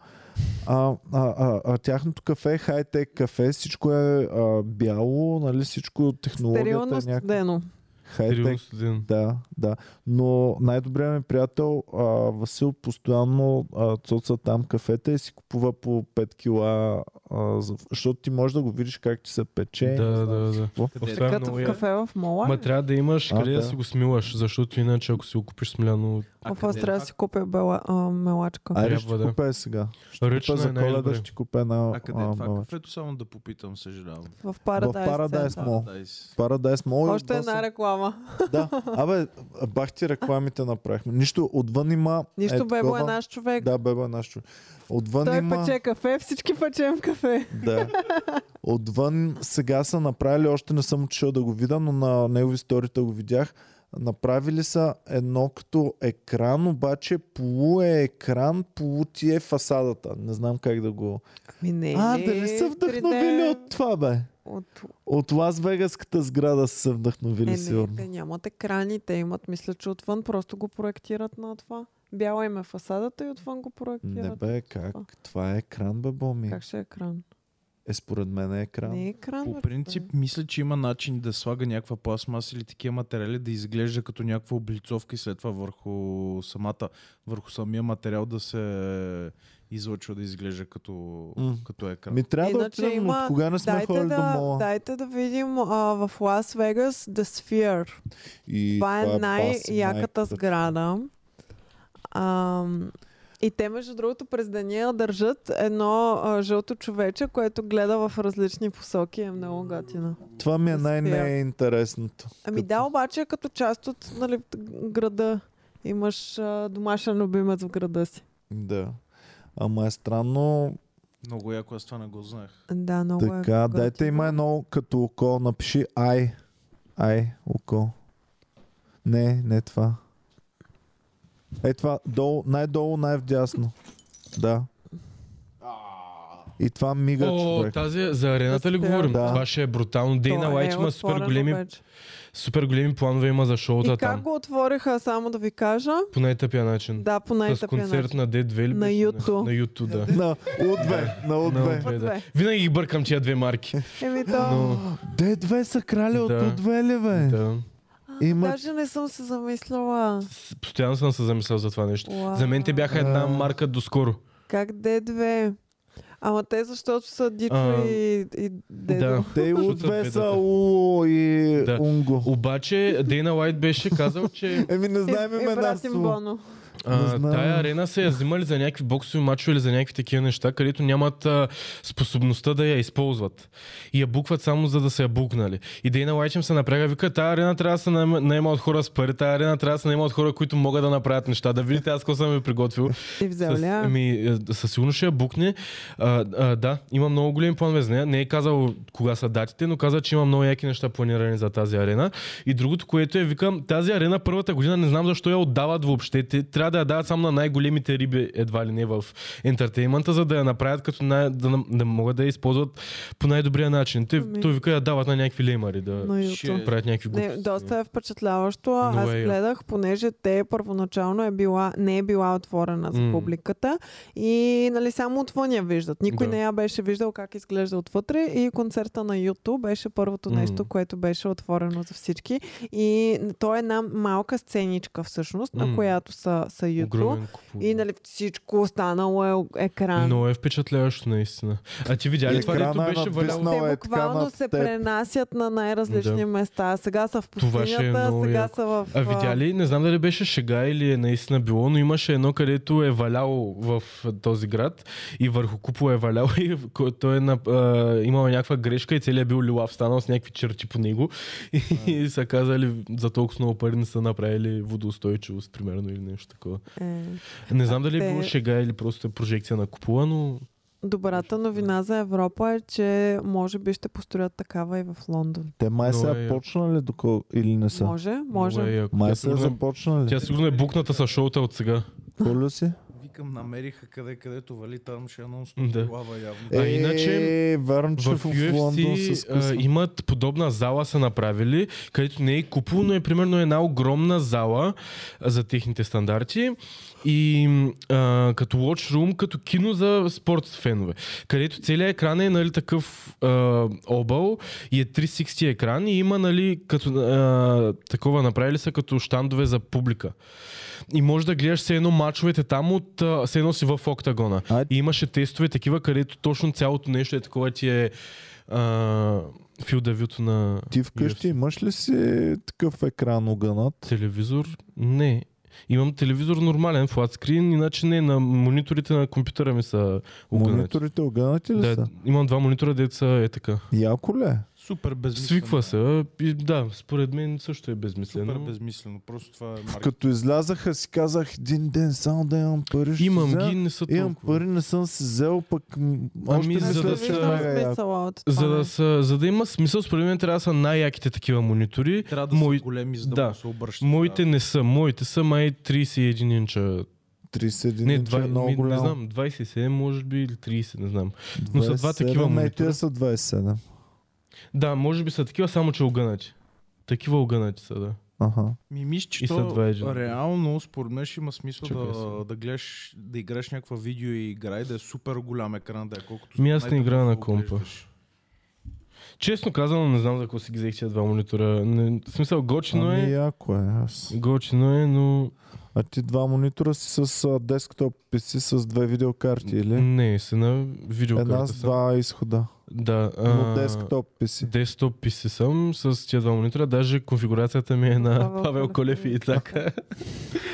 А, а, а, а тяхното кафе е хай-тек кафе, всичко е а, бяло, нали, всичко технологията
Стерилно
е някаква.
студено.
Хай-тек
студен.
да, да. Но най-добрият ми приятел а, Васил постоянно а, цоца там кафета и си купува по 5 кила, а, за- защото ти можеш да го видиш как ти се пече.
Да,
не знам
да,
си
да.
какво.
Къде?
Това е
Като
много
в
я-
кафе в мола.
Ма трябва да имаш
А,
къде да
да.
си го смилаш, защото иначе ако си го купиш смиляно...
А
Оф, аз
къде е
трябва да
това-
си купя бела, а, мелачка.
Айде
Трябва
ще
да.
купя сега. Ще
Ръчно
купя
е
за коледа,
най-добре.
ще купя една...
А къде е това
мала.
кафето? Само да попитам, съжалявам.
В
В
Paradise.
Paradise
Center.
Mall. е-
Дай си.
Paradise Mall.
Още
отвън
една
са-
реклама.
Да. Абе, бах ти рекламите направихме. Нищо, отвън има...
Нищо, Бебо е
такова-
наш човек.
Да, бебо е наш човек. Отвън
Той
има...
пече кафе, всички печем кафе.
Да. Отвън сега са направили, още не съм отишъл да го видя, но на негови историята го видях. Направили са едно като екран, обаче полу е екран, полу ти е фасадата. Не знам как да го...
Ми не,
а,
не,
дали са
3D
вдъхновили от това, бе?
От...
От Лас Вегаската сграда са се вдъхновили,
Е, не,
сигурно.
те нямат екрани, те имат, мисля, че отвън просто го проектират на това. Бяла им е фасадата и отвън го
Не,
проектират.
бе, как? Това е екран, бе, Боми.
Как ще е екран?
Е, според мен е екран.
Не е екран. бе,
По
това е.
принцип, мисля, че има начин да слага някаква пластмаса или такива материали да изглежда като някаква облицовка и след това върху самата, върху самия материал да се излъчва да изглежда като,
М.
като екран.
Ми трябва да
Иначе
отидем,
Е, значи има-
от кога не сме
Дайте
ходили до
да,
мола.
дайте да видим а, в Лас Вегас The Sphere.
И
Това е
баси, майката.
най-яката сграда. А, и те, между другото, през деня я държат едно а, жълто човече, което гледа в различни посоки. Е много готина.
Това ми е
Да
най-неинтересното.
Ами да, обаче е като част от нали, т- града. Имаш а, домашен любимец в града си.
Да. Ама е странно.
Много яко, аз това не го знаех.
Да, много е
така,
готино.
дайте има едно като око. Напиши ай. Ай, око. Не, не това. Е това, долу, най-долу, най-вдясно. Да. И това мига
О,
човек.
тази за арената ли
Да.
говорим?
Да.
Това ще е брутално. Дейна
То е
Лайч има супер
отворено
големи,
вече.
супер големи планове има за
И
шоута
как
там.
го отвориха, само да ви кажа?
По най-тъпия начин.
Да, по
С
най-тъпия
концерт
начин.
на Дед Вели.
На Юту.
На Юту, да.
На О2, на
На
О2.
О2, да.
Две.
Винаги ги бъркам тия две марки.
Еми то...
Но,
Де две са крали от
Да.
Е.
О2 ли бе?
да.
А,
Имат
Даже не съм се замисляла.
С- Постоянно съм се замислял за това нещо.
Уау.
За мен те бяха
А.
една марка доскоро.
Как D2? Ама те защото са Дичо
А,
и, и Дедо.
Да.
Те от
Защото
две са
бедата.
Уло и
Да. Е,
Унго.
Обаче Дейна Лайт беше казал, че
Еми не
И,
знаем
и
имена
брат им
су.
Боно.
Не
а,
знам.
тая арена се я взимали за някакви боксови мачове или за някакви такива неща, където нямат а, способността да я използват. И я букват само за да са я букнали. И Дейна Лайт им се напряга, вика, тая арена трябва да се наема наема от хора с пари, тая арена трябва да се наема от хора, които могат да направят неща. Да видите аз какво съм ви приготвил.
И взел
С-
ли? а?
Ами, е, със сигурност ще я букне. А, а, да, има много големи планове за нея. Не е казал кога са датите, но каза, че има много яки неща планирани за тази арена. И другото, което е, викам, тази арена първата година не знам защо я отдават въобще. Те трябва да я дават само на най-големите риби, едва ли не в ентертеймента, за да я направят като най- да, на- да могат да я използват по най-добрия начин. Те,
Ами.
той вика, я дават на някакви леймари да
На
Ще-
YouTube.
правят някакви глупости.
Не, доста е впечатляващо. а
Много
Аз
е.
гледах, понеже те първоначално е била, не е била отворена за
М.
публиката и нали, само отвън я виждат. Никой
Да.
не я беше виждал как изглежда отвътре и концерта на YouTube беше първото
М.
нещо, което беше отворено за всички. И то е една малка сценичка всъщност, на
М.
която са, са YouTube.
Огромен купон.
И нали, всичко останало е екран.
Но е впечатляващо наистина. А ти видя ли това, дето
Екрана е
беше валяло?
надвиснал. Много
те
е така
буквално
на
се
теб.
пренасят на най-различни
Да.
места. Сега са в
Това ще е
пустинята,
много
сега
яко.
са в...
А видя ли, не знам дали беше шега или е наистина било, но имаше едно, където е валяло в този град и върху купо е валяло и ко- той е на, а, имал някаква грешка и целият бил лилав, станал с някакви черти по него и, и са казали за толкова много пари не са направили водоустойчивост, примерно, или нещо такова.
Е.
Не знам дали е било
те-
шега или просто е прожекция на купола, но
Добрата новина за Европа е, че може би ще построят такава и в Лондон.
Те май
Много е
са
яко.
почнали доколко или не са?
Може,
много е
може.
яко.
Май
Тя
са
сигурно е-
започнали.
Тя сигурно е букната с шоута от сега.
Колю си?
Викам, намериха къде, където вали, там ще анонсна
Да.
лава явно.
Е, А иначе
Е, вярно, че
В
в Лондон се
UFC а,
скъсва.
имат подобна зала са направили, където не е купол, но е примерно една огромна зала а, за техните стандарти и м, а, като watch room, като кино за спорт фенове, където целият екран е нали, такъв а, объл и е 360 екран и има нали, като, а, такова направили са като щандове за публика. И може да гледаш все едно мачовете там от а, все едно си в октагона.
А,
И имаше тестове такива, където точно цялото нещо е такова, ти е а, филдавюто на
Ти вкъщи имаш ли си такъв екран огънат?
телевизор. Не. Имам телевизор нормален, флатскрин, иначе не, на мониторите на компютъра ми са огънати.
Мониторите огънати ли
Да,
са?
имам два монитора, деца е така.
Яко ли? е?
Супер безмислено.
Свиква се. а, И, да, според мен също е
Супер
безмислено.
безмислено. Просто това е маркетинг.
Като излязаха си казах един ден само да имам пари. ще
Имам
взема.
ги, не са
Имам
толкова.
пари, не съм си взел, пък м, още
Ами,
мисля,
Аз
за
не
да
че
се-
виждам
е яко.
смисъла от това.
За да,
не.
са, за да има смисъл, според мен трябва да са най-яките такива монитори.
Трябва да
Мои-
са големи, за да,
да.
му се обръщат.
Моите не са. Моите са май 31 инча
31
Не,
инча
два,
е много
ми, не
голям.
знам, 27 може би или 30, не знам. но са два
27,
такива
не,
монитора.
те са 27.
Да, може би са такива, само че огънати. Такива огънати са, да.
Аха.
Ми мисля, че
И са два
то,
еджента.
реално, според мен, ще има смисъл
Чакай
да,
сега.
да, гледаш, да играеш някаква видео и игра и да е супер голям екран, да е колкото...
Ми аз не
най-добре
играя на
го
компа.
оглеждаш.
Честно казано, не знам за какво си ги взех тия два монитора. Не, в смисъл, гочено
Ами
е.
яко е. Аз.
Гочено е, но
А ти два монитора си с а, десктоп PC с две видеокарти или?
не, са на видеокарта.
Една с
съм.
два изхода.
Да,
Но
а,
десктоп PC.
Десктоп PC съм с тия два монитора. Даже конфигурацията ми е
Павел
на Павел
Колев
Колев
и
и Ицака.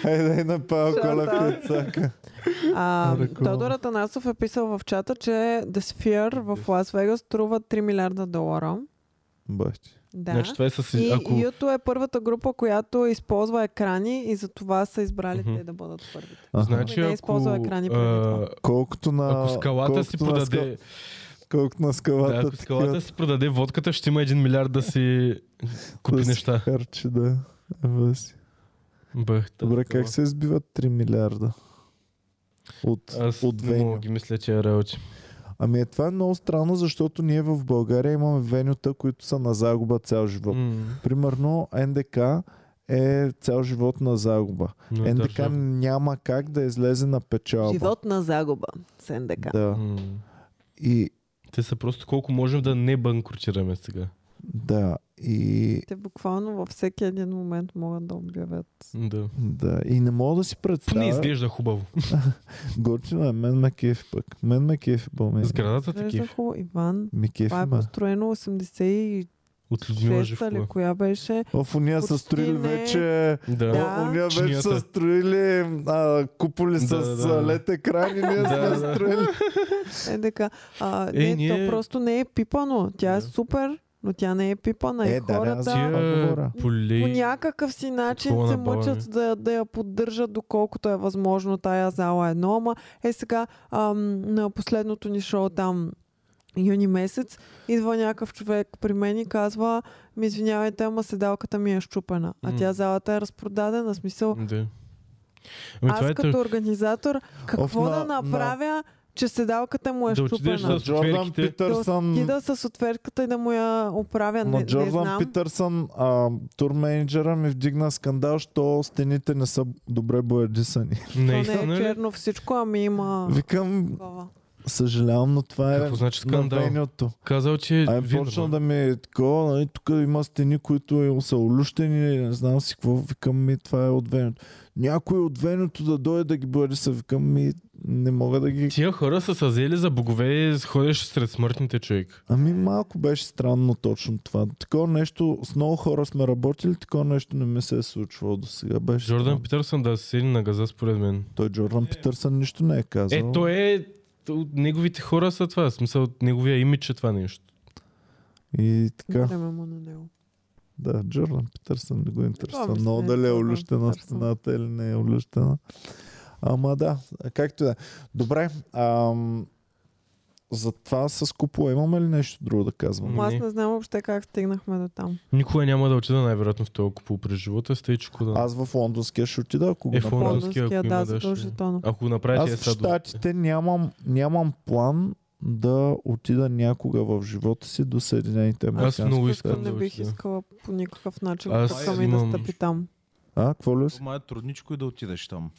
Хайде и на Павел
Шарта.
Колев и Цака.
А,
Реклама.
Тодор Атанасов е писал в чата, че The Sphere в Лас Вегас струва 3 милиарда долара.
Бах ти.
Да.
Значи това е с...
И
Ако...
YouTube е първата група, която използва екрани и за това са избрали
Мгм.
те да бъдат първите.
Аха.
Значи,
Не е
ако,
използвал екрани преди това.
а,
Колкото на...
ако скалата си
колкото на ска-
подаде...
Колкото на скалата.
Да, ако скалата
такива
си продаде водката, ще има 1 милиард да си купи
да си
неща.
Харчи, да. Ева си.
Бъх, та
Добре,
такова.
как се избиват 3 милиарда? От,
Аз
от
не мога
веню.
ги мисля, че е работи.
Ами е, това е много странно, защото ние в България имаме венюта, които са на загуба цял живот. Примерно НДК е цял живот на загуба.
е
НДК няма как да излезе на печалба.
Живот е на загуба с НДК.
Да. И
Те са просто колко можем да не банкротираме сега.
Да, и,
Те буквално във всеки един момент могат да обявят.
Да.
да, и не мога да си
Не
представя.
изглежда хубаво.
Горчено е, мен ме кефи пък. Мен ме кефи Бълмен.
Сградата
Изглежда
такива.
хубаво. Иван,
Ми кефи
това е
ма.
построено 86-та
От Людмила
ли,
Живкова.
коя беше.
Оф, уния са
Почти
строили
не.
вече...
Да.
Да.
Да. Уния вече са
Чинията.
строили а, куполи с
Да,
да,
да, да.
лед екран и ние
Да,
сме
да, да.
строили.
Е, така. А,
Е,
не,
ние-
то просто не е пипано. Тя е
Да.
супер, но тя не е пипана.
Е,
и
да, да, аз
хората...
я Това говоря.
Тия
по
полей.
някакъв си начин
такова
се
набавяне.
мъчат да, да я поддържат доколкото е възможно тая зала едно. Ама е сега ам, на последното ни шоу там юни месец, идва някакъв човек при мен и казва ми извинявайте, ама седалката ми е щупена. А
М.
тя залата е разпродадена. В смисъл,
Да. Ами това
аз
е
като организатор, какво
на- на-
да направя, че седалката му е
Да отидеш
щупена?
с
Джордан
отверките.
Да
Питърсън...
отида с отверката и да му я оправя. Не,
Ма
не
Джордан
знам.
Питърсън, а, тур менеджера ми вдигна скандал, що стените не са добре боядисани.
То не
Наистина нали?
е
ли?
черно всичко, ами има...
Викам,
такова.
съжалявам, но това е
Какво значи скандал?
на венюто.
Казал, че
А
е
е почна да ми е такова, нали, тук има стени, които са олющени, не знам си какво, викам ми, това е от веното. Някой от веното да дойде да ги бъде, се викам ми, не мога да ги...
Тия хора са се взели за богове и ходиш сред смъртните човек.
Ами малко беше странно точно това. Такова нещо, с много хора сме работили, такова нещо не ми се е случвало до сега. Беше странно.
Джордан Питърсън да се седи на газа според мен.
Той Джордан Питърсън нищо не е казал.
Е, той е... От неговите хора са това. В смисъл, от неговия имидж е това нещо. е-
И така,
Време му на него.
да, Джордан Питърсън не го интересува.
мисля,
Много
е
дали е
Джордан
олющена
Питърсън.
стената или не е олющена. Ама да, както и да. е. Добре, ам, за това с купола имаме ли нещо друго да казваме?
Ма-
Ама Аз
Не.
не знам въобще как стигнахме до там.
Никога няма да отида най-вероятно в този купол през живота, стей че ако да...
Аз в лондонския ще отида, ако го
Е, в
направя.
Лондон. Лондонския, ако
Лондонския, да,
има, да, ще-
задължително.
Ако го направите, е
Аз в
садо.
Штатите нямам, нямам план да отида някога в живота си до Съединените Американски
много искам
щати.
Просто не
да
бих
отида.
искала по никакъв начин
Аз
пъка ми да
имам-
стъпи там.
А, какво ли си?
Ама е трудничко и да отидеш там.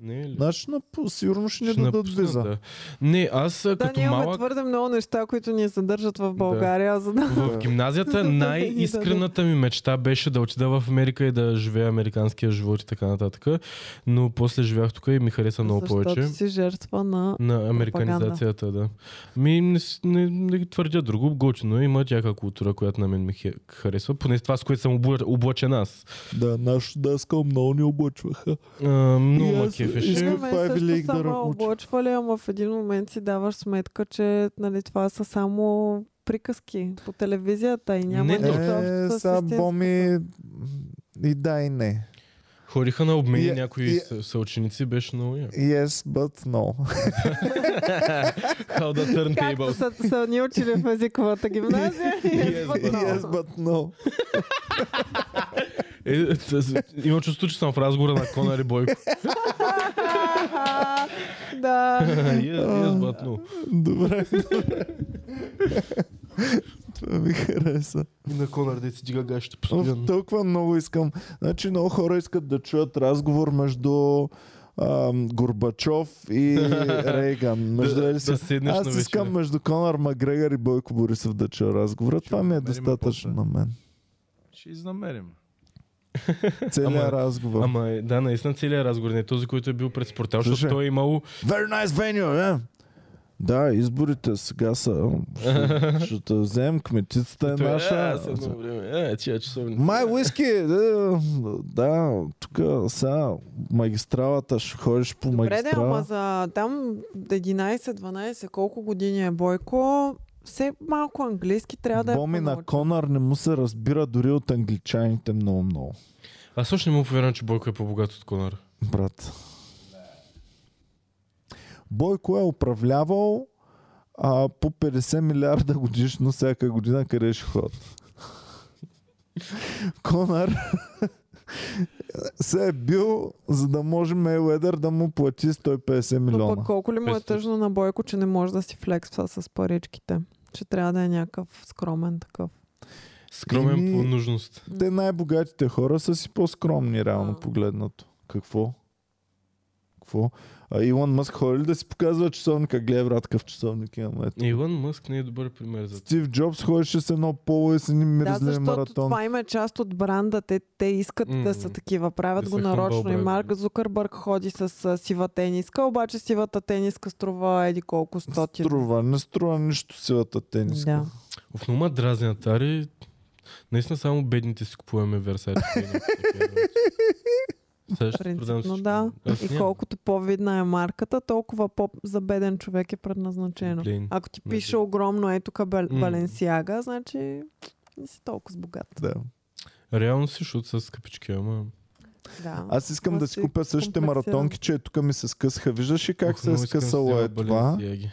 Не е ли?
Значи, на- сигурно ще ни
Ще
дадат
напуснат,
виза.
да. Не, аз а,
Да,
като
ние имаме
малък
твърде много неща, които ни задържат в България, за да...
в гимназията най-искрената ми мечта беше да отида в Америка и да живея американския живот и така нататък. Но после живях тук и ми хареса много повече.
Защото си жертва на...
На американизацията, да. Ми не, с- не, не ги твърдя друго, готино е, има тяка култура, която на мен ми хе- харесва, поне това, с което съм обла- облачен аз.
Да, нашата даска много ни облъчваха.
А, много
И
ма
аз
кефеше.
искам-
Не, ме
това е
също
велик
са
да
ме
работи.
облъчвали, ама в един момент си даваш сметка, че нали, това са само приказки по телевизията и няма
Не,
нищо
не.
общо
Е,
с
са
истинското.
боми и да и не.
Хориха на обмени
И-
някои
и-
са- съученици, беше много яко.
Yes, but no.
How the
Както
turntables.
са, са ни учили в езиковата гимназия. е
Yes, but
yes,
yes,
Е, but no.
Е, т- с- Имам чувство, че съм в разговора на Конар и Бойко.
да.
Yes, yes, but no.
Добре, добре. Това ми хареса.
И на Конар да си дига гащите
Оф, толкова много искам. Значи много хора искат да чуят разговор между ам, Горбачов и Рейган. Между
Да-
да,
да седнеш на
Аз
вечеря.
искам между Конор Макгрегор и Бойко Борисов да чуя разговора.
Ще
Това
го
ми е
намерим
достатъчно на
после.
мен.
Ще изнамерим.
Целият
Ама-
разговор.
Ама е, да, наистина целият разговор не е този, който е бил пред спортал, защото
Слушай.
той е имал
Very nice venue, е? Да, изборите сега са. Ще, ще те вземем, кметицата е
Той е,
наша.
а, с едно време. Е, тия часовница.
Май уиски, е, да, да, тук сега магистралата, ще ходиш по
Добре, да, ама
магистрала.
за там 11-12, колко години е Бойко, все малко английски трябва да е
Боми на
понаучил.
Конър не му се разбира дори от англичаните много-много.
Аз също не му повярвам, че Бойко е по-богат от Конар.
Брат. Бойко е управлявал а, по 50 милиарда годишно всяка година, къде ще ход. Конар се е бил, за да може Мейледър да му плати 150
Но
милиона.
пък колко ли му е
500.
тъжно на Бойко, че не може да си флексва с паричките? Че трябва да е някакъв скромен такъв.
Скромен
Еми-
по нужност.
Те най-богатите хора са си по-скромни, реално
А.
погледнато. Какво? какво. А Илон Мъск ходи ли да си показва часовника? Гледай, брат, къв часовник имаме. Ето.
Илон Мъск не е добър пример за това.
Стив Джобс ходеше с едно поло и с един
Да,
мирзлив
защото
маратон.
това им е част от бранда. Те, те искат mm. да са
Мм.
такива. Правят
Да
го
са
нарочно.
хъмбъл
И
бранд.
Марк Зукърбърг ходи с а, сива тениска, обаче сивата тениска струва еди колко стотин.
Струва, не струва нищо силата тениска.
е Да.
В нума дразнят, ари... Наистина само бедните си купуваме Версари.
Принципно да.
Е,
И колкото по-видна е марката, толкова по за беден човек е предназначено.
Блин,
Ако ти
не
пише
знам.
огромно е тук
М.
Баленсиага, значи не си толкова с богат.
Да.
Реално си шут с капички, ама...
Да.
Аз искам
Ама
да си
си
купя същите
е комплексиран.
маратонки, че тук ми се скъсаха. Виждаш ли как
Ох,
се е
много искам да си
скъсало
взема
е това?
Balenciaga.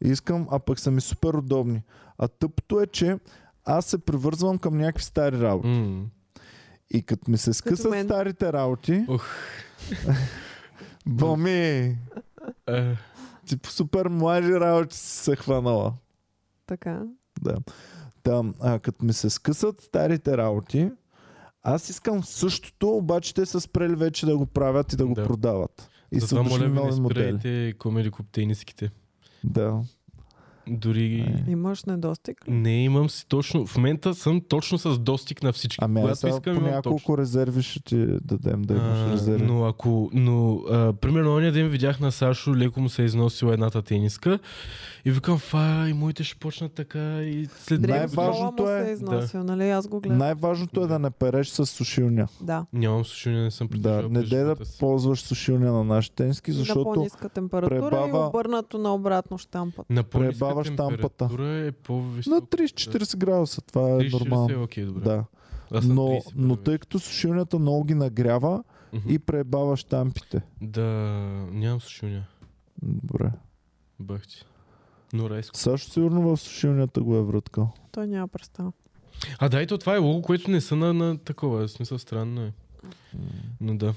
Искам, а пък са ми супер удобни. А тъпото е, че аз се привързвам към някакви стари работи.
М.
И като ми се скъсат
мен.
старите работи,
Ух.
бами,
Е,
ти по супер млади работи си се хванала.
Така.
Да. Там, а, като ми се скъсат старите работи, аз искам същото, обаче те са спрели вече да го правят и да го
Да.
продават. И са
Затова моля
дошли
ви не
нови модели.
спирайте комеди куп тениските.
Да.
Дори
Е.
Имаш недостиг ли?
не имам си точно... В момента съм точно с достиг на всички.
Ами аз
Когато
сега
искам,
по
имам точно.
няколко резерви ще ти дадем да имаш
А,
резерви.
Но ако, но, а, примерно, ония ден видях на Сашо, леко му се е износила едната тениска и викам, фа, и моите ще почнат така и след две
Дрейф
Най-важно-
години-
Най-важното
Най-важното е...
е-
се е износил, нали? Аз го гледам.
Най-важното е да не переш с сушилня.
Да.
Нямам слушане, не съм
Да,
притежавал
не
през
дей да
живота си.
ползваш сушилня на нашите тениски,
на
защото
по-ниска температура и
пребава-
обърнато на обратно штампът.
На по-ниска
пребаваш тампата.
температура е
на
по-високо.
30-40 градуса това е
30-40 е
нормално.
окей, добре.
Да.
Аз на
Но,
30
но
правя.
тъй като сушилнята много ги нагрява
Мгм.
и пребаваш тампите.
Да, нямам слушане.
Добре.
Бах ти. Но райско.
Сашо сигурно в сушилнята го е връткал.
Той няма представа.
А да, ето това е лого, което не са на, на такова. В смисъл странно е. Но да.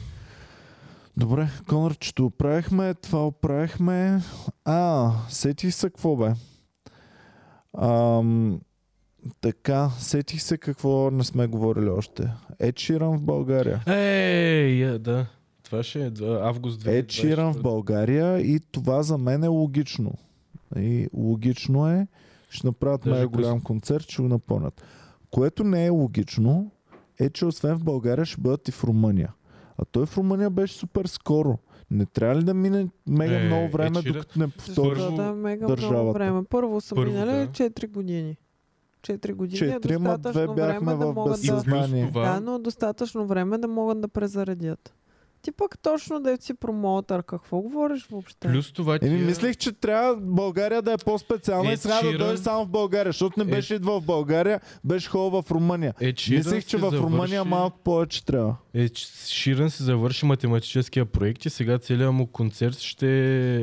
Добре, Конорчето оправихме, това оправихме. А, сетих се какво бе. Ам, така, сетих се какво не сме говорили още. Ед Ширан в България.
Ей, я, да. Това ще е да, август 2024.
Ед Ширан в България и това за мен е логично. И логично е, ще направят
Даже
много голям концерт, ще го напълнят. Което не е логично, е, че освен в България ще бъдат и в Румъния. А той в Румъния беше супер скоро. Не трябва ли да мине мега
Е,
много време,
е, че да-
докато не повтори?
Първо
Първо, да, е мега много
държавата.
време. Първо са
Първо,
минали
да.
4 години. 4 години
Четири,
е
ма две
достатъчно
бяхме
време да
в
могат да...
безсъзнание.
това-
Да, но достатъчно време да могат да презаредят. Ти пък точно да си промоутър, какво говориш въобще?
Плюс това ти
Еми, мислех, че трябва България да е по-специална и
Ед
сега да
Ширан-
дойде само в България, защото не
Ед-
беше идвал в България, беше хубаво в Румъния.
е, че
Мислих, че в Румъния малко повече трябва.
Е, че Ширан си завърши математическия проект и сега целият му концерт ще...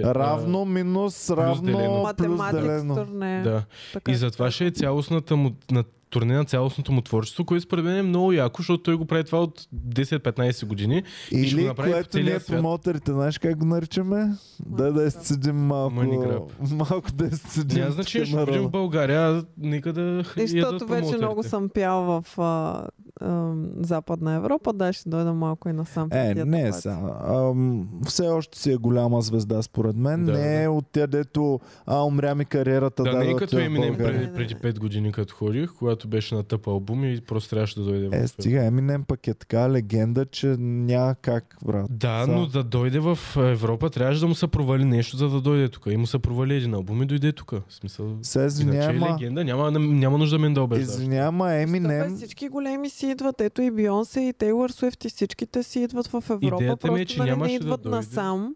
е,
Равно, минус, равно,
делено.
плюс
Математик
делено.
турне.
да.
Така
И затова ще е цялостната му, на турне на цялостното му творчество, което според мен е много яко, защото той го прави това от 10-15 години. И ще го
Или
направи по
което
целия
ние
свят.
промоторите, знаеш как го наричаме? Да, да изцедим малко.
Money grab.
Малко да изцедим.
Няма значение, значи ще
народа.
бъдем в България, нека да
И защото
ядат
вече
промоутерите.
много съм пял в а, а, Западна Европа, да, ще дойда малко и насам.
Е,
Тия
не е
тъпаци.
сега. Ам, все още си е голяма звезда, според мен.
Да,
не е от тя, дето а, умря ми кариерата.
Да, не е
да
като
отида в
Еминем
България.
Не, не,
преди,
не.
преди 5 години, като ходих, когато беше на тъпа албум и просто трябваше да дойде
Е,
в
стига, Еминем пък е така легенда, че няма как, брат.
Да,
Са.
но да дойде в Европа, трябваше да му се провали нещо, за да дойде тук. И му се провали един албум и дойде тук. В смисъл,
Се
иначе
извинявай,
е
ма-
легенда, няма, няма нужда мен да обеждаш.
извинявай, ма
Абе,
Еминем...
всички големи си идват. Ето и Бионсе, и Тейлър Суифт, и всичките си идват в Европа.
Идеята ми е,
просто
че
нали,
нямаше
не
да
идват
дойде.
насам.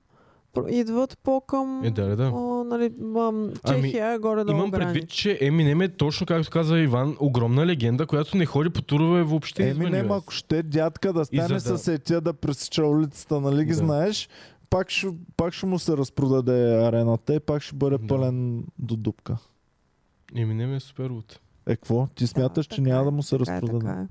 Про- Идват по-към
Е, да, да, да.
О, нали, ам,
Ами,
Чехия е горе-долу
Имам предвид,
граница.
че Еминем е точно както каза Иван, огромна легенда, която не ходи по турове въобще. извън
Еминем, е
US.
ако ще дядка да
И за
стане
да-
с етия да пресича улицата, нали ги
Да.
знаеш, пак ще, пак ще му се разпродаде арената и пак ще бъде
Да.
пълен до дупка.
Еминем е супер лут.
Е, какво? Ти смяташ, че
така
няма
е,
да му се
Така е,
разпродаде?
така е.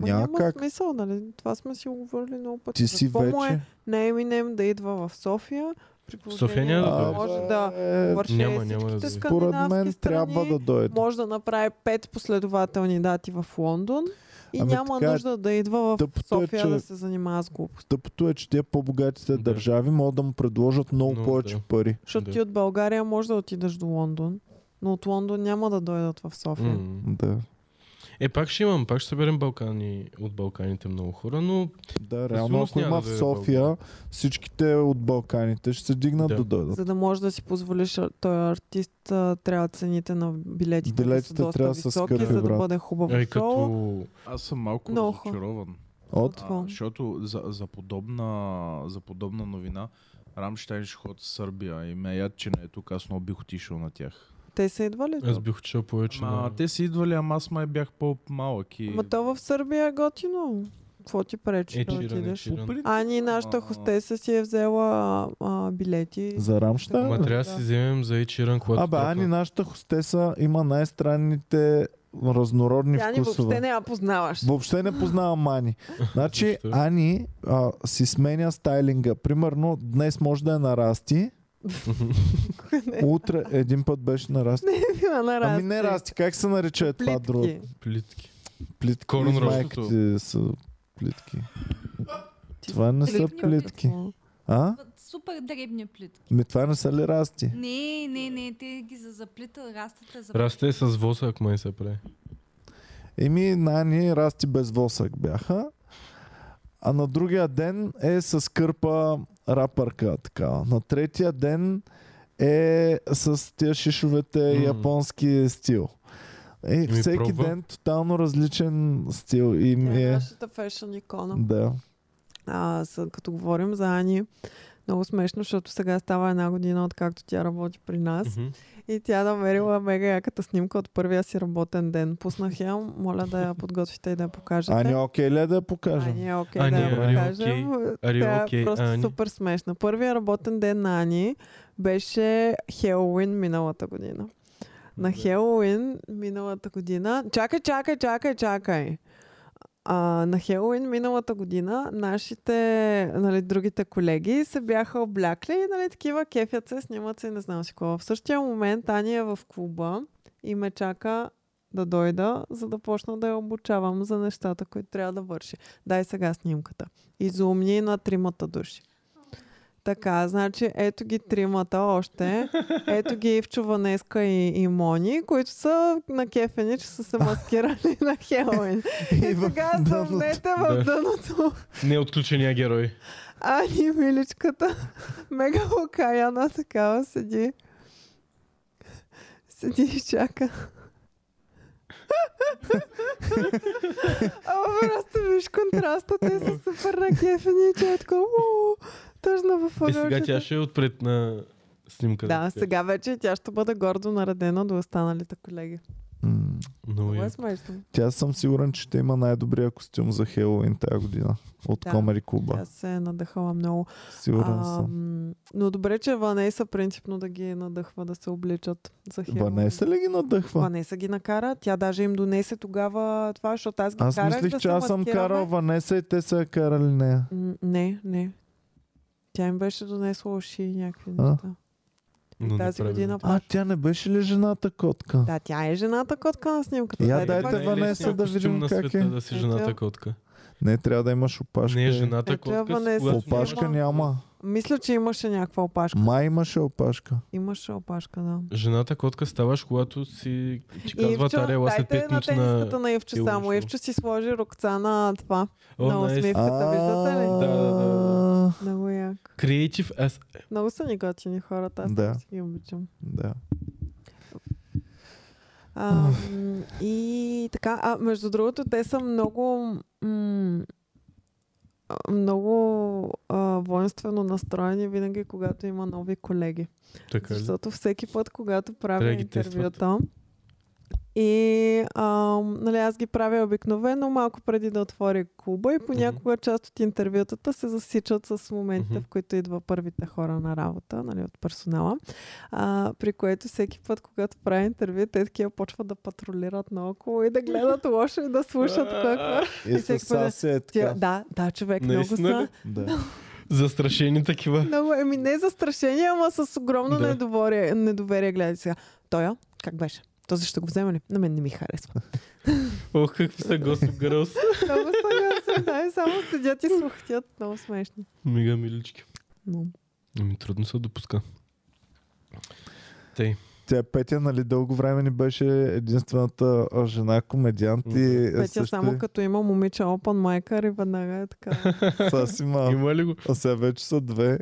Ма
Няма
няма
как.
смисъл, нали? Това сме си го говорили много пъти.
Ти си
Какво му
вече...
е на Еминем да идва в София, при
София
положение,
няма
да
да
може
бе,
да върши
Няма,
е всичките
няма да дойде.
е, Според
скандинавски
мен
страни,
трябва да дойде.
може да направи пет последователни дати в Лондон и
Ами
няма
така е.
нужда да идва в
Тъпото е,
София
че-
да се занимава с глупост.
Тъпото е, че те по-богатите
Да.
държави могат да му предложат много
Много,
повече
да.
пари.
Защото
Да.
ти от България може да отидеш до Лондон, но от Лондон няма да дойдат в София.
М.
Да.
Е, пак ще имам, пак ще съберем Балкани, от Балканите много хора, но
Да, реално
сигурност
ако
няма
има
да
в
дойде
София,
България.
всичките от Балканите ще се дигнат да,
Да.
да дойдат.
За да можеш да си позволиш а, той артист, а, трябва цените на билетите,
Билетите
да са доста
трябва да са
високи,
скъпи,
за да
брат.
бъде хубаво
е
шоу.
като...
Аз съм малко
Много хора.
разочарован.
От
А,
Какво?
защото за, за, подобна, за подобна новина Рамштайн ще ходят в Сърбия и ме яд, че не е тук, аз много бих отишъл на тях.
Те са идвали.
Аз бих учил повече
Ма,
на...
те са идвали, ама аз май бях по-малък и...
Ма то в Сърбия е готино. Какво ти пречи
Е,
да
чиране,
отидеш?
чиране.
Ани, нашата хостеса си е взела а, билети.
за Рамштайн.
Ма
ли?
трябва да си вземем за Ичиран, когато...
Абе,
тръгва.
Ани, нашата хостеса има най-странните разнородни
Тя ни
вкусове.
въобще не я познаваш.
Въобще не познавам Ани. Значи
Защо?
Ани а, си сменя стайлинга. Примерно днес може да е нарасти, утре един път беше нарасти.
Била на
Ами
разни.
не расти, как се нарича е това друго?
Плитки.
Плитки.
Плитки.
Корен
и
ростото.
майките са плитки. Това не са
Плитки.
плитки. А?
Супер дребни плитки.
Ми това не са ли расти?
Не, не, не, те ги за заплита, растата за...
Расте с восък, май се прави.
Еми, на Ани расти без восък бяха. А на другия ден е с кърпа рапърка, така. На третия ден е с тия шишовете
М.
японски стил. Е,
Еми,
всеки
пробва.
ден тотално различен стил. И ми
Тя е
е...
нашата фешън икона.
Да.
А, с, като говорим за Ани, много смешно, защото сега става една година, откакто тя работи при нас.
Мгм.
И тя намерила мега яката снимка от първия си работен ден. Пуснах я, моля да я подготвите и да я покажете.
Ани, окей ли е да я покажем?
Ани е окей
Ани,
да я
are you
покажем.
Are you
Тя е
okay,
просто
Ани?
супер смешна. Първият работен ден на Ани беше Хелоуин миналата година. На Хелоуин миналата година... Чакай, чакай, чакай, чакай! А, на Хелоуин миналата година нашите, нали, другите колеги се бяха облякли и нали, такива кефят се, снимат се и не знам си какво. В същия момент Ани е в клуба и ме чака да дойда, за да почна да я обучавам за нещата, които трябва да върши. Дай сега снимката. Изумни на тримата души. Така, значи ето ги тримата още. Ето ги Ивчова днеска и, и Мони, които са на кефени, че са се маскирали на Хелоуин. И
в
е, сега
дъното.
съмнете в
Да.
дъното.
Не отключения герой. Е,
Ани миличката, мега окаяна такава седи. Седи и чака. Ама просто виж контраста, те са супер ракефени, че е такова уу, тъжна в
Е, сега
ъгълчето.
тя ще е отпред на снимката.
Да, сега вече тя ще бъде гордо наредена до останалите колеги.
М.
Но
Това
е.
е смешно.
Тя съм сигурен, че ще има най-добрия костюм за Хелоуин тази година. От
Да.
Комери Куба.
Тя се е надъхала много.
Сигурен съм.
Ам, но добре, че Ванеса принципно да ги е надъхва да се обличат за Хелоуин.
Ванеса ли ги надъхва?
Ванеса ги накара. Тя даже им донесе тогава това, защото аз ги
Аз
карах
мислих,
да
че
се
аз съм
маскираме.
карал Ванеса и те са я карали нея.
М, Не, не. Тя им беше донесла уши и някакви
А.
неща.
Но не
Тази
прави.
година
А,
пак.
тя не беше ли жената котка?
Да, тя е жената котка на снимката.
Я
Дай
дайте
пак-
Ванеса
е
да
Най-лесният
видим
костюм на
как е.
света Да
Ето
си
я.
жената котка.
Не, трябва да имаш опашка.
Не е
и-
жената
Ето я,
котка.
Ванеса.
с която няма-
Опашка няма.
Мисля, че имаше някаква опашка.
Май имаше опашка.
Имаше опашка, да.
Жената котка ставаш, когато си ти
И
казва
Ивчо,
тарела след
дайте на
5 минути
тениската
на...
на Ивче
Илон
само.
Шо.
Ивче си сложи рукца на това.
О,
на
найс.
усмивка. Пивката, виждате ли?
Да, да, да,
Много як.
Creative as...
Много са ни готини хората. Аз
Да.
да. си ги обичам.
Да.
А, м, и така, а между другото, те са много м- а, много а, воинствено настроени винаги, когато има нови колеги.
Така ли?
Защото всеки път, когато правя
Трябва да ги
интервюта, и а, нали, аз ги правя обикновено малко преди да отвори клуба и понякога mm-hmm. част от интервютата се засичат с моментите,
Мгм.
mm-hmm. в които идва първите хора на работа, нали, от персонала. А, при което всеки път, когато правя интервю, те такива почват да патрулират наоколо и да гледат лошо и да слушат какво.
И
всеки
с
път е-
Саси е
Тя,
така.
да, да, човек, много
Наистина
са.
ли?
Да.
Застрашени такива.
Много, еми не е застрашение, ама с огромно
Да.
недоверие, недоверие гледай сега. Тоя, как беше? То защо го взема ли? На мен не ми харесва.
Ох, какви са гости гръс.
Много са да, и само седят и слухтят. Много смешно.
Мига милички.
Но.
Ми трудно се допуска. Тей.
Тя Петя, нали, дълго време ни беше единствената а, жена комедиант и е,
Петя
също
само като има момиче Open Майкър и веднага е така.
сега си има.
Има ли го?
А сега вече са две.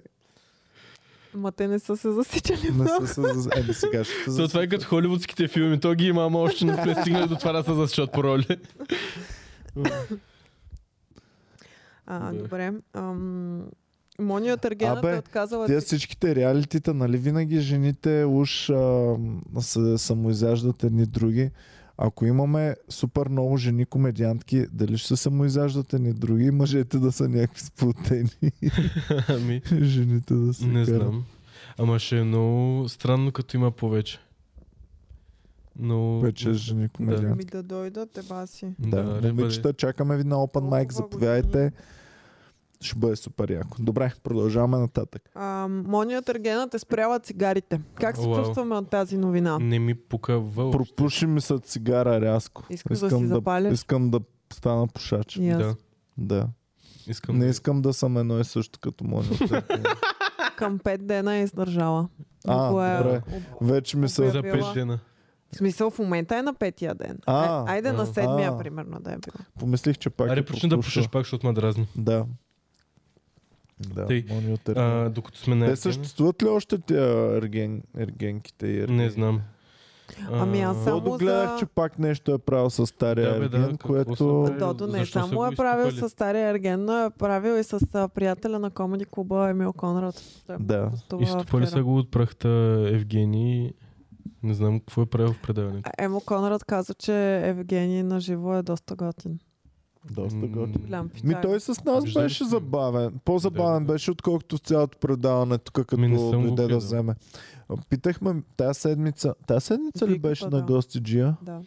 Ма те не са се засичали
Не са
много.
се... зас- Еми сега ще се...
То това е
зас-
като холивудските филми. То ги има, ама още не сме стигнали до това да се засичат по роли.
А,
Да.
добре. Ам... Монио Търгената
Абе,
е отказала
Тя
ти...
всичките реалитита, нали винаги жените уж а, се самоизяждат едни други. Ако имаме супер много жени комедиантки, дали ще се самоизяждат едни други, мъжете да са някакви сплутени,
Ами,
жените да са
не знам. Ама ще е много странно, като има повече. Но...
Вече жени комедиантки.
ми Ами да дойдат, еба си.
Да, да момичета, чакаме ви на Open Mic,
Толкова
заповядайте.
години.
Ще бъде супер яко. Добре, продължаваме нататък.
А, Мония Търгенът е спряла цигарите. Как се
Уау.
чувстваме от тази новина?
Не ми пука въл.
Пропуши ми се цигара рязко.
Искаш да си запаляш?
искам да стана пушач.
И аз.
Да,
Да.
искам.
Не искам да съм едно и също като моят.
Към пет дена е издържала.
А,
Го е
добре.
об-
Вече ми се...
За
Обявила.
пет дена.
В смисъл в момента е на петия ден.
А,
Ай- Айде
а,
на седмия,
а.
примерно, да е било.
Помислих, че пак
Аре,
е
почни да пушиш пак, защото ме дразни.
Да. Да,
Тъй,
мониотер.
А, докато сме на
Те
Ерген,
съществуват ли още тия ерген, ергенките и ергенките?
Не знам.
Ами аз
А,
само-
Додо гледах,
за-
че пак нещо е правил с стария
Да, бе, да,
ерген,
какво
което...
са Е,
Додо не
защо са
само
го
е правил
изкопали?
с стария Ерген, но е правил и с а, приятеля на комеди клуба Емил Конрад. Той е му
Да.
гостува в
Изтопали
Хера.
са го от прахта Евгений. Не знам какво е правил в предаването.
А, Емо Конрад каза, че Евгений на живо е доста готин.
Доста
М,
готин.
Голям
Ми
питак.
той с нас
Виждали
беше
сме.
забавен. По-забавен
Да, да.
беше, отколкото с цялото предаване, тук като
Ми не съм го
дойде да
гледал.
вземе. Питахме тази седмица. Тази седмица ли
Вика,
беше
да.
на гости Джия?
Да.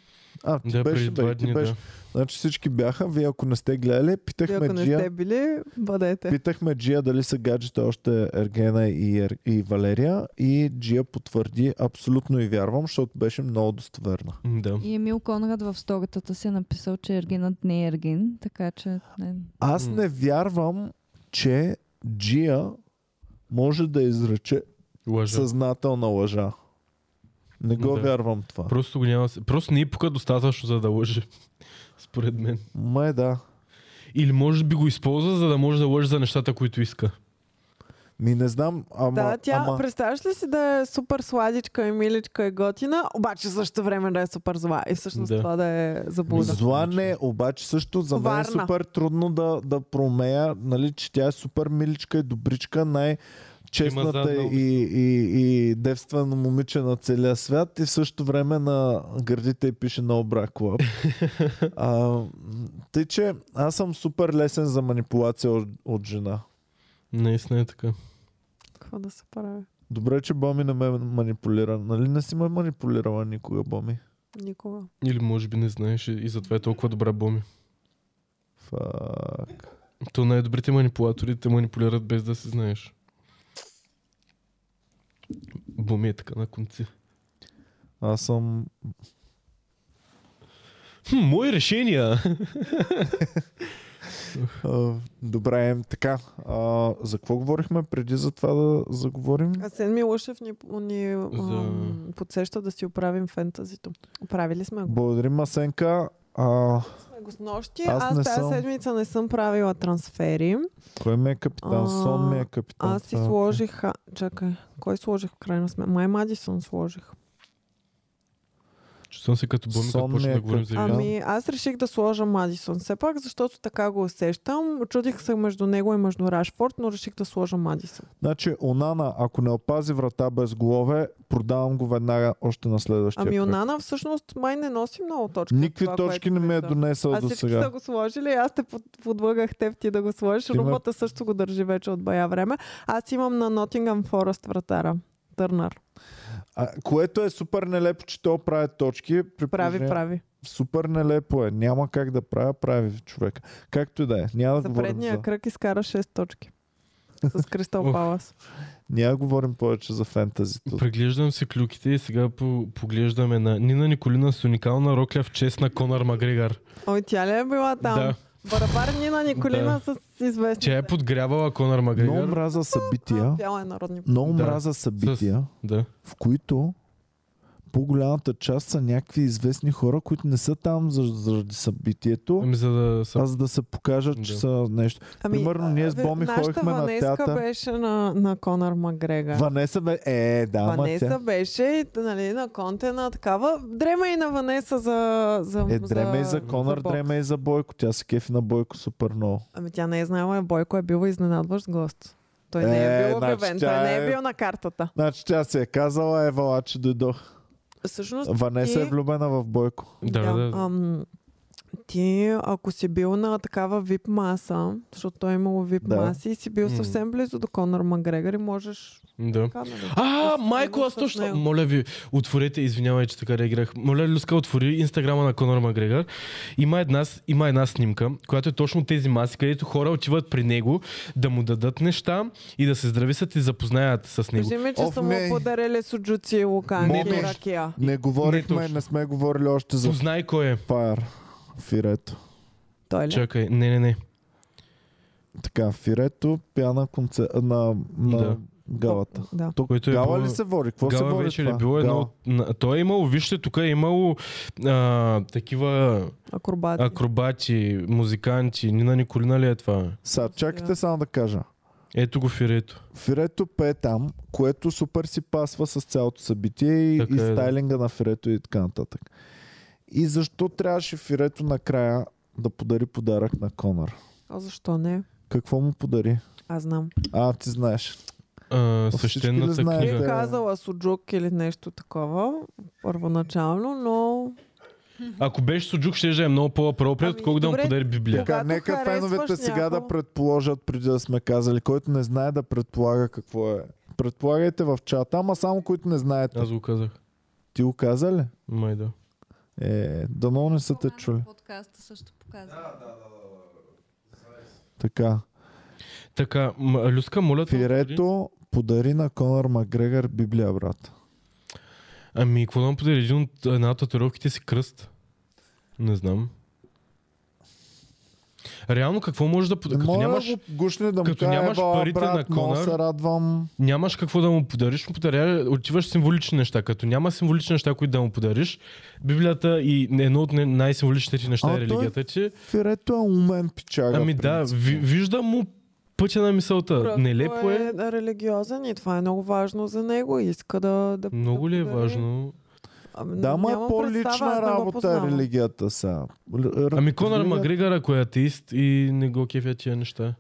А, ти
Да, преди
беше,
два
бе, ти
дни,
беше.
да.
Значи всички бяха. Вие ако не сте гледали,
Вие ако
питахме
не
Джия.
сте били, бъдете.
Питахме Джия дали са гаджета още Ергена и, Ер... и Валерия и Джия потвърди абсолютно и вярвам, защото беше много достоверна.
М, Да.
И Емил Конрад в сторитата си е написал, че Ергенът не е Ерген, така че... Не...
Аз
М.
не вярвам, че Джия може да изрече
Лъжа.
съзнателна лъжа. Не го
Да.
вярвам това.
Просто го няма. с- Просто не е пука достатъчно, за да лъже. Според мен.
Май е да.
Или може би го използва, за да може да лъже за нещата, които иска.
Ми не знам, ама...
Да, тя,
ама...
представяш ли си да е супер сладичка и миличка и готина, обаче също време да е супер зла и всъщност
Да.
това да е заблуда.
Зла не, е, обаче също за мен е
Коварна.
супер трудно да, да промея, нали, че тя е супер миличка и добричка,
Има
най-честната
задна
и, и, и девствено момиче на целия свят и в същото време на гърдите й пише на обракова. а, тъй, че аз съм супер лесен за манипулация от, от жена.
Наистина е така.
Какво да се прави?
Добре, че Боми не ме манипулира. Нали не си ме манипулирала никога, Боми?
Никога.
Или може би не знаеш и- и затова е толкова добра боми.
Фак.
То най-добрите манипулатори те манипулират без да си знаеш. Боми е така на конци.
Аз съм...
Хм, мои решения!
А, добре, така. А, за какво говорихме преди за това да заговорим?
А Сен Милушев ни, ни ам, подсеща да си оправим фентазито. Оправили сме го.
Благодарим, Асенка. А,
Сме го с нощи.
Аз
Аз,
не
аз тази
съм.
седмица не съм правила трансфери.
кой ми е капитан?
А,
Сон ми е капитан.
Аз си
Това е.
сложих... а, Чакай, кой сложих в крайна сметка? Май Мадисон сложих.
Чувствам се като боми, като
Сонния
почна да говорим за
капитан.
игра.
Ами аз реших да сложа Мадисон. Все пак, защото така го усещам. Чудих се между него и между Рашфорд, но реших да сложа Мадисон.
Значи, Онана, ако не опази врата без голове, продавам го веднага още на следващия
Ами
проект.
Онана всъщност май не носи много точки. от
Никакви
това,
точки
което
не ми е
виждам.
донесъл
А
до
всички
сега.
са го сложили, аз те под- подлъгах теб ти да го сложиш.
Ти ме-
Робота също го държи вече от бая време. Аз имам на Nottingham Forest вратара. Търнар.
А, което е супер нелепо, че то прави точки. При
Прави,
положение-
прави.
Супер нелепо е. Няма как да правя, прави човека. Както и да е. Няма да
За
говорим
предния
за...
кръг изкара 6 точки. с Кристал
Ох.
Палас.
Ние говорим повече за фентазито.
Преглеждам си клюките и сега по- поглеждаме на Нина Николина с уникална рокля в чест на Конор Макгрегор.
Ой, тя ли е била там?
Да.
Барабар Нина Николина с известни.
Тя е подгрявала Конор
Много
Макгрегор.
мраза събития,
Пяла е народни.
много
Да.
мраза събития,
Да.
в които по-голямата част са някакви известни хора, които не са там за- заради събитието,
Ами за да са...
а за да се покажат, че
Да.
са нещо. Примерно, ние с
Ами, а,
Боми
нашата
ходихме на
Ванеска
театър.
беше на, на Конор Макгрегор.
Ванеса бе... Е, да, ама
Ванеса
тя...
беше нали, на Конте на такава. Дрема и на Ванеса за... за
Е, дреме и за Конър,
бокс.
дреме и за Бойко. Тя се кефи на Бойко супер много.
Ами тя не е знаела, Бойко е бил изненадващ гост. Той не е,
Е,
бил
значи
обявен,
тя
той не е
е-
бил на картата.
Значи тя се е казала, евала, че дойдох.
Всъщност,
Ванеса
ти-
е влюбена в Бойко.
Да, да, да.
Ам, ти, ако си бил на такава вип маса, защото той е имало вип
Да.
маси, и си бил
М.
съвсем близо до Конор Макгрегор и можеш
да.
така, нали? да
А,
се
майко, аз
свържеш с
точно.
него.
Моля ви, отворете, извинявай, че така реагирах. Моля, Люска, отвори инстаграма на Конор Макгрегор. Има една, с- има една снимка, която е точно тези маси, където хора отиват при него да му дадат неща и да се здрависат и запознаят с него.
Кажи ми, че
Оф,
са му
не.
подарили суджуци, луканки
Не,
и
точно.
ракия.
Не говорихме, не,
точно.
сме говорили още за Нали?
Познай кой е.
Fire. Фирето.
Той ли?
Чакай, не, не, не.
Така, фирето пя на, конце... на, на
Да.
галата.
Да.
Тук
Което е
гала
било-
ли се води? Какво се
Гала
води
вечер
това?
е било едно...
Гала.
от- на- Той е имал, вижте, тук е имало а, такива
Акробати.
акробати, музиканти. Нина Николина ли е това?
Сега, чакайте
Да.
само да кажа.
Ето го фирето.
Фирето пее там, което супер си пасва с цялото събитие и,
Така
и
е, да.
стайлинга на Фирето и така нататък. И защо трябваше Фирето накрая да подари подарък на Конър?
А защо не?
Какво му подари?
Аз знам.
А, ти знаеш.
А,
всички ли
свещената
знаят?
Би
Да.
книга.
казала суджук или нещо такова, първоначално, но
Ако беше суджук, ще да е много по-апроприят,
Ами,
отколкото да му
добре.
подари Библия.
Кога-
Така,
Когато
нека
харесваш
феновете сега
някого-
да предположат, преди да сме казали. Който не знае да предполага какво е. Предполагайте в чата, ама само които не знаете.
Аз го казах.
Ти го каза ли?
Май да.
Е, дано не са те
По-рано
чули.
Подкаста също показва.
Така.
Така, м- Люска, моля те, отвори.
Фирето подари на Конър Макгрегор Библия, брат.
Ами, какво да му подари? Един от една от татуировките си кръст. Не знам. Реално какво можеш да
Не
подариш? Като
мога
нямаш,
да го гушне да му
като
каже,
нямаш
«Ева,
парите
брат,
на
много
Конър».
се радвам.
нямаш какво да му подариш, му подаря, отиваш символични неща. Като няма символични неща, които да му подариш, Библията и едно от не- най-символичните ти неща
А,
е религията ти.
Фирето е умен пичага.
Ами да,
принципно.
ви, виждам му пътя на мисълта.
Просто
Нелепо е.
е религиозен и това е много важно за него. Иска да... да
Много ли е
да подари.
важно?
Ами,
Да, ма е
нямам представа,
по-лична
аз не го
работа
познавам.
е религията сега.
Ами Конър
Макгрегор.
Макгрегор, ако е атеист и не го кефя тия неща.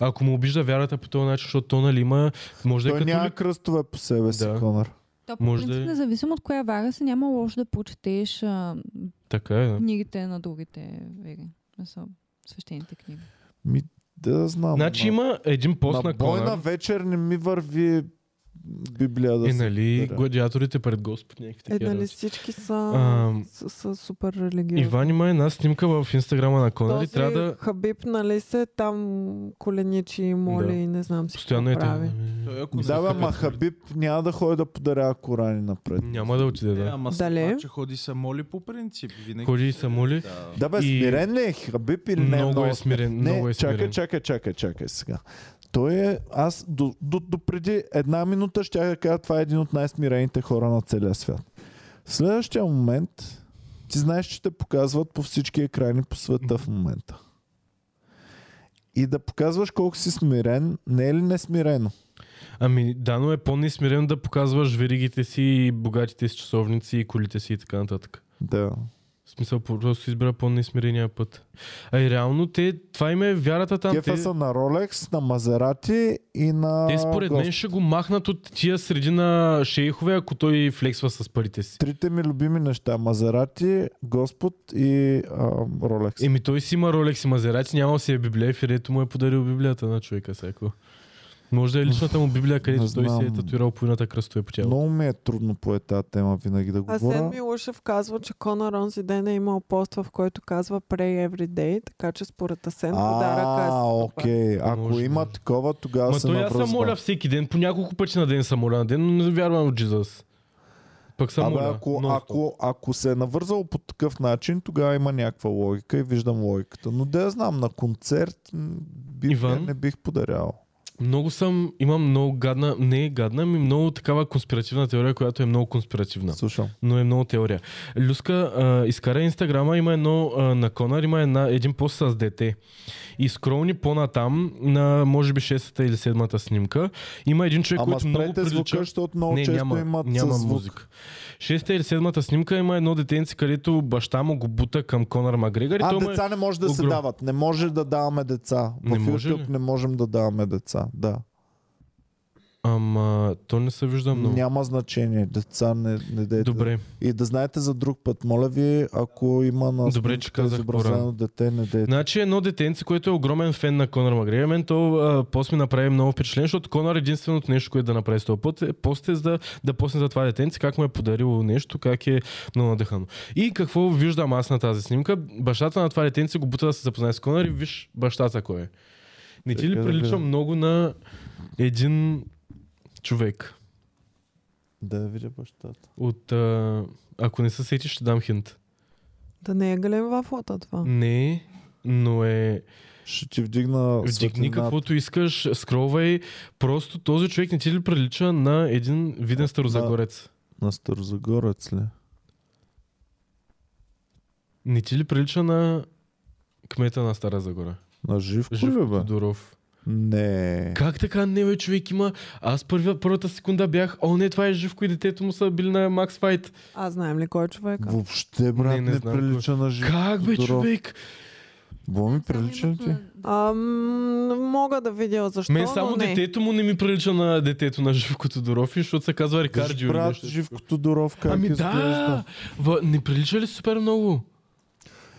Ако му обижда вярата по този начин, защото то нали има, може да е
Той няма
католик.
кръстове по себе си,
Да.
Конър.
То по
Може
принцип,
да е.
независимо от коя вяра си, няма лошо да прочетеш а,
Така е, да.
книгите на другите вери. Мисъл, свещените книги.
Ми, да знам.
Значи
ма-
има един пост
на
на
бойна
Конър.
вечер не ми върви Библия да
Е,
се
нали,
подаря.
гладиаторите пред Господ, някакви
Е,
такива.
нали
работи.
всички са,
Ам,
с- са супер религиозни.
Иван има една снимка в инстаграма на Конър и
Този
трябва да...
Хабиб, нали се, там коленичи и моли
Да.
и не знам си
Постоянно е
какво прави.
там.
Той, ако не
е
Да, бе,
се-
ма Хабиб няма да ходи да подарява Корани напред.
Ами, Няма да отиде,
Е,
да.
ама
Дале.
Дале? че ходи се моли по принцип. Винаги
Ходи и се моли.
Да.
Да бе,
И-
смирен ли е Хабиб или не?
Много е смирен,
Не,
много е
чакай,
смирен.
чакай, чакай, чакай сега. Той е, аз до, до, до преди една минута ще да кажа, това е един от най-смирените хора на целия свят. В следващия момент, ти знаеш, че те показват по всички екрани по света в момента. И да показваш колко си смирен, не е ли несмирено?
Ами, да, но е по-несмирен да показваш веригите си, и богатите си часовници и колите си и така нататък.
Да.
В смисъл, просто избира по-несмирения път. А и реално, те, това им е вярата там.
Кефа
Те,
са на Rolex, на Мазерати и на...
те според мен ще го махнат от тия среди на шейхове, ако той флексва с парите си.
Трите ми любими неща. Мазерати, Господ и а, Rolex.
Еми той си има Rolex и Мазерати, няма си е Библия, и Фирето му е подарил Библията на човека всяко. Може да е личната му библия, където
Не
той си е
знам.
татуирал половината кръстове по тялото.
Много ми е трудно по тази тема винаги да
А Сен
говоря.
Милушев казва, че Конор онзи ден е имал пост, в който казва Pray Every Day, така че според Асен подаръка е
А,
супер.
окей. Ако
Може
има
би.
такова, тогава
Ма
се
той аз се моля
навръзва.
всеки ден, по няколко пъти на ден се моля на ден, но не вярвам в Джизъс. Пък се
Абе,
моля.
ако,
нон-стоп.
ако, ако се е навързал по такъв начин, тогава има някаква логика и виждам логиката. Но да я знам, на концерт м, бих,
Иван?
не бих подарял.
Много съм, имам много гадна, не е гадна, ми много такава конспиративна теория, която е много конспиративна.
Слушам.
но е много теория. Люска а, изкара инстаграма, има едно а, на Конър, има една, един пост с дете. И скролни по-натам, на може би 6-та или 7-та снимка, има един човек,
Ама
който много
спрете
прилича...
звука, защото много
не,
често
няма,
имат
няма
със звук.
музика. Шеста или седмата снимка има едно детенце, където баща му го бута към Конър Макгрегор. и
А
той му е-
деца не може да се
огром-
дават. Не може да даваме деца. В
Не може
YouTube
ли?
не можем да даваме деца. Да.
Ама, то не се вижда много.
Няма значение. Деца не, не дейте.
Добре,
И да знаете за друг път, моля ви, ако има на
Добре,
снимката
че казах
изобразено
по-рано.
дете, не дейте.
Значи едно детенце, което е огромен фен на Конор Макгрегор, мен то а, пост ми направи много впечатление, защото Конор единственото нещо, което да направи с този път, е пост е да, да посне за това детенце, как му е подарило нещо, как е много надъхано. И какво виждам аз на тази снимка? Бащата на това детенце го бута да се запознае с Конор и виж бащата кой е. Не ти ли
Чакай да
прилича
гледам.
много на един човек?
Да я видя бащата.
От, а, ако не се сетиш, ще дам хинт.
Да не е гален вафлата това.
Не, но е...
Ще ти вдигна
Вдигни
светлината.
каквото искаш, скролвай. Просто този човек не ти ли прилича на един виден старозагорец?
На Старозагорец ли?
Не ти ли прилича на кмета на Стара Загора?
На Живко ли
Живко
бе?
Тодоров.
Не.
Как така не бе, човек има... Аз първия, първата секунда бях, о не, това е Живко и детето му са били на Макс Файт.
А знаем ли кой е човека?
Въобще, брат, не,
Не, не
не,
знам е.
прилича на Живко
Как бе,
Тодоров.
човек?
Бо ми
Само
Ами, прилича ли
името
ти?
на-
А, м, мога да видя защо,
Мен
но
само
не.
детето му не ми прилича на детето на Живко Тодоров, и защото се казва
Виж,
Рикардио. или
брат,
нещо.
Живко Тодоров как
Ами
изглежда.
да! В... Не прилича ли супер много?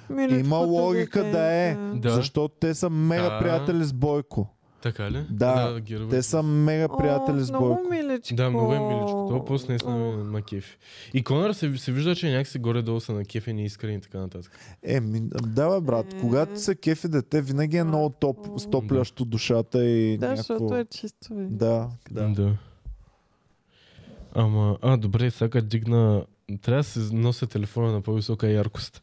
Миличкото
Има логика да е.
дете.
Да.
Защото те са мега
Да.
приятели с Бойко.
Така ли?
Да,
Герова.
Те са мега приятели
О,
с
много
Бойко.
миличко.
Да, много е миличко. То пост наистина
О.
ме макефи. И Конър се, се вижда, че някакси горе-долу са на кефен и искрен и така нататък.
Е, ми, да, бе, брат,
Е.
когато се кефи дете, винаги е много топ,
Малко.
стоплящо душата и
Да, защото
някакво...
е чисто. бе.
Да, да.
да. Ама, а, добре, сега дигна... Трябва да се нося телефона на по-висока яркост.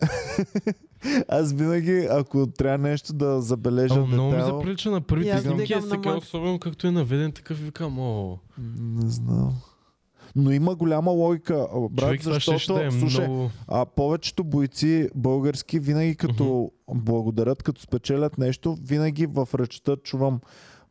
Аз винаги, ако трябва нещо да забележа
Ама много ми
детайл,
заприлича на
И
първите
аз
снимки, е
дигам на
сега
макс.
особено както е наведен такъв, викам, о,
не знам. Но има голяма логика, а, брат,
човек това
защото,
ще, ще да е
слушай,
много...
а повечето бойци български винаги като благодарят, като спечелят нещо, винаги в речта чувам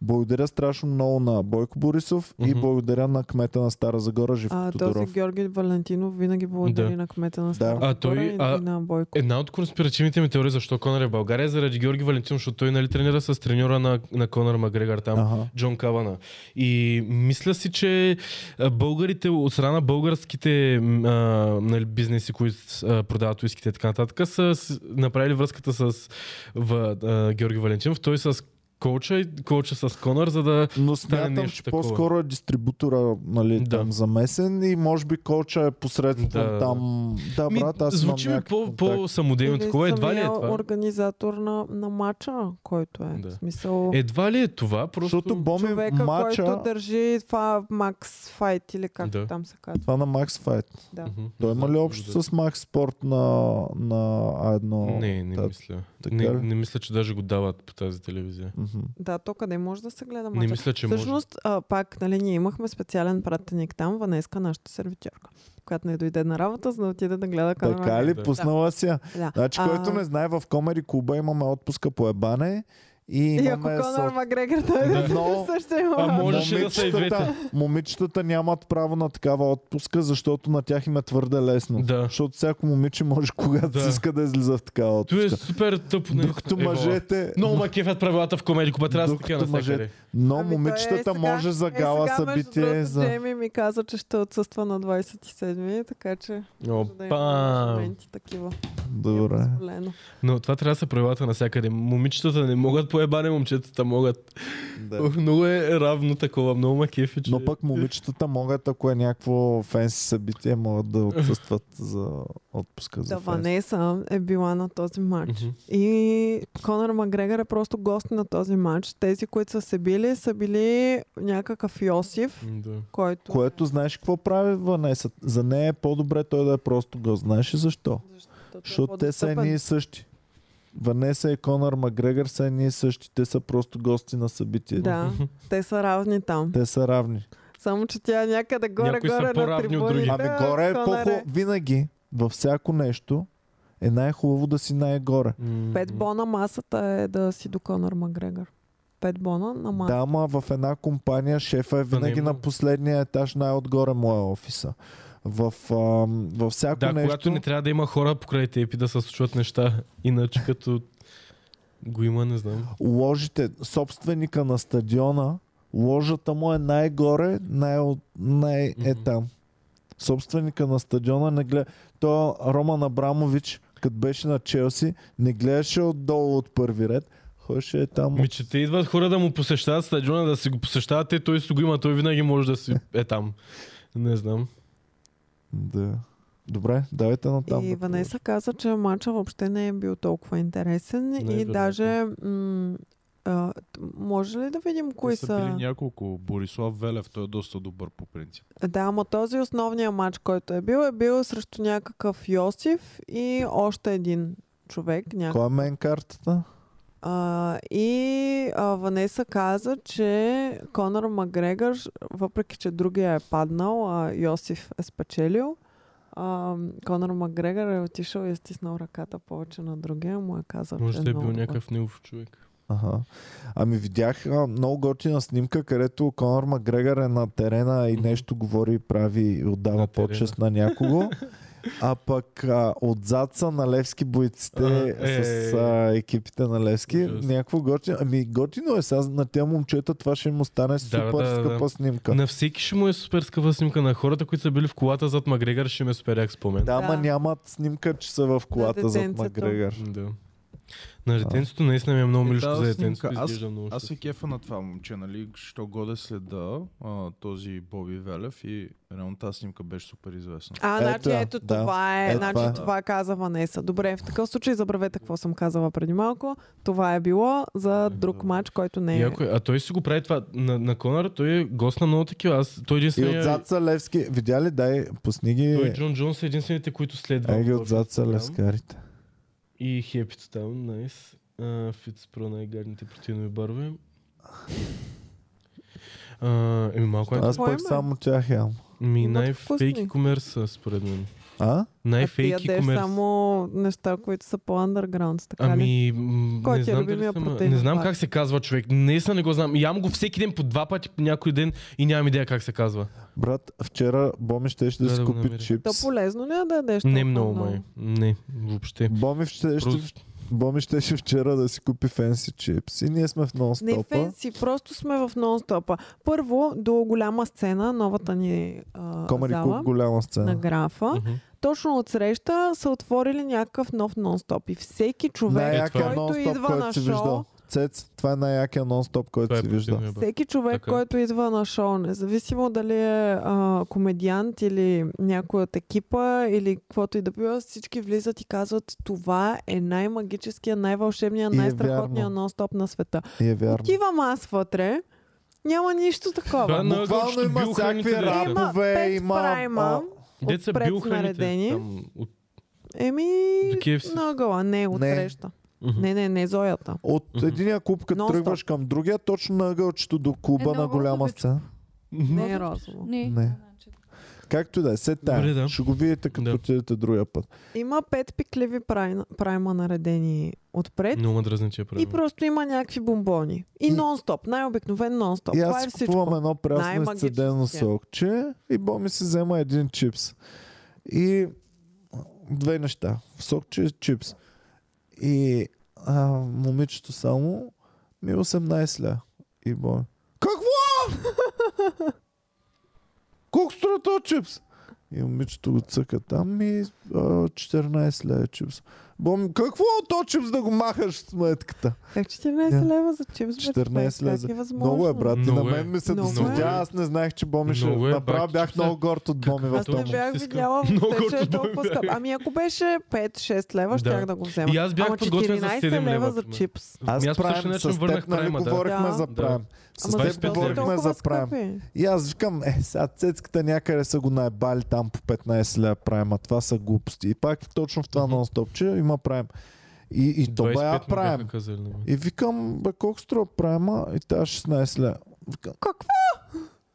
благодаря страшно много на Бойко Борисов и
Мгм.
благодаря на кмета на Стара Загора Живко
А, този
Тодоров.
Георги Валентинов винаги благодари
Да.
на кмета на
Да.
Стара
А той-
Загора и
а- е,
и на Бойко.
Една от конспиративните ми теории защо Конър е в България е заради Георги Валентинов, защото той нали тренира с треньора на, на Конър Макгрегор там.
Ага.
Джон Кавана. И мисля си, че а, българите, от страна на българските м, а, нали, бизнеси, които а, продават уиските и така нататък, са с- направили връзката с в, а, Георги Валентинов. Той с коуча и коуча с Конър, за да...
Но смятам,
нещо
че
такова.
по-скоро е дистрибутора нали,
Да.
там замесен и може би коча е посредством
Да.
там. Да,
Ми,
брат, аз
звучи
имам
ми
някакъв
по,
контакт.
по-самодейно
Или
такова. Едва ли е
самия
това?
организатор на, на матча, който е.
Да.
В смисъл...
Едва ли е това? Просто...
Защото Боми
човека,
мача,
който е държи това Макс Файт или как
Да.
там се казва.
това на Макс Файт.
Да.
Мгм.
Той има ли общо с Макс Спорт на, на А1?
Не, не
Та-
мисля.
така е.
Не,
ли?
не мисля, че даже го дават по тази телевизия.
Мгм.
да, то къде може да се гледа
Не
матча?
мисля, че може.
Всъщност, а, пак, нали, ние имахме специален пратеник там, Ванеска, нашата сервитьорка, която не дойде на работа, за да отиде да гледа камера.
Така ли?
Да.
Пуснала си я.
Да.
Значи, който не знае, в Комери клуба имаме отпуска по ебане и
И ако
имаме
Конор
сорт.
Макгрегор дойде,
Да. Но-
също има.
А, може- Можеше да са и
Момичетата, момичетата нямат право на такава отпуска, защото на тях им е твърде лесно.
Да.
Защото всяко момиче може, когато
Да.
си иска да излиза в такава
Той е
отпуска.
супер тъпо. наистина.
Докато
Ева.
мъжете,
Много ма кефят правилата в комеди купа, трябва да са
Докато
такива навсякъде.
мъжете- но
Ами той е
момичетата
сега-
може за
е,
гала
сега, между
събитие.
другото,
За...
Джейми ми каза, че ще отсъства на 27, така че може да има
Опа!
моменти такива. е
Добре.
позволено.
Но това трябва да са правилата навсякъде. Момичетата не могат поебане, момчетата могат.
Да.
Ух, Много е равно такова, много ма кефи, че...
Но пък момичетата могат, ако е някакво фенси събитие, могат да отсъстват за отпуска за
Да,
фест.
Ванеса е била на този матч.
Мгм.
И Конор Макгрегор е просто гост на този матч. Тези, които са се били, са били някакъв Йосиф,
М, Да.
който... е
Което знаеш какво прави Ванеса? За нея е по-добре той да е просто го. Знаеш ли защо?
Защото е
Защото те са
по-достъпен.
едни и същи. Ванеса и Конор Макгрегор са едни и същи. Те са просто гости на събитието.
Да, те са равни там.
Те са равни.
Само, че тя е някъде
Някои са
горе-горе на
по-равни от други.
трибуните.
Ами горе е
Конор
по-хубаво. Винаги, във всяко нещо, е най-хубаво да си най-горе.
М,
Пет
м.
бона масата е да си до Конор Макгрегор. Пет бона на масата.
Да, ма в една компания шефа е
не
винаги
има.
на последния етаж най-отгоре моя офиса. В, ам, във всяко
Да, когато
нещо...
не трябва да има хора покрай теб и да се случват неща. Иначе като го има, не знам.
ложите, собственика на стадиона, ложата му е най-горе, най- най- е
Мгм.
там. Собственика на стадиона не гледа. То Роман Абрамович, като беше на Челси, не гледаше отдолу от първи ред, ходеше е там.
Ми, че те идват хора да му посещават стадиона, да си го посещават, те той си го има, той винаги може да си е там. Не знам.
Да. Добре, давайте на там.
И Ванеса каза, че матча въобще не е бил толкова интересен
е
и
вероятно.
даже м- а, т- може ли да видим кои
Те са били
са?
няколко. Борислав Велев, той е доста добър по принцип.
Да, ама този основния матч, който е бил, е бил срещу някакъв Йосиф и още един човек. Някакъв.
Кой е мен картата?
А, и а, Ванеса каза, че Конор Макгрегор, въпреки че другия е паднал, а Йосиф е спечелил, а, Конор Макгрегор е отишъл и е стиснал ръката повече на другия, му е казал,
Може
че
да е
много
бил
добър.
някакъв негов човек.
Ага. Ами видях а, много готина снимка, където Конор Макгрегор е на терена и
Мгм.
нещо говори, и прави и отдава
На терена.
почест на някого. А пък а, отзад са на Левски бойците
А, е,
с
е,
а, екипите на Левски.
Ужасно.
Някакво готино. Ами готино е сега на тези момчета, това ще им остане супер
да, да.
скъпа снимка.
На всеки ще му е супер скъпа снимка. На хората, които са били в колата зад Магрегор, ще им е супер як спомен.
Да, ма
Да.
нямат снимка, че са в колата зад
детенцето.
Макгрегор.
Да. На детенцето наистина ми е много
Е,
милишко
тази
за детенцето.
снимка, аз-
изглежда много
Аз се
щастлив.
кефа на това момче, нали, що годе следа а, този Боби Велев и реално тази снимка беше супер известна.
А,
Ето
значи
я,
ето
да.
това е.
Ето
значи
това е.
това. каза Ванеса. Добре, в такъв случай забравете какво съм казала преди малко. Това е било за друг матч, който не е.
Яко е. А той си го прави това на, на Конър, той е гост на много такива. Аз, той
И
единствено.
отзад са Левски. Видя ли? Дай, пусни
Той е и
ги.
Джон Джонс са единствените, които следва.
Ай ги отзад са
Там.
левскарите.
И хепито там, найс. А, Фитспро най-гадните протеинови барове. А, еми малко е.
Аз
Кой
пък
има?
само тях ям.
Ми
Имат
най-фейки
вкусни.
комерса, според мен.
А?
е
а ти
Най-фейки
ядеш
комерс.
само неща, които са по-underground, така ли?
Ами, м,
Нали? Кой
не
ти е
знам, дали
любимия
съм,
протеинов
не знам
бар?
как се казва човек. Наистина не го знам. Ям го всеки ден по два пъти по някой ден и нямам идея как се казва.
Брат, вчера Боми щеше да,
Да,
си
да го
купи
намери.
То
чипс.
полезно ли е да ядеш?
Не
толкова
много, май. Не, въобще.
Боми щеше,
Просто-
Боми щеше вчера да си купи фенси чипс. И ние сме в
Не
нон-стопа.
фенси, просто сме в нон-стопа. Първо, до голяма сцена, новата ни а,
Комери
зала
Кук, голяма
на
сцена.
графа.
Мгм.
Точно от среща са отворили някакъв нов нон-стоп. И всеки човек,
Най-якия
Най-якия
който
нон-стоп,
идва
който
на
си
шоу,
виждал. Цец, това е най-якия нон-стоп, който
Това е
си виждал.
протеинови бар.
Всеки човек,
Така е.
който идва на шоу, независимо дали е а, комедиант или някой от екипа или каквото и да било, всички влизат и казват това е най-магическия, най-вълшебния,
И е
най-страхотния
вярно.
нон-стоп на света.
И е вярно.
Отивам аз вътре, няма нищо
Това е
такова.
на-
Буквално
Защото
има
бил храните
всякакви
деца.
рапове,
пет
има...
прайма.
Деца
отпред
бил храните.
наредени.
Там, от...
Еми,
До KFC.
на ъгъла. Не, от
Не.
среща.
Мгм.
Не, е не, не, Зоята.
От
Мгм.
единия клуб, като
Нон-стоп. Е,
тръгваш към другия, точно на ъгълчето до клуба
Едно
на голяма
розовичко.
сцена.
Не е розово.
Не.
Не.
значи.
Както и да е, се
Добре,
тая.
да.
Ще го видите, като
Да.
отидете другия път.
Има пет пикливи прайна- прайма наредени отпред.
Много ме дразни, че е
И
правило.
просто има някакви бомбони. И,
И-
нон-стоп, най-обикновен нон-стоп.
И
Това
аз
е
си
всичко.
купувам едно прясно
Най-магическия.
изцедено сокче и Боми си взема един чипс. И две неща. Сокче и чипс. И а, момичето само ми е 18 ля. И Боми. Какво? Колко струва този чипс? И момичето го цъка там и а, 14 ля е чипс. Бом, какво то чипс да го махаш с сметката?
Как 14
Я.
Е, лева за чипс? бе,
14
човек?
лева
Как
за-
е възможно?
Много е, брат. И на
Много е.
мен ми се
Много
досъдя.
е.
Аз не знаех, че Боми ще...
Много е,
Направо
брат,
бях
чипса.
много горд от Боми в
Аз не
този
бях
Искам.
видяла,
Много
въобще, че е
от Боми
толкова скъп.
бях.
Ами ако беше 5-6 лева,
Да.
щях да го взема.
И аз бях
Ама
подготвен за
14
7 лева,
лева за
примерно.
чипс.
Аз
Ми аз по същия
правим
начин
с теб,
върнах
нали
прайма, да.
говорихме
Да.
за
Да.
прайм.
Ама
С теб
защо
пет
говорихме
толкова
за прайм.
скъпи?
И аз викам, е, сега цецката някъде са го наебали там по 15 лева прайм, а това са глупости. И пак точно в това
Мгм.
нон-стопче има прайм. И, и то
25
бая
ми бяха
прайм.
казали, нали?
И викам, бе, колко струва прайма? И тя 16 лева. Викам,
Какво?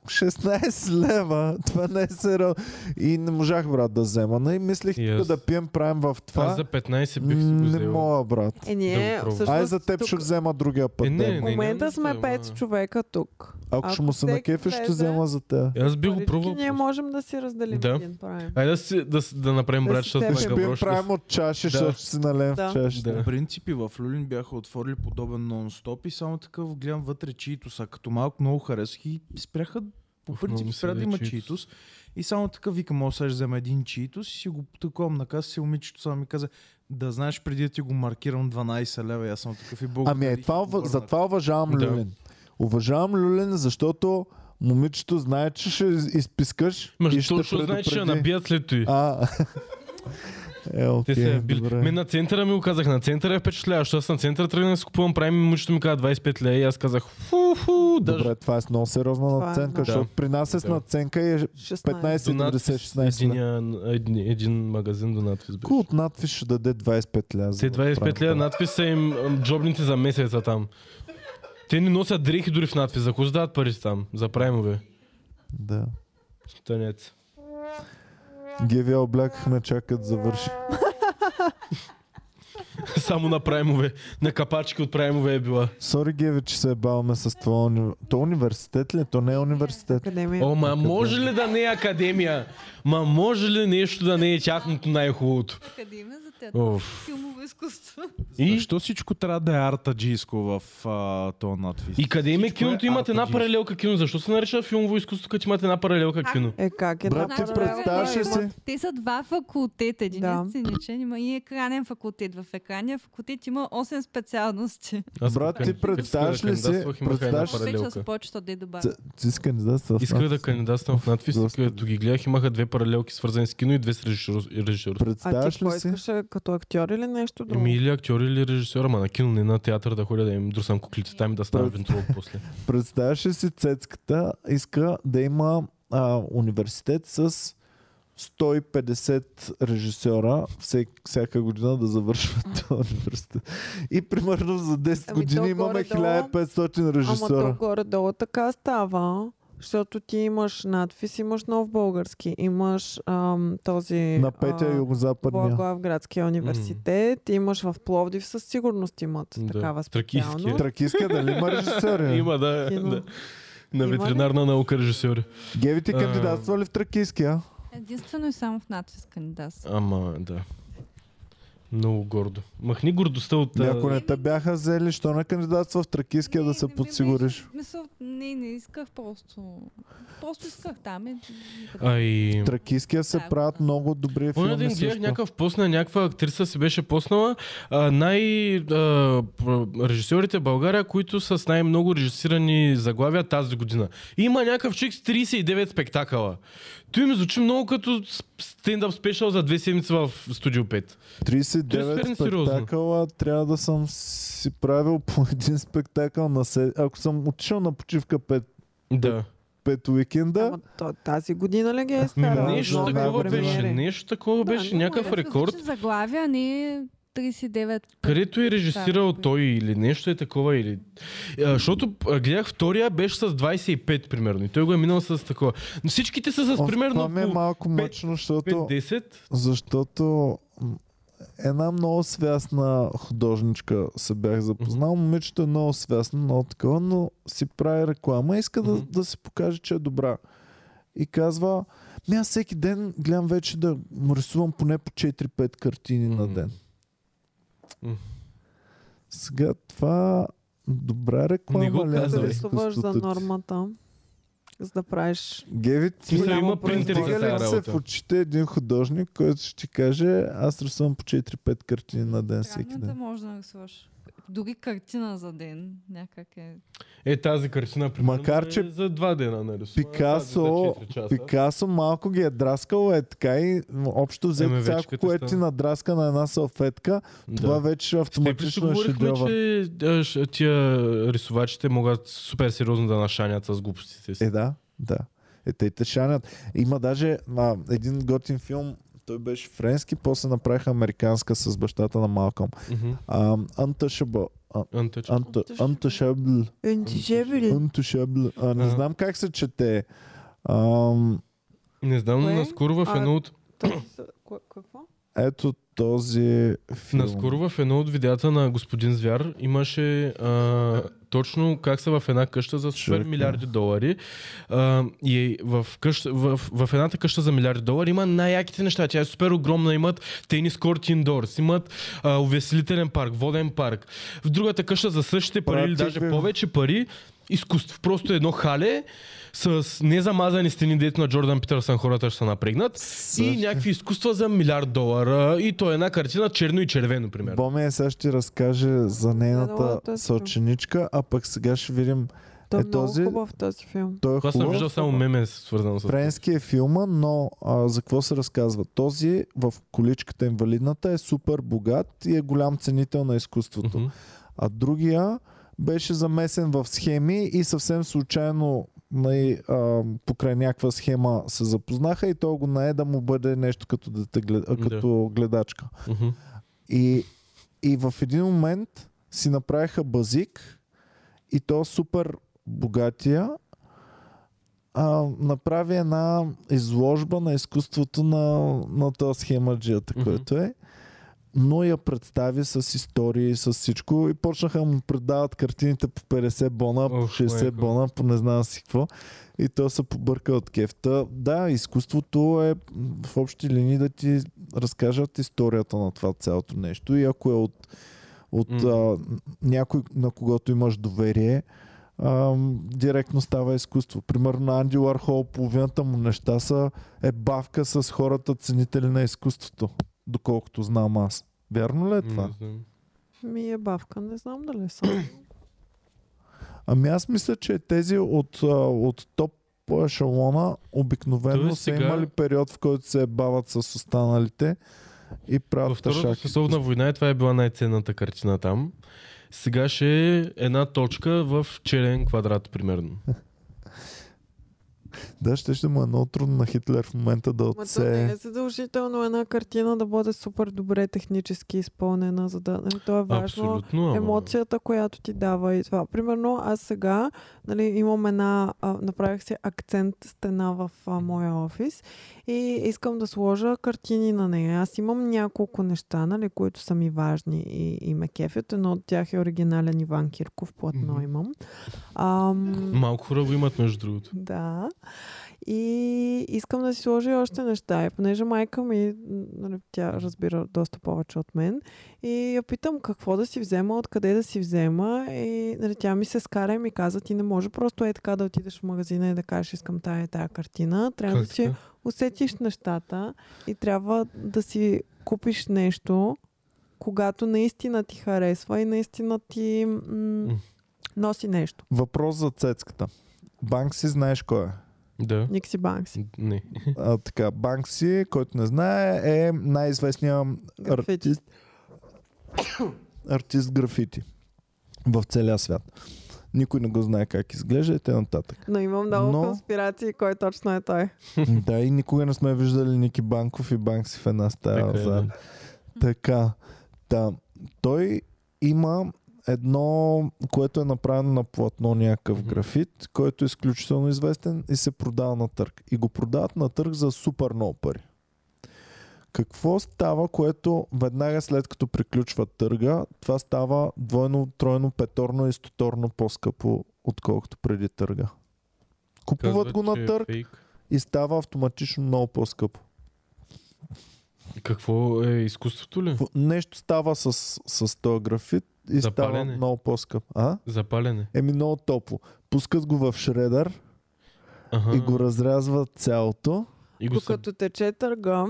16 лева, това не е сериозно. И не можах, брат, да взема. Не, и мислих
И
тук
аз-
да пием прайм в
Аз
това.
за 15 бих си го
Не
взел.
мога, брат.
Е,
Да
ние
го пробвам.
всъщност...
Ай, за теб
тук-
ще взема другия път.
Е, не,
ден.
не,
В
не,
момента
не,
сме
не,
5
не.
човека тук.
Ако ще му
Ако
се
всеки
накефи, ще
влезе-
взема за те.
Е, Аз би го
Парички
пробвал.
Ние можем да си разделим
Да.
един прайм.
Айде да, си, да, с- да направим
Да
брат,
си
защото
теб.
сме
Ще бием
гавроши.
правим от чаши,
Да.
защото ще си налем
Да.
в чаши.
Да.
В принципи в Люлин бяха отворили подобен нон-стоп и само такъв гледам вътре чието са. Като малко много харесах и спряха по
Ух,
принцип
много
спря да
седи
има
Cheetos.
читус. И само така викам, о, сега ще взема един читус и си го таковам на каса и момичето само ми каза, да знаеш преди да ти го маркирам 12 лева и аз съм такъв и нали, благодаря.
Ами е, това, ув- за това уважавам
Да.
Люлин. Уважавам Люлин, защото момичето знае, че ще из- изпискаш
Ма,
и ще
точно знаеш, ще я
предупреди.
набият след той.
А, е,
Те
окей,
са я били.
добре.
Мен на центъра ми го казах, на центъра е впечатляващо. Аз на центъра тръгнах да си купувам прайм и момичето ми каза 25 лея и аз казах фу, фу, даже
Добре, това е с много сериозна
Това е
наценка,
много.
защото при нас е с
Да.
наценка и е
16.
15,90-16 лева.
единия, един, един магазин до надпис беше.
Кой от надпис ще даде 25 ля?
Те 25 лея надпис са им ам, джобните за месеца там. Те не носят дрехи дори в надпис. За какво задават парите там? За праймове.
Да.
Тънец.
Геви облякахме, чакат завърши.
Само на праймове. На капачки от праймове е била.
Сори, Геви, че се баваме с това. уни- То университет ли? е? То не е университет.
Академия.
О, ма може ли да не е академия? Ма може ли нещо да не е тяхното най-хубавото?
Академия за театър.
Оф.
Филмово изкуство.
И?
И?
Защо всичко трябва да е артаджийско в а, този надпис?
И къде им е
Всичко
киното? Имат една
артаджийско.
паралелка кино. Защо се нарича филмово изкуство, като имат една паралелка кино?
Е, как е?
Брат,
да,
ти
да,
представяш ли
да,
си?
има-
е, Те са два факултета. Един
Да.
е сценичен, има и екранен факултет. В екранния факултет има 8 специалности.
Аз
Брат,
като
ти
кан- като
представяш
исках да
ли си-
кандидатствах, имах една
представяш-
Вече
паралелка.
с повечето да добавя.
Ц- Ти си кандидатствал в
Исках да
надпис.
кандидатствам в надпис, и
Господи.
като ги гледах имаха две паралелки, свързани с кино и две с режисьор- режисьор.
А ти
Представяш ли
какво
си?
искаше като актьор или нещо друго?
Еми или актьор или режисьор, ама на кино, не на театър да ходя да им друсам куклите там и да стана
Пред-
вентролог после.
Представяш ли си цецката иска да има а, университет с 150 режисьора всек, всяка година да завършват този университет. И примерно за 10
Ами то
години имаме
горе-долу-
1500
Ама
режисьора.
то горе-долу така става, защото ти имаш надпис, имаш нов български, имаш ам, този...
На петия югозападния.
Благоевградския университет, имаш в Пловдив със сигурност имат
Да.
такава
Тракийския.
специалност.
Тракийска, дали има е? режисьори?
Има, да,
Кино.
да. На
Има ли?
ветеринарна наука режисьори.
Геви, ти
А.
кандидатства ли в Тракийския?
Единствено и само в надпис кандидатство.
Ама, да. Много гордо. Махни гордостта от... а,
Ако не те бяха взели, що не кандидатства в Тракийския да
Не,
се
не ми беше-
подсигуриш?
Мисъл, не, не исках просто. Просто исках там. Е, никъде.
Ай...
Тракийския се
Да.
правят много добри
Оня ден
филми
гледах
е също.
е някакъв пост на някаква актриса си беше поснала а, най а, пр- режисьорите в България, които са с най-много режисирани заглавия тази година. Има някакъв човек с 39 спектакъла. Той ми звучи много като с- стендъп спешъл за две седмици в Студио 5. Той е
39
сериозно.
спектакъла трябва да съм си правил по един спектакъл на се... Ако съм отишъл на почивка 5
Да.
пет уикенда,
Ама то, тази година ли ги е
Ми,
Да,
изкарал?
нещо
много
Много
такова
време.
беше.
премиери.
Нещо такова
Да,
беше.
но
някакъв
е
рекорд.
различни Заглавия, не е 39.
Където е режисирал той или нещо е такова или... А, защото а, гледах втория беше с 25 примерно и той го е минал с такова. Но всичките са с
О,
примерно
това ми е
около
малко мъчно, защото,
5-10.
защото м, една много свясна художничка се бях запознал. Момичето е много свясно, много такова, но си прави реклама и иска да,
Мгм.
да се покаже, че е добра. И казва, ми аз всеки ден гледам вече да му рисувам поне по 4-5 картини на
Мгм.
ден.
Мгм.
Сега това добра реклама
Не го
ли е за
казвай.
Рисуваш за
е изкуството ти?
нормата. за да правиш...
Гевит,
Смисъл,
голямо
има принтери
производство.
за тази
Стига ли ви се
работа.
в очите един художник, който ще ти каже, аз рисувам по 4-5 картини на ден всеки
Трябва е да
ден.
може да нарисуваш. Дори картина за ден някак е...
Е, тази картина, примерно,
Макар,
е
че
за два дена нарисувана.
Пикасо,
тази за 4 часа.
Пикасо малко ги е драскал, е така и общо
Ме
взето
Ами вече
всяко,
като
което ти
стана.
надраска на една салфетка,
Да.
това вече
Степич
автоматично е
говорихме,
шедьовър.
че а, ш- тия рисувачите могат супер сериозно да нашанят с глупостите си.
Е, да, да. Е, те те шанят. Има даже а, един готин филм, той беше френски, после направиха американска с бащата на Малком.
Мгм.
А, Untouchable. А,
Антъч.
Unta- Untouchable.
Е.
Untouchable. А, не
А.
знам как се чете. Ам,
Не знам, но
Кое?
наскоро в
А,
едно от,
Какво?
ето този филм.
наскоро в едно от видеята на господин Звяр имаше а, точно как са в една къща за супер
Човек, да.
милиарди долари. А, и в, къща, в, в едната къща за милиарди долари има най-яките неща. Тя е супер огромна. Имат тенис корт индорс, имат а, увеселителен парк, воден парк. В другата къща за същите пари или
Прати,
даже
бе.
повече пари изкуство. Просто едно хале с незамазани стени, дето на Джордан Питърсън хората ще се напрегнат. И някакви изкуства за милиард долара. И то е една картина черно и червено, примерно.
Боме е, сега ще ти разкаже за
много е
нейната
този
съученичка, а пък сега ще видим.
Той е
Е, този-
много хубав този филм.
Той е
Това съм
хубав.
виждал само меме, свързано с...
Френски е филма, но а, за какво се разказва? Този в количката инвалидната е супер богат и е голям ценител на изкуството.
Мгм.
А другия беше замесен в схеми и съвсем случайно най, а, покрай някаква схема се запознаха и той го нае да му бъде нещо като, дете, глед, а,
Да.
като гледачка.
Мгм.
И, и в един момент си направиха базик и то супер богатия а, направи една изложба на изкуството на, на тази схемаджията,
Мгм.
mm-hmm. което е. Но я представи с истории, с всичко и почнаха да му предават картините по 50 бона, по
Ох,
60
майко.
бона, по не знам си какво. И то се побърка от кефта. Да, изкуството е м, в общи линии да ти разкажат историята на това цялото нещо и ако е от, от
Мгм.
а, някой, на когото имаш доверие, а, директно става изкуство. Примерно на Анди Уархол половината му неща са е бавка с хората ценители на изкуството, доколкото знам аз. Вярно ли е това?
Не знам.
Ми е бавка, не знам дали съм.
Ами аз мисля, че тези от, а, от топ по ешелона обикновено
Тоест
са
сега-
имали период, в който се бават с останалите и
Във
правят
Втората
тъшак.
световна война и това е била най-ценната картина там. Сега ще е една точка в черен квадрат, примерно.
Е, Да, ще, ще му е много трудно на Хитлер в момента да
Ма то не е
отсее.
задължително една картина да бъде супер добре технически изпълнена, за да... Нали, то е важно
Абсолютно. ама-
емоцията, която ти дава и това. Примерно аз сега нали, имам една, а, направих си акцент стена в а, моя офис и искам да сложа картини на нея. Аз имам няколко неща, нали, които са ми важни и, и ме кефят. Едно от тях е оригинален Иван Кирков, платно
Мгм.
имам. Ам,
Малко хора го имат, между другото.
да. И искам да си сложа и още неща. И понеже майка ми, м, нали, тя разбира доста повече от мен, и я питам какво да си взема, откъде да си взема. И нали, тя ми се скара и ми каза, ти не може просто е така да отидеш в магазина и да кажеш, искам тая и тая картина. Трябва
Как
да си
така?
усетиш нещата и трябва да си купиш нещо, когато наистина ти харесва и наистина ти м-
М.
носи нещо.
Въпрос за цецката. Банкси знаеш кой е.
Да.
Никси Банкси.
Не.
А, така, Банкси, който не знае, е най-известният
Графитист.
артист, артист графити в целия свят. Никой не го знае как изглежда и т.н.
Но имам много
Но-
Но... конспирации, кой точно е той.
да, и никога не сме виждали Ники Банков и Банкси в една стая.
Така е,
заедно.
да.
Така. Та, той има едно, което е направено на платно някакъв
Мгм.
графит, който е изключително известен и се продава на търг. И го продават на търг за супер много пари. Какво става, което веднага след като приключва търга, това става двойно, тройно, петорно и стоторно по-скъпо, отколкото преди търга. Купуват
Казват,
го
че
на
е
търг
фейк.
и става автоматично много по-скъпо.
Какво е изкуството ли?
Фу- Нещо става с, с този графит и
За
става
палене.
много по-скъпо. А?
Запалене.
Еми много топло. Пускат го в шредър
Аха.
и го разрязват цялото.
И го са...
Докато тече търга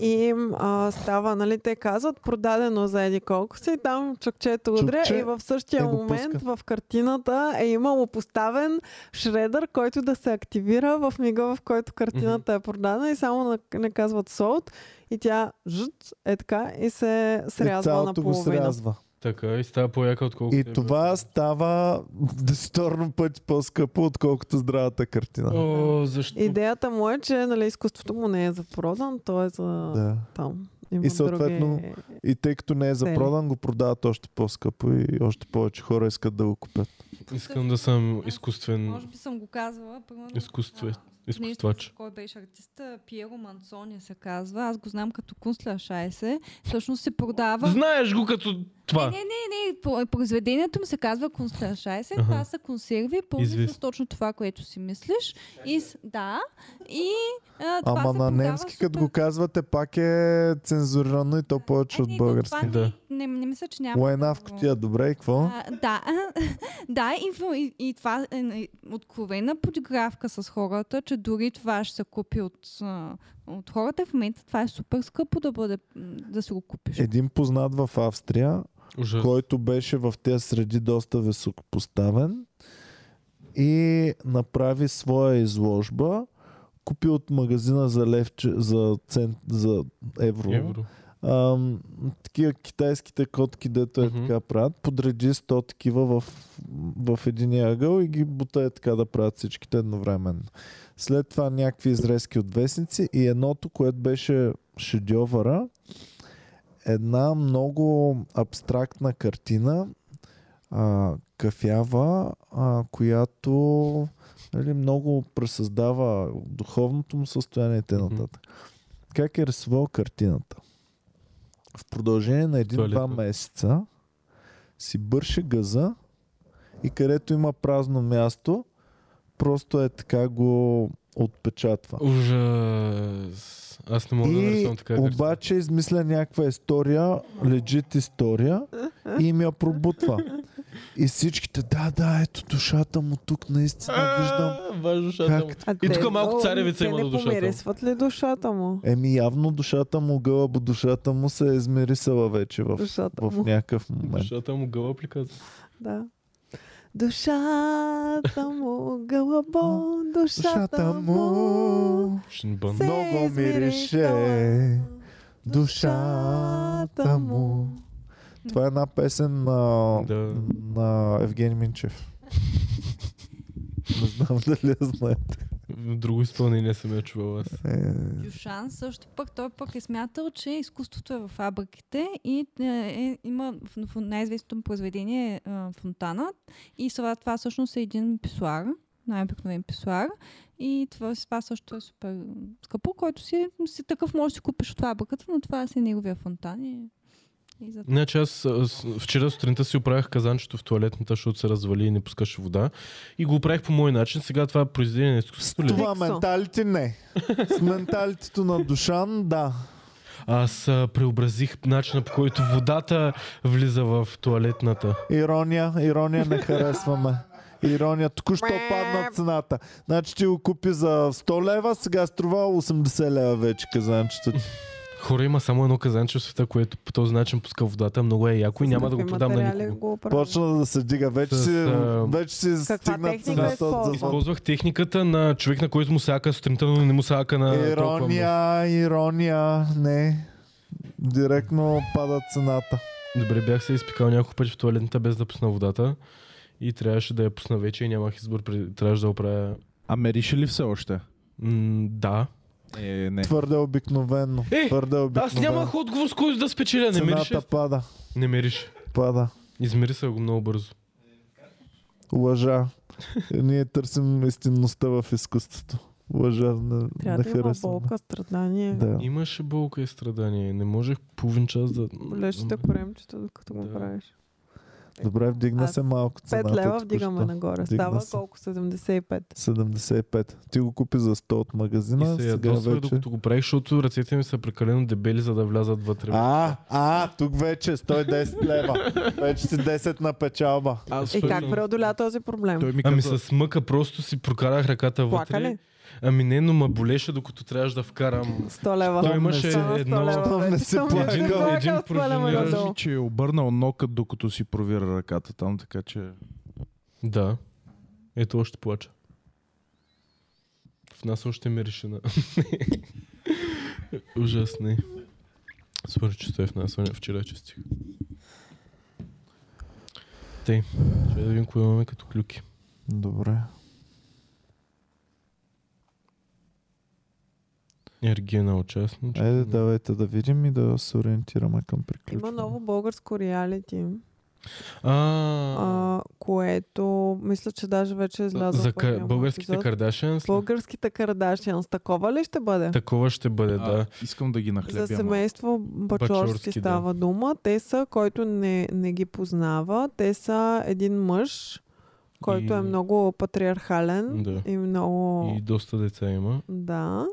и им а, става, нали, те казват продадено за еди колко си, там чукчето удря
Чукче
и в същия
и го
момент
пуска.
в картината е имало поставен шредър, който да се активира в мига, в който картината е продадена и само на- не казват солт и тя жут, е така и се
И
срязва
цялото го
наполовина.
срязва.
Така и става по-яка, отколкото...
И
е била.
това става десеторно пъти по-скъпо, отколкото здравата картина.
О, защо?
Идеята му е, че нали, изкуството му не е за продан, то е за да.
Да.
там. Има
съответно,
други...
И тъй като не е за
Цели.
продан, го продават още по-скъпо и още повече хора искат да го купят.
Искам да съм изкуствен...
Може би съм го казвала. Примерно,
Изкустве...
а,
Изкуствач.
Нещо, кой беше артиста? Пиеро Манцони се казва. Аз го знам като Кунсля Шайсе. Всъщност се продава...
Знаеш го като
Не,
това.
не, не, не. по- Произведението му се казва Констант Шайсен.
Аха.
Това са консерви, пълни с
Известно.
точно това, което си мислиш. И, с- да. И а,
Ама
това се
на
продава
немски, като
супер.
го казвате, пак е цензурирано и то повече
Е,
от
не, то
български.
това
Да.
Не, не, не мисля, че няма.
Лайна в
друго.
котия, добре, и какво?
А, да, да и, в- и, и това е на- откровена подигравка с хората, че дори това ще се купи от, а, от хората. В момента това е супер скъпо да, бъде, м, да си го купиш.
Един познат в Австрия,
Ужас.
който беше в тези среди доста високопоставен и направи своя изложба, купи от магазина за левче, за, цент, за евро,
Евро.
Ам, такива китайските котки, дето е
Мгм.
така правят, подреди 100 такива в, в единия ъгъл и ги бута е така да правят всичките едновременно. След това някакви изрезки от вестници и едното, което беше шедьовъра, една много абстрактна картина, а, кафява, а, която нали, много пресъздава духовното му състояние и
Мгм.
т.н. Как е рисувал картината? В продължение на един-два
Туалетна.
месеца си бърше газа и където има празно място, просто е така го отпечатва.
Ужас. Аз не мога да
И
нарисувам така картина.
обаче измисля някаква история, лежит история и им я пробутва. И всичките, да, да, ето душата му тук, наистина виждам.
А, Важно шата му.
Как
А
И
те
тук малко
много-
царевица
те
има
не
на душата му.
Помирисват ли душата му?
Еми явно душата му, гълъбо душата му се е измирисала вече в,
Душата
в
му.
някакъв момент.
Душата му гълъб ли казва?
Да. Душата му, гълъбо, душата
Душата
му.
му
Шинбан.
се
много мирише.
измирисала.
Душата му. Това е една песен на,
Да.
на Евгений Минчев. Не знам дали я знаете.
В друго изпълнение съм я чувал аз.
Е,
Дюшан също пък, той пък е смятал, че изкуството е в фабриките и е, е, има в, в най-известното му произведение е, е, фонтана и това, това всъщност е един писуар, най-обикновен писуар и това, това също е супер скъпо, който си, си такъв може да си купиш от фабриката, но това си е неговия фонтан и, и за
Значи аз а, с- вчера сутринта си оправях казанчето в туалетната, защото се развали и не пускаше вода. И го оправих по мой начин. Сега това е произведение на
С
изкуството ли?
това
Ликсо.
менталите не. С менталитето на Душан, да.
Аз а, преобразих начина по който водата влиза в туалетната.
Ирония, ирония не харесваме. Ирония, току-що падна цената. Значи ти го купи за 100 лева, сега струва 80 лева вече казанчето. ти.
Хора има само едно казанче в света, което по този начин пуска водата. Много е яко и няма да го
Какви
продам на
материали
никого.
го оправя?
Почна да се дига, вече
С,
си,
а,
вече си
Каква
стигна
техника е
цената
използва?
от завода.
Използвах техниката на човек, на който му се ака сутринта, но не му се ака на толкова много.
Ирония, ирония, не. Директно пада цената.
Добре, бях се изпикал няколко пъти в туалетната без да пусна водата. И трябваше да я пусна вече и нямах избор. при- Трябваше да оправя...
А мерише ли все още?
М- да.
Е, не.
Твърде обикновено.
Е,
твърде
Аз
обикновено.
нямах отговор с който да спечеля. Не мириш.
Цената пада.
Не мириш.
Пада.
Измири се го много бързо.
Лъжа. Ние търсим истинността в изкуството. Лъжа не,
Трябва
не
да има
харесвам.
болка, страдание. Да.
Да.
Имаше болка и страдание. Не можех половин час да...
Лечите коремчето, докато го
Да.
правиш.
Добре, вдигна
Аз
се малко
5
цената.
лева нали?
току-що.
вдигаме нагоре.
Вдигна
Става
се.
колко? 75.
75. Ти го купи за 100 от магазина,
И се
сега
ядосва,
вече...
докато го правих, защото ръцете ми са прекалено дебели, за да влязат вътре.
А, а, тук вече е 110 лева. Вече си 10 на печалба.
Аз
И
той-
Е, как преодоля този проблем?
Той ми
Ами
каза,
с мъка просто си прокарах ръката
Плака
вътре.
ли?
Ами не, но ме болеше, докото трябваше да вкарам.
100 лева.
Той имаше
Стана 100
едно-
лева
Там не
вече.
се
Той ми
плака.
е
Един-
плакал
един
с 100 лева
прожинираш
Кажа
надолу.
ли, че е обърнал нокът, докато си провира ръката там, така че...
Да. Ето още плача. В нас още миришина. Ужасни. Свържи, че той е в нас. Оня вчера чистих. Тей. Ще да видим кое имаме като клюки.
Добре.
Ергена участничка.
Айде, Е, давайте да видим и да се ориентираме към
Има
приключване.
ново българско реалити,
А,
а, което мисля, че даже вече е излязъл.
за
първия
кар...
му
българските
епизод.
Кардашианс. ли?
Българските Кардашианс. Такова ли ще бъде?
Такова ще бъде, да.
А, искам да ги нахлебя.
За
малко.
семейство Бачорски,
Бачорски, да.
става дума. Те са, който не, не ги познава, те са един мъж, който
И-
е много патриархален
Да.
и много...
И доста деца има.
Да.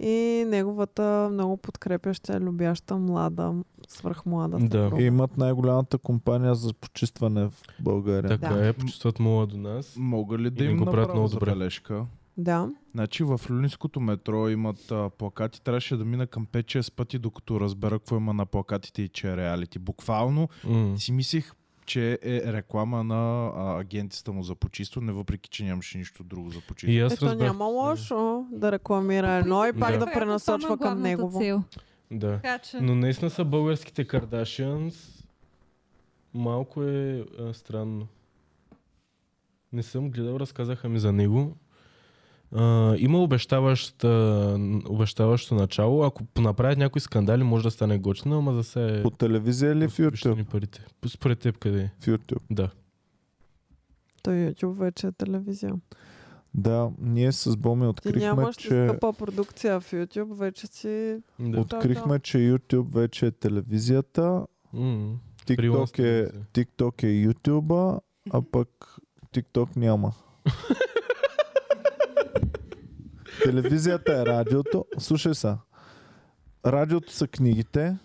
И неговата много подкрепяща, любяща, млада, свръхмлада
Да.
съпруга.
И имат най-голямата компания за почистване в България.
Така
Да.
е, почувстват мола до нас.
Мога ли да
И ми
им
го правят
направя
много добре.
забележка?
Да.
Значи в Люлинското метро имат а, плакати. Трябваше да мина към 5-6 пъти, докато разбера какво има на плакатите и че е реалити. Буквално
М.
си мислих, че е реклама на а, агентицата му за почистване, въпреки че нямаше нищо друго за
И
почистване.
аз
Ето
разбрах.
няма лошо да рекламира едно и пак
Да.
да,
Вероятно, това му
пренасочва
е
към
главната
негово.
Цел.
Да.
Така че...
Но наистина са българските Кардашианс. Малко е а, странно. Не съм гледал, разказаха ми за него. А, има обещаваща, обещаващо начало. Ако направят някои скандали, може да стане гочина, ама за се...
По телевизия или в YouTube?
Парите. Според теб къде е?
В YouTube.
Да.
То YouTube вече е телевизия.
Да, ние с Боми
Ти
открихме,
нямаш
че...
скъпа продукция в YouTube, вече си...
да.
От-
Открихме, че YouTube вече е телевизията,
М. Фриланс
TikTok е,
телевизия.
TikTok е YouTube, а пък TikTok няма. Телевизията е радиото. Слушай са. Радиото са книгите.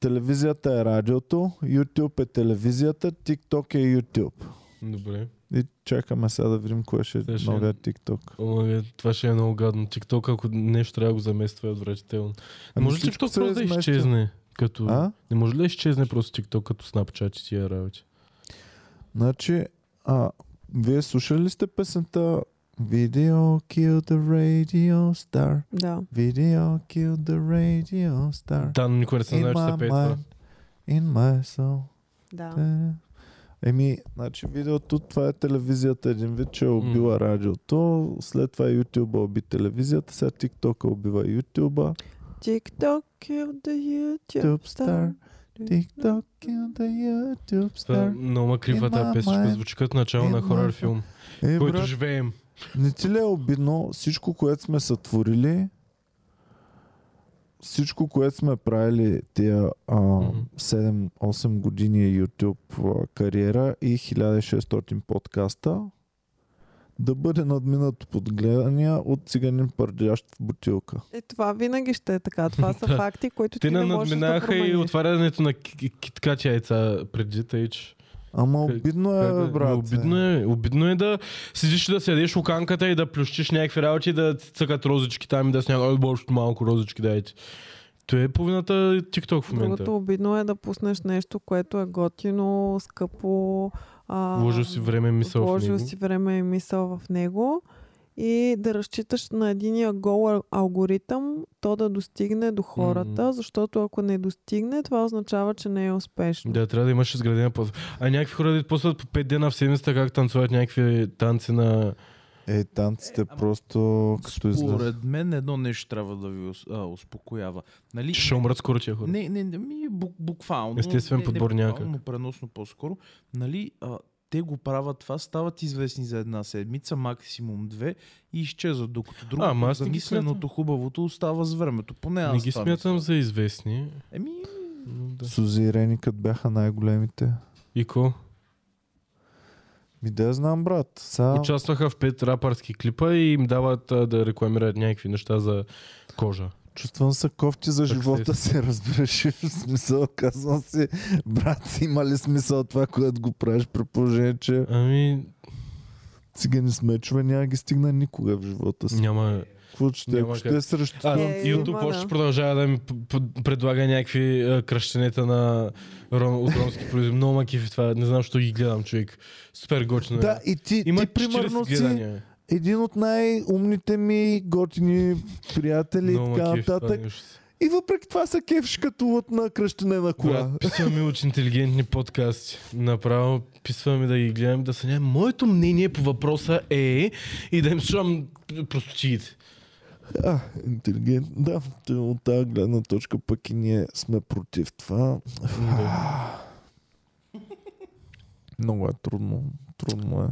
Телевизията е радиото. YouTube е телевизията. TikTok е YouTube.
Добре.
И чакаме сега да видим кое ще е
Сега ще е-
новия TikTok.
О, е, това ще е много гадно. TikTok, ако нещо трябва да го замества, е отвратително.
Ами
може ли TikTok
всичко се
просто да
измества.
изчезне? Като...
А?
Не може ли да изчезне просто TikTok като Snapchat и тия работи?
Значи, а, вие слушали ли сте песента Video Kill the Radio Star?
Да.
Video Kill the Radio Star.
Да, но никой не се знае, че се пее това.
in my soul.
Да.
Та. Еми, значи видеото, това е телевизията един вид, че е убила радиото, след това YouTube уби телевизията, сега TikTok убива YouTube,
TikTok killed the YouTube
YouTube star, TikTok kill the YouTube
Та,
star.
Много ма крива
Има,
тази песичка,
ма е.
звучи като начало на
Има,
хорър
ма.
филм,
Е,
който
брат,
живеем.
Не ти ли е обидно всичко, което сме сътворили, всичко, което сме правили тия а,
Мгм.
7-8 години YouTube а, кариера и 1600 подкаста, да бъде надминато под гледания от циганин пърдящ в бутилка.
Е, това винаги ще е така. Това са
Да.
факти, които ти,
Те не
не можеш да
надминаха
промениш.
и отварянето на ки- ки- киткати яйца преди тъйч.
Ама
Как-
обидно е, бе, брат.
Обидно е, обидно е да седиш и да седеш луканката и да плющиш някакви работи и да ти цъкат розички там и да снягат още малко розички дайте. То е половината TikTok в момента.
Другото обидно е да пуснеш нещо, което е готино, скъпо. А,
Вложил си време и мисъл в
вложил
него.
си време и мисъл в него. И да разчиташ на единия гол ал- алгоритъм, то да достигне до хората,
Мгм.
защото ако не достигне, това означава, че не е успешно.
Да, трябва да имаш изградена платформа. А някакви хора да постват по 5 дена в седмицата как танцуват някакви танци на...
Е, танците просто като излез.
Според мен едно нещо трябва да ви ус- а, успокоява. Нали?
Ще умрат скоро тия хора.
Не, не, не ми е бу- буквално.
Естествен
не, не
подбор
буквално,
някак.
но преносно по-скоро. Нали, а, те го правят това, стават известни за една седмица, максимум две и изчезват, докато другото
Ама аз не ги
замисленото
смятам.
хубавото остава с времето. Поне аз
Не ги
това
смятам
мисля.
за известни.
Еми,
но Да.
Сузи и Реникът бяха най-големите.
И ко?
Ми да я знам, брат. Сега...
Участваха в пет рапърски клипа и им дават а, да рекламират някакви неща за кожа.
Чувствам се кофти за
Success.
живота си, разбираш ли? в смисъл. Казвам си, брат, има ли смисъл това, което го правиш при положение, че
Ами,
цигани с мечове няма ги стигна никога в живота си.
няма.
Какво ще,
Няма
ако ще
как.
е срещу
А,
Е, има,
YouTube
да.
още продължава да ми п- п- предлага някакви а, кръщенета на ром, от ромски производители. Много макив това. Не знам, защо ги гледам, човек. Супер гочно е.
Да, и ти,
Има
ти примерно
40
си
гледания.
един от най-умните ми готини приятели и
Много
така
макив това
нататък.
нещо.
И въпреки това се кефиш като лът на кръщене на кола.
Брат, писваме от интелигентни подкасти. Направо писваме да ги гледам, да са няма. Моето мнение по въпроса е и да им слушам простотиите.
А, интелигент. Да, т- от тази гледна точка пък и ние сме против това. Много е трудно. Трудно е.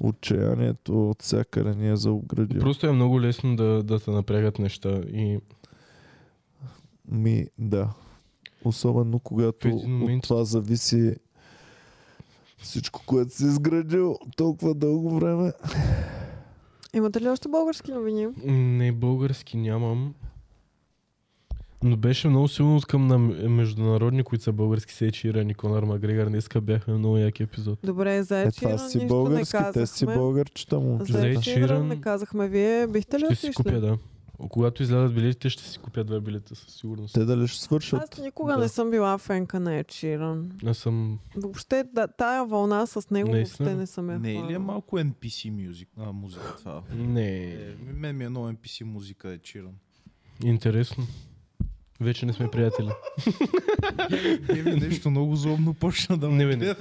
Отчаянието от всякъде ни е заобградило.
Просто е много лесно да, да се напрягат неща и
Ми, да. Особено когато
В един момент-
от това зависи всичко, което си изградил толкова дълго време.
Имате ли още български новини?
не български нямам. Но беше много силно от към на м- международни, които са български сечира, Никонар Магрегор. Днеска бяхме много яки епизод.
Добре, за
Е,
Ed
това
Sheeran
си
нищо
български,
не
те
казахме.
си българчета му.
За Ed
Ed
Sheeran
Sheeran
не казахме. Вие бихте ли
Ще си
отишли?
купя, да. Когато излязат билетите, ще си купя две билета със сигурност.
Те дали ще свършат?
Аз никога
Да.
не съм била фенка на Ed Sheeran.
Аз съм
Въобще да, тая вълна с него
Наистина
въобще
ли?
не съм я
Не е ли е
хванала.
малко NPC мюзик, а, музика това?
Не.
Е, мен ми е много NPC музика е чиран.
Интересно. Вече не сме приятели.
нещо много злобно почна да
Не, бе, не.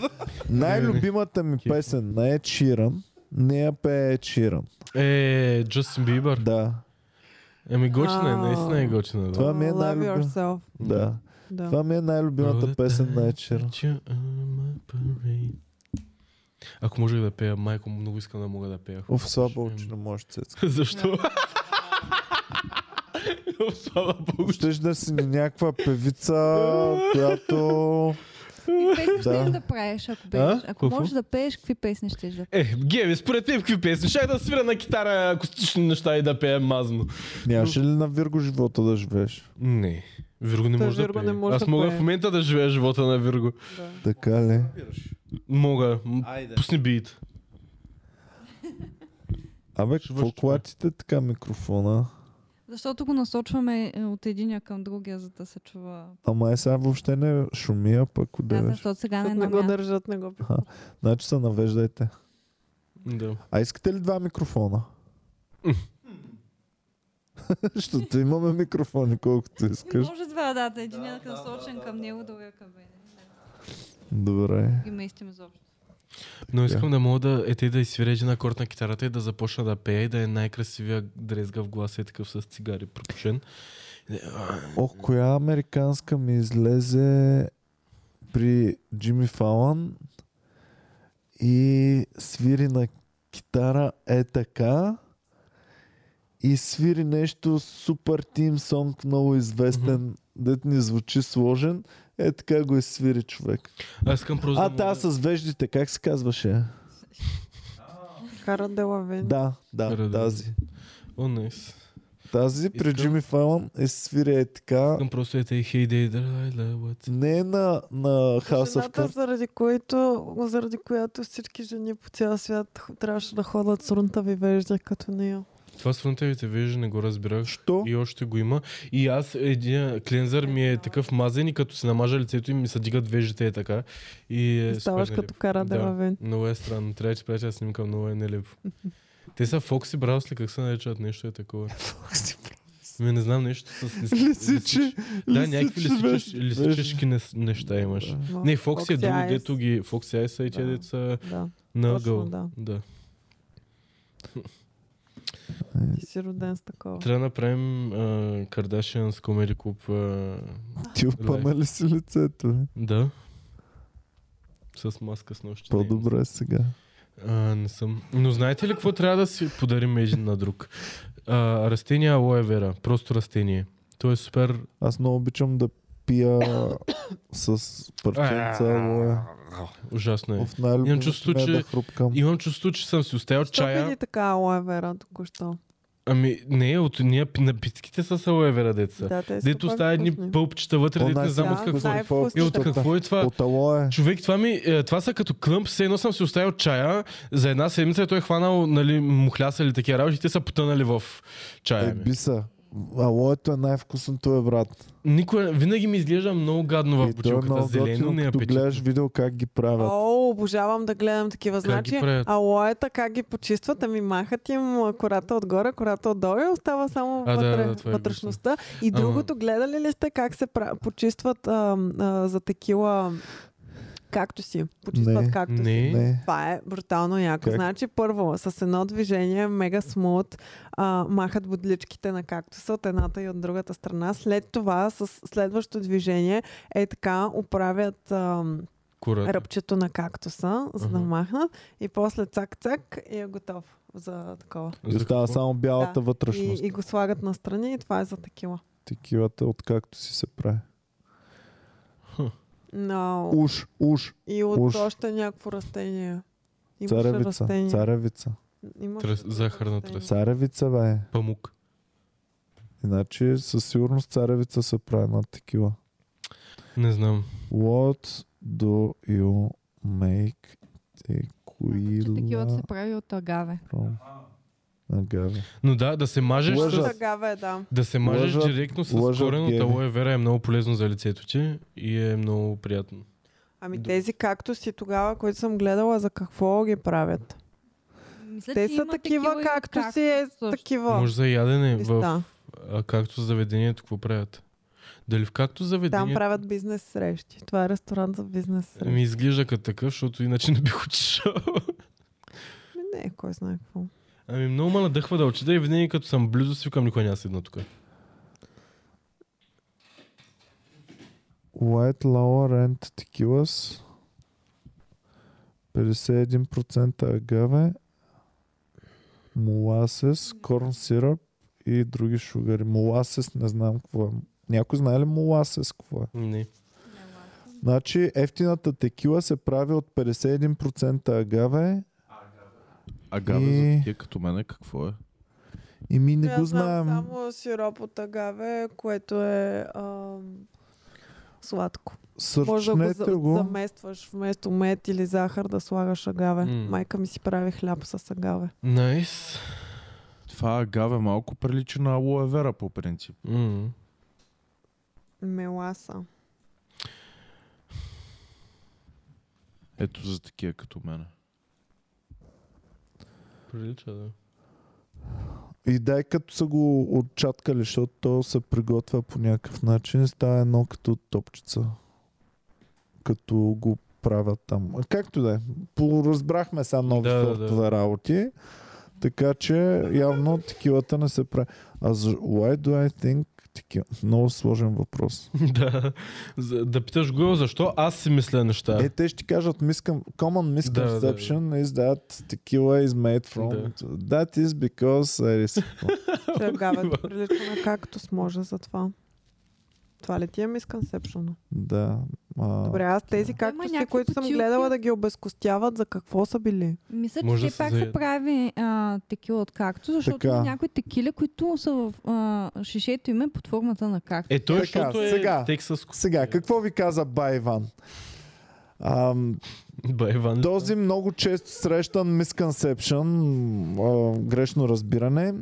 Най-любимата ми
Кеф.
песен на Ed Sheeran, не я пее Ed Sheeran.
Е, Джастин Бибър.
Да,
Еми, готина е,
Ау.
наистина е готина. Да.
Това ми е
Love
най-любим.
yourself.
да.
Да.
Това ми е най-любимата
All the
песен на Ed
time
Sheeran.
that you are my parade. Ако може да пея, майко, много искам да мога да пея.
Оф, слабо очи не можеш цецка.
Защо? Слава Богу.
Щеш да си някаква певица, която...
Какви песни
Да.
ще да правиш, ако пееш? Ако
Какво?
можеш да пееш, какви песни ще да
Е, Геви, според теб какви песни? Ще да свира на китара акустични неща и да пея мазно.
Нямаше ли на Вирго живота да живееш?
Не. Вирго не
Той
може да
Вирго
пее.
не може
Аз
да
мога
пее.
в момента да живея живота на Вирго.
Да.
Така ли?
Мога. М,
Айде.
Пусни бит.
Абе,
Ще
какво
върши това.
клатите така микрофона?
Защото го насочваме е, от единия към другия, за да се чува.
Ама е сега въобще не шумия, пък
Да,
отдеваш.
защото сега не е
Тук
на
не го
място.
държат, не го пи.
Значи се навеждайте.
Да.
А искате ли два микрофона? Защото имаме микрофони, колкото искаш.
Може два, да, да единия да, насочен към него, другия към мен.
Добре.
Ги местим изобщо.
Но искам да мога да е те да изсвиря един акорд на китарата и да започна да пее и да е най-красивия дрезгав глас е такъв с цигари припушен.
О, коя американска ми излезе при Джимми Фалан и свири на китара е така и свири нещо супер тим сонг, много известен, mm-hmm. дет ни звучи сложен. Е така го изсвири човек.
Аз искам просто
А,
да
та
мога
с веждите, как се казваше?
Кара Делавен.
Да, да,
Ради-
тази.
О, найс.
Тази при
Искам-
Джимми Фалан е свири е така.
Искам просто е те Hey Day, I Love What.
Не е на, на House of
Жената,
Cards.
заради, които, заради която всички жени по цял свят х- трябваше да ходят с рунтави вежди като нея.
Това с фронтевите вежи не го разбирах.
Що?
Е. И още го има. И аз един клензър ми е такъв мазен и като се намажа лицето и ми се дигат вежите е така. И е
И ставаш
супер
като кара
Да.
Делавен.
Много е странно. Трябва да ти пратя снимка, много е нелепо. Те са Фокси Браус ли, как се наричат? Нещо е такова. Ми не знам нещо с лис-
Лисичи.
Да, някакви лисичеш-
вежди.
лисичешки нес- неща имаш. Не, Фокси е друго,
Eyes.
дето ги... Фокси Айс и тия
Да.
деца
Да,
на
Точно,
ъгъл.
да.
Да.
ти си роден с такова.
Трябва да направим а, Kardashians Comedy Club. а,
Ти опъна ли си лицето? бе?
да. С маска с нощи. е
По-добре сега.
А, не съм. Но знаете ли какво трябва да си подарим един на друг? А, растение алоe вера. Просто растение. То е супер...
Аз много обичам да пия с парченца алоэ.
Ужасно е.
В най-любимото
Имам чувство,
ми е да
че-
хрупкам.
Имам чувство, че съм си оставил
Що види
чая.
така алоэ вера току-що?
Ами, не, от ние напитките с алоевера деца.
Да, те са
Дето
супер
става едни
вкусни.
пълпчета вътре,
То
дето не знам
най-
от какво е.
Да,
какво
най-вкусната.
Е, от какво е това?
От алоэ.
Човек, това ми, е, това са като клъмп, все едно съм си оставил чая, за една седмица той е хванал нали, мухляса или такива работи, те са потънали в
Е,
чая ми.
биса. Алоето е най-вкусното, е, брат.
Никога, винаги ми изглежда много гадно в
И то е
бутилката,
много
зелено,
готино,
не е
като гледаш видео как ги правят.
О, обожавам да гледам такива.
Как ги
Значи,
правят?
алоета как ги почистват, ами махат им а, кората отгоре, кората отдолу и остава само
А, да,
вътре,
да, това е
вътрешността. И
Ама-
другото, гледали ли сте как се пра- почистват а, а, за такива както си? Почистват
Не.
както си.
Не.
Не.
Това е брутално яко.
Как?
Значи първо, с едно движение, мега смут, а, махат бодличките на кактуса от едната и от другата страна. След това, с следващото движение, е така, оправят ам,
Курата.
ръбчето на кактуса, за да
Мгм.
махнат. И после цак-цак и е готов за такова.
И
За
остава
какво?
само бялата
Да. И,
вътрешност.
и го слагат настрани и това е за такива.
Текилата, откакто си се прави.
Но...
Уш, уш,
И от
уш.
още някакво растение. Имаше
царевица,
растение.
царевица.
Имаше
Тръс- захарна
растение.
тръс.
Царевица, бе.
Памук.
Иначе със сигурност царевица се прави на текила.
Не знам.
What do you make
Значи Такива
текила
се прави от агаве.
from agave?
Но да, да се мажеш
Лъжат.
с...
Тогава е, да.
Да се мажеш
Лъжат.
директно с
Лъжат,
корен от
гени.
алоe вера е много полезно за лицето ти и е много приятно.
Ами
Д-
тези както си тогава, които съм гледала, за какво ги правят?
Мисля,
Те
че
са
има
такива,
и
както си е
също.
такива.
Може за ядене в
листа.
а, както заведението, какво правят? Дали в както
Там
заведението
правят бизнес срещи. Това е ресторант за бизнес срещи.
ми изглежда като такъв, защото иначе не бих отишъл.
Ми не, кой знае какво.
Ами много ме надъхва да отида и винаги като съм близо си викам никога няма да седна тук.
White Lower and Tequilas 51% агаве, моласес, корн сироп и други шугари. Моласес не знам какво е. Някой знае ли моласес какво е?
Ами, Не.
Значи ефтината текила се прави от 51% агаве
Агаве
И-
за тия като мене какво е?
и ми не
Аз
го
знам
знаем.
Само сироп от агаве, което е ам, сладко. Може да го,
Сърчнете
за,
го.
заместваш вместо мед или захар да слагаш агаве.
М.
Майка ми си прави хляб с агаве.
Найс.
Това агаве малко прилича на алоевера по принцип.
М.
Меласа.
Ето за такива като мене.
Прилича, да.
И дай като са го отчаткали, защото то се приготвя по някакъв начин и става едно като топчица. Като го правят там. А Както и да е. Поразбрахме сега нови
Да, да,
да, да. работи. Така че явно текилата не се прави. А за... why do I think текила? Много сложен въпрос.
да. За- да питаш Google защо аз си мисля неща.
Е, те ще кажат miscon... common
Да, да, да.
misconception is that tequila is made from... That is because I risk.
Че агавето прилича на кактус може за това. Това ли ти е мисконсепшън?
да. А...
Добре, аз тези
да.
както
Има
си,
някакви
които съм
бутилки.
гледала да ги обезкостяват, за какво са били?
Мисля, че
Може да се
все пак се
заеде.
прави а, текила от както, защото
Така.
има някои текили, които са в а, шишето им е под формата на както.
Е, той,
Така,
защото е
сега.
Тексаско.
Сега, какво ви каза Байван? Ам,
Байван.
този много често срещан misconception, а, грешно разбиране,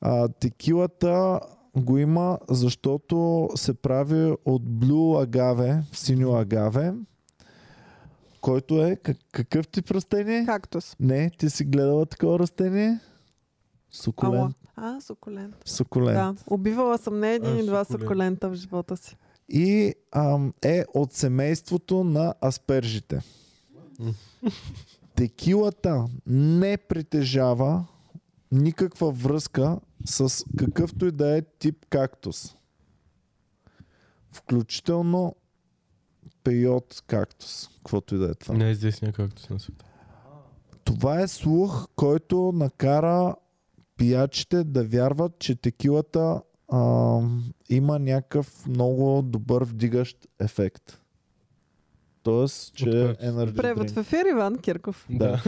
а, текилата го има, защото се прави от блю агаве, синьо агаве, който е как, какъв тип растение?
Кактус.
Не, ти си гледала такова растение?
Ала.
Сукулент.
А, сукулент.
Сукулент.
Да. Убивала съм не един
А,
и два
сукулент.
сукулента в живота си.
и ам, е от семейството на аспержите. Текилата не притежава никаква връзка с какъвто и да е тип кактус. Включително пейот кактус, каквото и да е това.
Не е здесь някакто на света.
Това е слух, който накара пиячите да вярват, че текилата а, има някакъв много добър вдигащ ефект. Тоест, че
От който?
Energy
Превод
drink-
в ефир Иван Кирков.
Да.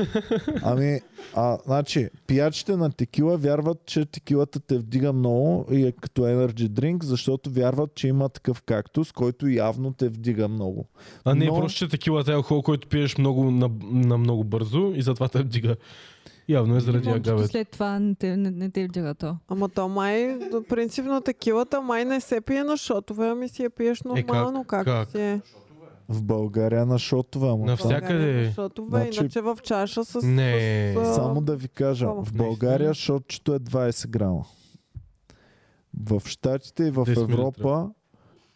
Ами, а, значи, пиячите на текила вярват, че текилата те вдига много и е като energy drink, защото вярват, че има такъв кактус, който явно те вдига много.
А не,
Но-
просто че текила е алкохол, който пиеш много, на, на много бързо и затова те вдига. Явно е заради
Може би
агавет.
след това не те, не, не те вдига то.
Ама то май, до- принципно текилата май не се пие на шотове, ами си я пиеш нормално, как, както
Е, как?
си е.
В България на шотове, ама.
На
това-
Всякъде.
България на Шотове,
Значи-
иначе в чаша с...
Не.
с, а,
Само да ви кажа,
Само.
в България шотчето е 20 грама. В Штатите и в
10 милилитра.
Европа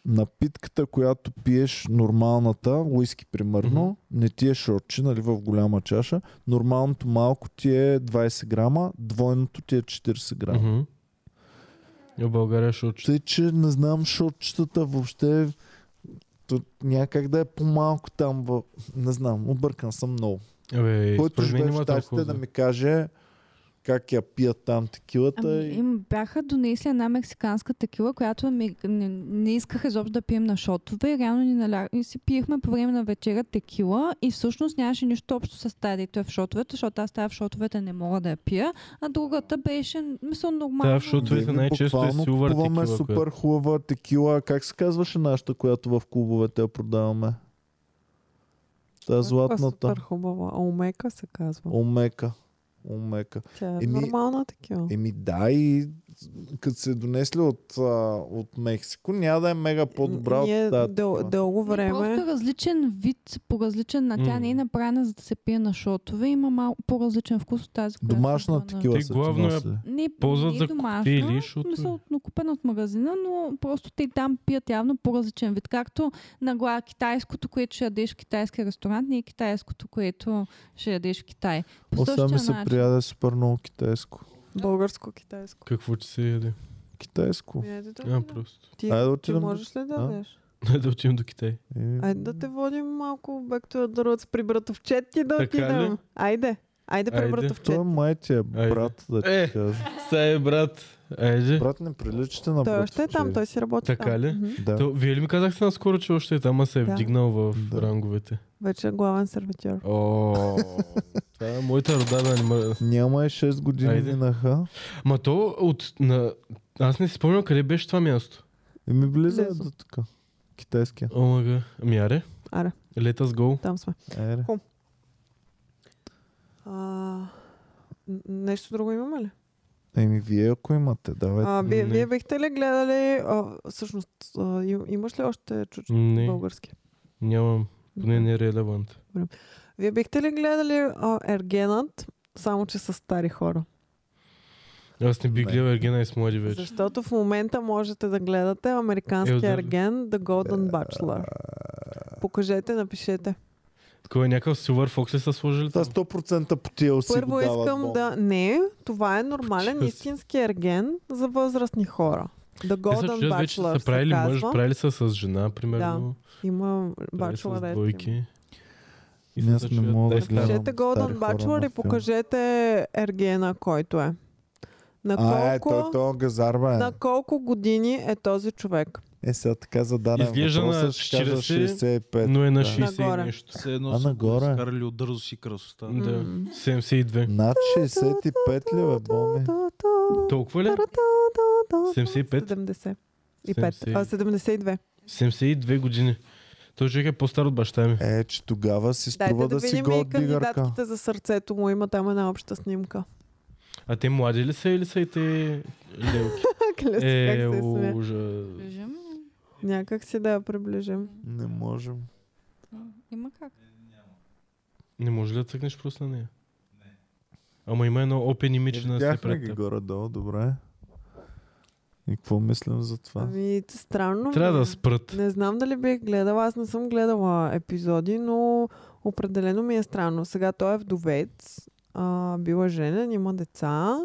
напитката, която пиеш нормалната, уиски примерно, не ти е шотче, нали, в голяма чаша, нормалното малко ти е 20 грама, двойното ти е 40 грама.
Мгм. И в България ще отчита.
Тъй, че не знам шотчетата въобще то някак да е по-малко там. В... Не знам, объркан съм много.
Абе,
Който
Е, според мен
живее в
има
щатите
толкова.
да ми каже как я пият там текилата
Ами,
и...
им бяха донесли една мексиканска текила, която ми, не, не искаха изобщо да пием на шотове. И реално ни наля... и си пиехме по време на вечера текила и всъщност нямаше нищо общо с тази, дето е в шотовете, защото аз тази в шотовете не мога да я пия. А другата беше, мисля, нормално.
Да, в шотове- Тъй,
Ние
най-често е
Ами буквално
силвър
купуваме
текила,
супер
която-
хубава текила. Как се казваше нашата, която в клубовете я продаваме? Та
Е,
златната.
Супер хубава. А Омека се казва.
Омека. Омека.
Тя е
Еми- е
нормална такива.
Еми да и като се е донесли от, а, от Мексико, няма да е мега по-добра от
Ние
тази
дъл,
текила.
дълго
Е
време.
Просто различен вид, по различен на тя
М.
не е направена за да се пие на шотове, има малко по-различен вкус от тази, която е
Домашна
била на-
текила
Те
са
главно я-
ти носили.
Не,
Ползват
не е
за
домашна,
коктейли, защото- е?
мисъл, но купена от магазина, но просто те там пият явно по-различен вид. Както нагла китайското, което ще ядеш в китайски ресторант, не е китайското, което ще ядеш в Китай. По
Оса
същия
ми се
начин.
прияде супер много китайско.
Българско-китайско.
Какво че се яде?
Китайско.
Ми, Айде да,
А,
отидем.
просто.
ти,
Айде да
ти
отидем до-
можеш ли да
А?
дадеш?
да отидем до Китай.
Е,
Айде да те водим малко back to the roots при братовчет и да
Така ли?
отидем. Айде. Айде при
Айде.
братовчет.
Той е май ти е
Айде.
брат, да
Е.
ти кажа.
Сай, брат. Айде.
Брат, не приличате на
Той
брат.
още е там, той си работи
Така
там.
ли?
Мгм.
Да.
То, вие ли ми казахте наскоро, че още е там, а се е
Да.
вдигнал в
Да.
ранговете?
Вече е главен сервитьор.
О, това е моята рода да не мър...
Няма е 6 години
Айде.
минаха.
Ма то от... На... Аз не си спомням къде беше това място.
И ми влиза
Влиза.
е до тук. Китайския.
Омага. Ами аре,
Аре,
let us go.
там сме.
Ере.
А, н- нещо друго имаме ли?
Еми вие ако имате, давайте.
А, вие,
не.
вие бихте ли гледали... А, всъщност, а, им- имаш ли още чучо
Не,
български?
нямам. Поне не е релевант.
Вие бихте ли гледали а, Ергенът, само че са стари хора?
Аз не бих
Не.
гледал Ергена и с млади вече. Е,
Защото в момента можете да гледате американския
Елдър.
Ерген The Golden Bachelor. Покажете, напишете.
Кой е някакъв Silver Fox ли са сложили?
Това
там?
100% по TLC
Първо
го дават
искам
бомба.
да... Не, това е нормален
Чува се.
истински ерген за възрастни хора. The
Те са
Golden
чудят вече, че
Bachelor
са правили
се
мъж,
казва.
правили са с жена, примерно.
Има
правили са с
бачеларет.
двойки.
И аз
се
не
чудят,
мога да
те са-
гледам.
Пишете Golden
стари хора на
Bachelor и
филм.
покажете ергена, който е. На
А, е, той, е.
колко,
той газар, бе.
на колко години е този човек?
Е, сега така зададен
Изглежда
въпросът,
на
ще кажа
40,
65.
Но е на
Да.
60
Нагоре.
и нещо.
Все едно
А,
са го
нагоре.
изкарали от дързо си красота.
Да.
М.
72.
Над 65 ли, е? бе, Боми?
Толкова ли? 75?
75. И пет. А, 72.
72 години. Той човек е по-стар от баща ми.
Е, че тогава си
Дайте
струва
да,
да, си
видим и
гол дигарка.
кандидатките за сърцето му. Има там една обща снимка.
А те млади ли са или са и те лелки?
Клест, как
Е,
се смея.
ужа.
Режим?
Някак си да я приближим.
Не можем.
Има как.
Не може ли да цъкнеш просто на нея? Ама има едно open
Е,
image на се
Видяхме
пред
ги
теб.
горе-долу, добре. И какво мислим за това?
Ами, странно.
Трябва
ми е.
да спрат.
Не знам дали бих гледала, аз не съм гледала епизоди, но определено ми е странно. Сега той е вдовец, а, бил е женен, има деца.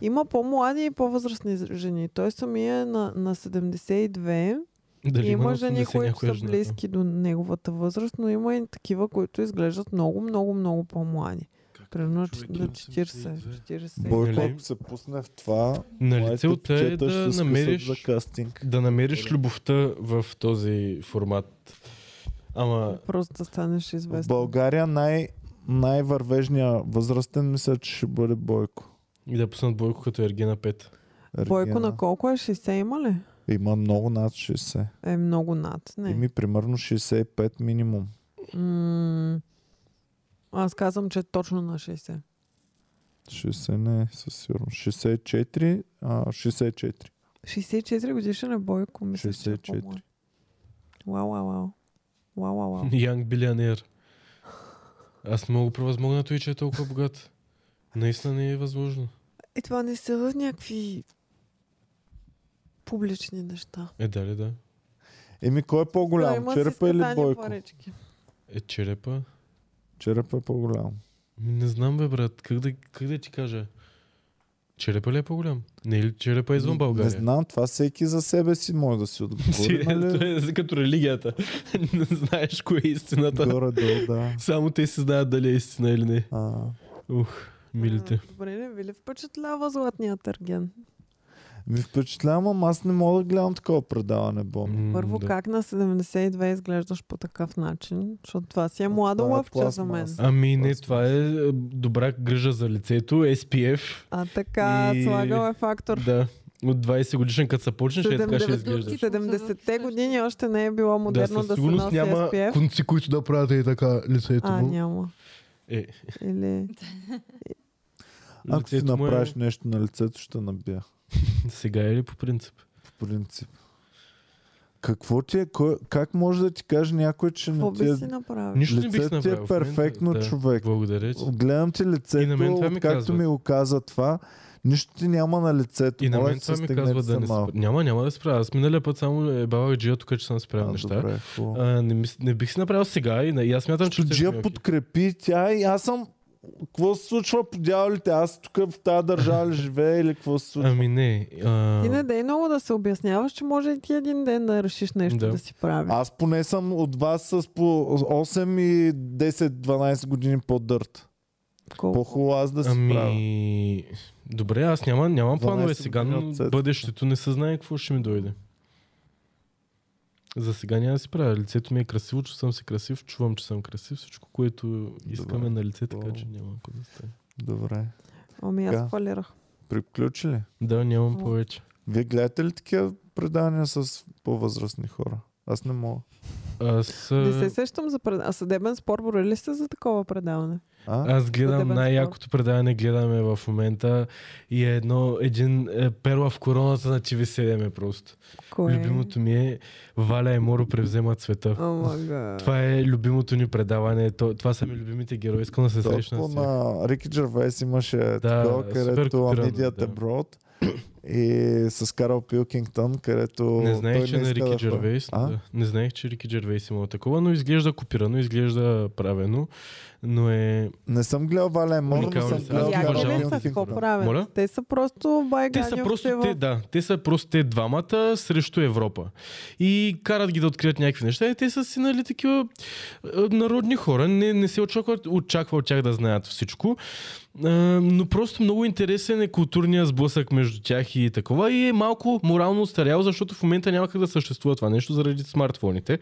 Има по-млади и по-възрастни з- жени. Той самия е на, на 72.
Дали
има
има на
жени,
80
които
някоя
са
жена?
близки до неговата възраст, но има и такива, които изглеждат много, много, много по-млади.
Как
Примерно
Човек,
на
имам
40. 40.
Бойко,
Нали?
ако се пусне в това,
Нали
моите
целта е
пчета
да
ще се
намериш,
скъсат за кастинг.
да намериш любовта в този формат. Ама
Просто да станеш
В
известен.
България най- най-вървежния възрастен мисля, че ще бъде Бойко.
и да пуснат Бойко като Ергена 5.
Бойко
Регина.
на колко е? 60 има ли?
Има много над 60.
Е много над. Не.
Ими примерно 65 минимум.
М- аз казвам, че е точно на 60.
60 не е със сигурност. 64, а, 64.
64 годишен е Бойко, мисля, 64. че е
64.
по-млад. Вау, вау, вау. Вау, вау, вау.
Янг билионер. Аз много превъзмогнато и че е толкова богат. Наистина не е възможно.
И това не са някакви публични неща.
Е, дали да.
Еми кой е
Да,
по-голям?
има
Черепа
си
или
скатани
Бойко?
парички.
Е, черепа.
Черепа е по-голям.
Ми Не знам, бе, брат. Как да, как да ти кажа? Черепа ли е по-голям? Не е ли черепа е извън
Не-
България?
Не знам, това всеки за себе си може да си отговори.
Сериозно
нали?
е като религията. не знаеш кое е истината.
Горе-долу, да.
Само те си знаят дали е истина или не.
А,
Ух, милите.
А, Добре, не ви ли впечатлява златният арген?
ми впечатлявам, ама аз не мога да гледам такова предаване, Бом.
М,
Първо,
да.
как на 72 изглеждаш по такъв начин? Защото това си е млада
това е
лъвче за мен.
пластмаса.
Ами не, това е е, добра грижа за лицето, SPF.
А така,
И-
слагал е фактор.
Да. От 20 годишен, като се почнеш, е така ще
70
изглеждаш.
70-те години още не е било
Да,
модерно
със
да, се
сигурност
носи
няма
SPF.
конци, които да правят и така лицето
А,
му.
няма.
Е,
Или...
Ако си
лицето му е-
направиш нещо на лицето, ще набия.
Сега е ли по принцип?
По принцип. Какво ти е? Кой, как може да ти каже някой, че
Какво
не ти
би
е...
си направил?
Нищо не бих
Лицето ти
направил.
е
в момента.
перфектно
Да,
човек.
Благодаря ти.
Гледам ти
И на мен това
лицето,
ми
както
казват.
ми го каза това, нищо ти няма на лицето.
И на
Моля
мен
ти се,
това ми
стегнете
казва
се
да не спра.
малко.
Няма, няма да спра. Аз миналия път само е баба Джия тук, че съм
А,
спрял неща.
Добре, хубаво.
А, не, мис... не бих си направил сега и, не- и аз смятам, че... е
Защото
отивам
Джия
окей.
подкрепи тя и аз съм... Какво се случва по дяволите? Аз тук в тази държава ли живея или какво се случва?
Ами не. А...
Ти не дей много да се обясняваш, че може и ти един ден да решиш нещо да,
Да.
си правиш.
Аз поне съм от вас с по 8 и 10-12 години по-дърт.
Колко?
По-хубаво аз да си правя.
Ами... Добре, аз няма, нямам
12
планове сега,
години
но
от сет.
бъдещето не се знае какво ще ми дойде. За сега няма да си правя. Лицето ми е красиво, че съм си красив, чувам, че съм красив. Всичко, което искаме
Добре.
на лице, така
Вау.
че няма какво да стане.
Добре.
Ами
Така.
аз фалирах.
Приключи ли?
Да, нямам
О.
повече.
Вие гледате ли такива предавания с по-възрастни хора? Аз не мога.
Аз,
Не
а,
се сещам за пред... А съдебен спор брои ли сте за такова
Е.
предаване?
А?
аз гледам
Съдебен спор.
най-якото предаване, гледаме в момента и е едно, един е, перла в короната на TV7 е просто.
Кое? е?
Любимото ми е Валя и Моро превземат света.
О, ма га.
Това е любимото ни предаване. То, това са ми любимите герои. Искам да се срещна
Топо
с тях.
на Рики Джервейс имаше да, такова,
супер
където
копирано,
Амидият е
да.
брод и с Карл Пилкингтън, където
Не знаех,
той
че
не
на
иска
Рики
да ходи.
Джервейс.
А?
Да, не знаех, че Рики Джервейс има такова, но изглежда копирано, изглежда правено. Но е.
Не съм гледал Валя Емор, но
Уникални
съм
са.
гледал
Аз
Яки
Карл
уважавам
ли са?
такива
Какво
Пилкингтън.
правят?
Моля?
Те са просто
Те
байганьовци
са просто
в...
те, да. Те са просто те двамата срещу Европа. И карат ги да открият някакви неща. И те са си, нали, такива е, народни хора. Не, не се очаква, очаква от тях да знаят всичко. А, но просто много интересен е културния сблъсък между тях и такова. И е малко морално устарял, защото в момента няма как да съществува това нещо заради смартфоните.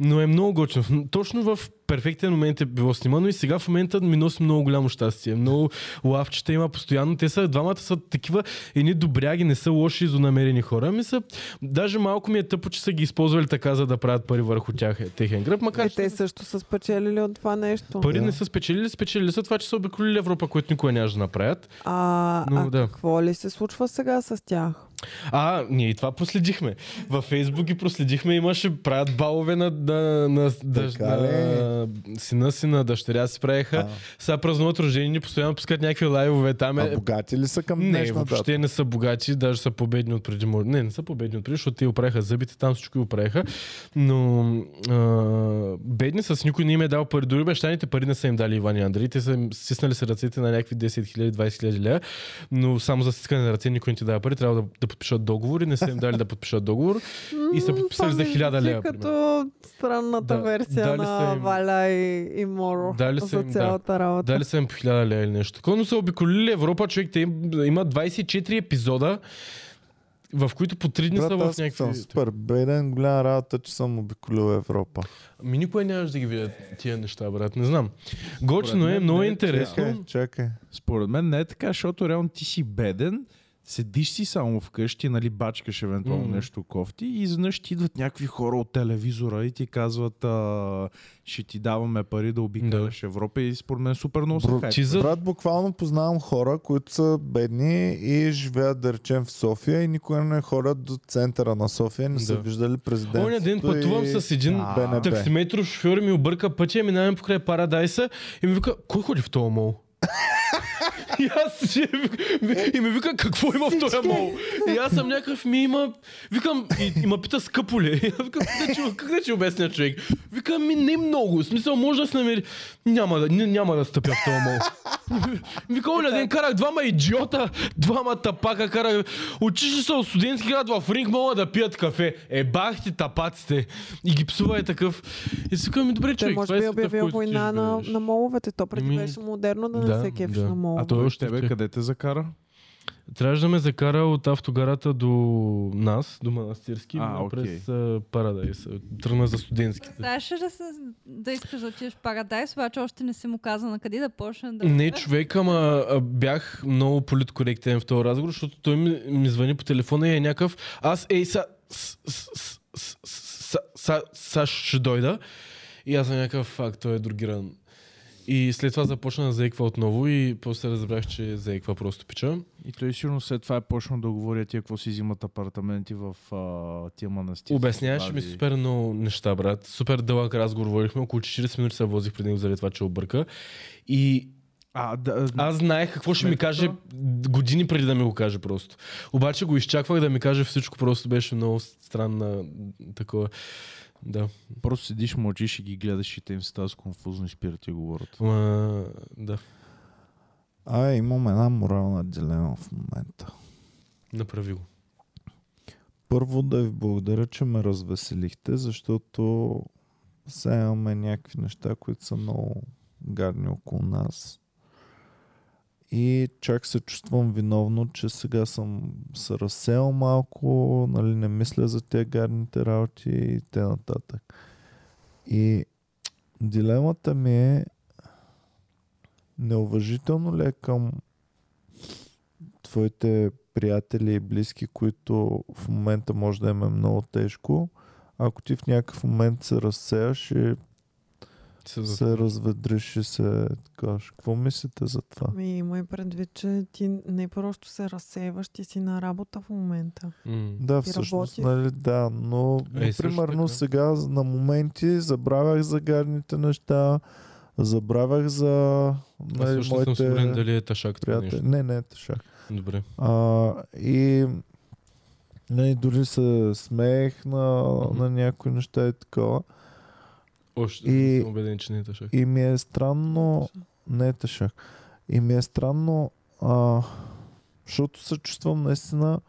Но е много готино. Точно в перфектен момент е било снимано и сега в момента ми носи много голямо щастие. Много лавчета има постоянно. Те са, двамата са такива едни добряги, не са лоши и злонамерени хора. Ми са, даже малко ми е тъпо, че са ги използвали така, за да правят пари върху тях, техен гръб. Макар
Е,
че
те също са спечелили от това нещо.
пари
Да.
не са спечелили, спечелили са това, че са обиколили Европа, което никога нямаше да направят.
А,
Но,
а
да.
какво ли се случва сега с тях?
А, ние и това проследихме. Във Фейсбук ги проследихме, имаше, правят балове на, на, на, дъж,
Така ли?
на сина си, на дъщеря си правеха.
А.
Сега празнуват рождени, постоянно пускат някакви лайвове там.
А
Е...
богати ли са към
Не,
днешна дата?
въобще не са богати, даже са победни от преди. може- Не, не са победни от преди, защото те оправиха зъбите, там всичко ги оправиха. Но а, бедни са, с никой не им е дал пари. Дори бащаните пари не са им дали Иван и Андрей. Те са им стиснали се ръцете на някакви 10 000, 20 000 лева, но само за стискане на ръце никой не ти дава пари. Трябва да, да подпишат договор и не са им дали да подпишат договор. И са
М,
подписали
това
за
ми
1000
звучи
лева,
като странната
Да,
версия
дали са
на
им-
Валя и, и Моро
Дали са
за
им, да.
цялата работа.
Дали са им по 1000 лева или нещо такова, но са обиколили Европа, човек, те им, има 24 епизода, в които по 3 дни
Брат,
са в
аз
някакви...
съм супер беден, голяма работа, че съм обиколил Европа.
Ми никой Ами нямаш да ги видят тия неща, брат, не знам. Гочно е,
мен
много
не е
интересно.
Чакай, чакай.
Според мен не е така, защото реално ти си беден, седиш си само вкъщи, нали, бачкаш евентуално
Мгм.
нещо кофти и изведнъж ти идват някакви хора от телевизора и ти казват а, ще ти даваме пари да обикаляш Европа и според мен супер много се
Бро,
хайпва.
ти за-
Брат, буквално познавам хора, които са бедни и живеят, да речем, в София и никога не ходят до центъра на София, не са
Да.
виждали президента.
Оня ден пътувам с един
А,
БНБ.
таксиметров шофьор ми обърка пътя, минаваме покрай Парадайса и ми вика, кой ходи в този мол? и аз си- и ми вика, какво има в този мол? И аз съм някакъв ми има... Викам, и, и ме пита скъпо ли? е? И аз викам, как да, ти, как да ти обясня човек? Викам, ми не много. В смисъл, може да се намери... Няма да, ня- няма да стъпя в този мол. Вика, оня ден карах двама идиота, двама тапака карах. Отишли са от студентски град в ринг, мога да пият кафе. Е, бах ти тапаците. И ги псува е такъв. И си ми добре,
Той
човек,
може
това е
би е
света, в
обявил
който ти
война на,
живееш.
на моловете. То преди
Ми-
беше модерно да,
да,
не се кефиш
да.
на молове.
А той
Той
още
ще
тебе
те.
къде те закара?
Трябваше да ме закара от автогарата до нас, до Манастирски,
А,
а,
окей.
през а, Парадайс. Тръгна за студентските.
Знаеше да, се, да искаш да отидеш в Парадайс, обаче още не си му казал на къде да почне да...
Не, човек, ама а, бях много политкоректен в този разговор, защото той ми, ми звъни по телефона и е някакъв. Аз, ей, са, с- с- с- с- с- са, са, ще дойда. И аз съм някакъв факт, той е другиран. И след това започна да заеква отново и после разбрах, че заеква просто пича.
И той сигурно след това е почнал да говори тия какво си взимат апартаменти в а, тия манастири.
Обясняваше ми супер много неща, брат. Супер дълъг разговор водихме, около 40 минути се возих преди него заради това, че обърка. И
А, да, а,
Аз знаех какво ще ми
Сметката?
каже години преди да ми го каже просто. Обаче го изчаквах да ми каже всичко, просто беше много странна такова. Да.
просто седиш, мълчиш и ги гледаш и те им става с конфузно и спират и говорят.
Ма, да.
А, имам една морална дилема в момента.
Направи го.
Първо да ви благодаря, че ме развеселихте, защото сега имаме някакви неща, които са много гадни около нас. И чак се чувствам виновно, че сега съм се разсел малко, нали, не мисля за тези гадните работи и те нататък. И дилемата ми е неуважително ли е към твоите приятели и близки, които в момента може да им е много тежко, ако ти в някакъв момент се разсеяш и
Се за-
се разведриш и се кажеш. Какво мислите за това?
Ми, има и Ами, предвид, че ти не просто се разсейваш, ти си на работа в момента.
М.
Да,
Ти
всъщност,
работиш.
нали, да, но
Е,
е,
също така.
примерно сега на моменти забравях за гадните неща, забравях за
Аз
нали,
също съм сигурен
моите
дали е ташак това
приятели.
нещо.
Не, не, тъша.
Добре.
А, и не, дори се смеех на,
Мгм.
на някои неща и такова.
Още
И-
не съм убеден, че не е ташак.
И ми е странно... Не е тъшак. И ми е странно, а, защото се чувствам наистина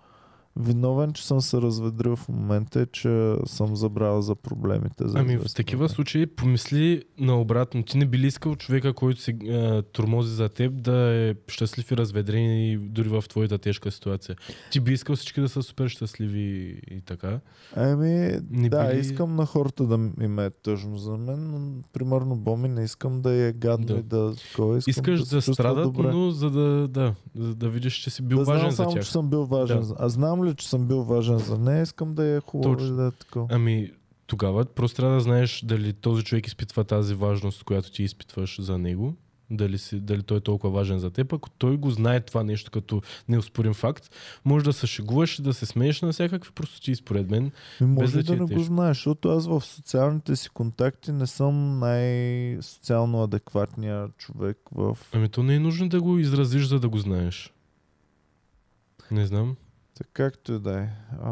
виновен, че съм се разведрил в момента и че съм забравил за проблемите. За
Ами в
известен
такива
момент.
случаи помисли наобратно. Ти не би ли искал човека, който се а, турмози за теб, да е щастлив и разведрен и дори в твоята тежка ситуация? Ти би искал всички да са супер щастливи и така.
Еми,
Не
Ами, да,
били-
искам на хората да м- им е тъжно за мен, но примерно Боми не искам да е гадно
Да.
да. и да... Кой, искам
Искаш да,
се чувства
страдат,
добре.
но за да, да, за да видиш, че си бил
да
важен
знам само,
за тях.
че съм бил важен.
Да.
Да. А знам ли, че съм бил важен за нея, искам да е хубаво
Точно.
и да е такова.
Ами, тогава просто трябва да знаеш дали този човек изпитва тази важност, която ти изпитваш за него. Дали, си, дали той е толкова важен за теб. Ако той го знае това нещо като неоспорим факт, може да се шегуваш и да се смееш на всякакви простоти, според мен.
И
без да
може
ти
да
е
не го
тежко.
знаеш, защото аз в социалните си контакти не съм най-социално адекватния човек в...
Ами то не е нужно да го изразиш, за да го знаеш. Не знам.
Така както и да е. А,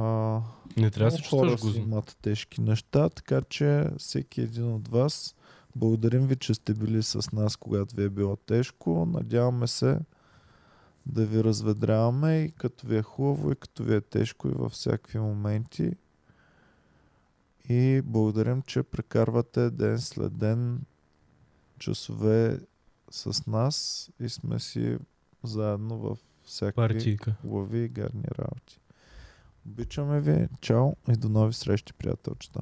Не трябва да се
много хора
чувстваш
си
го.
имат тежки неща, така че всеки един от вас, благодарим ви, че сте били с нас, когато ви е било тежко. Надяваме се да ви разведряваме и като ви е хубаво, и като ви е тежко, и във всякакви моменти. И благодарим, че прекарвате ден след ден часове с нас и сме си заедно във всякакви
Партийка.
хубави и гарни работи. Обичаме ви. Чао и до нови срещи, приятелчета.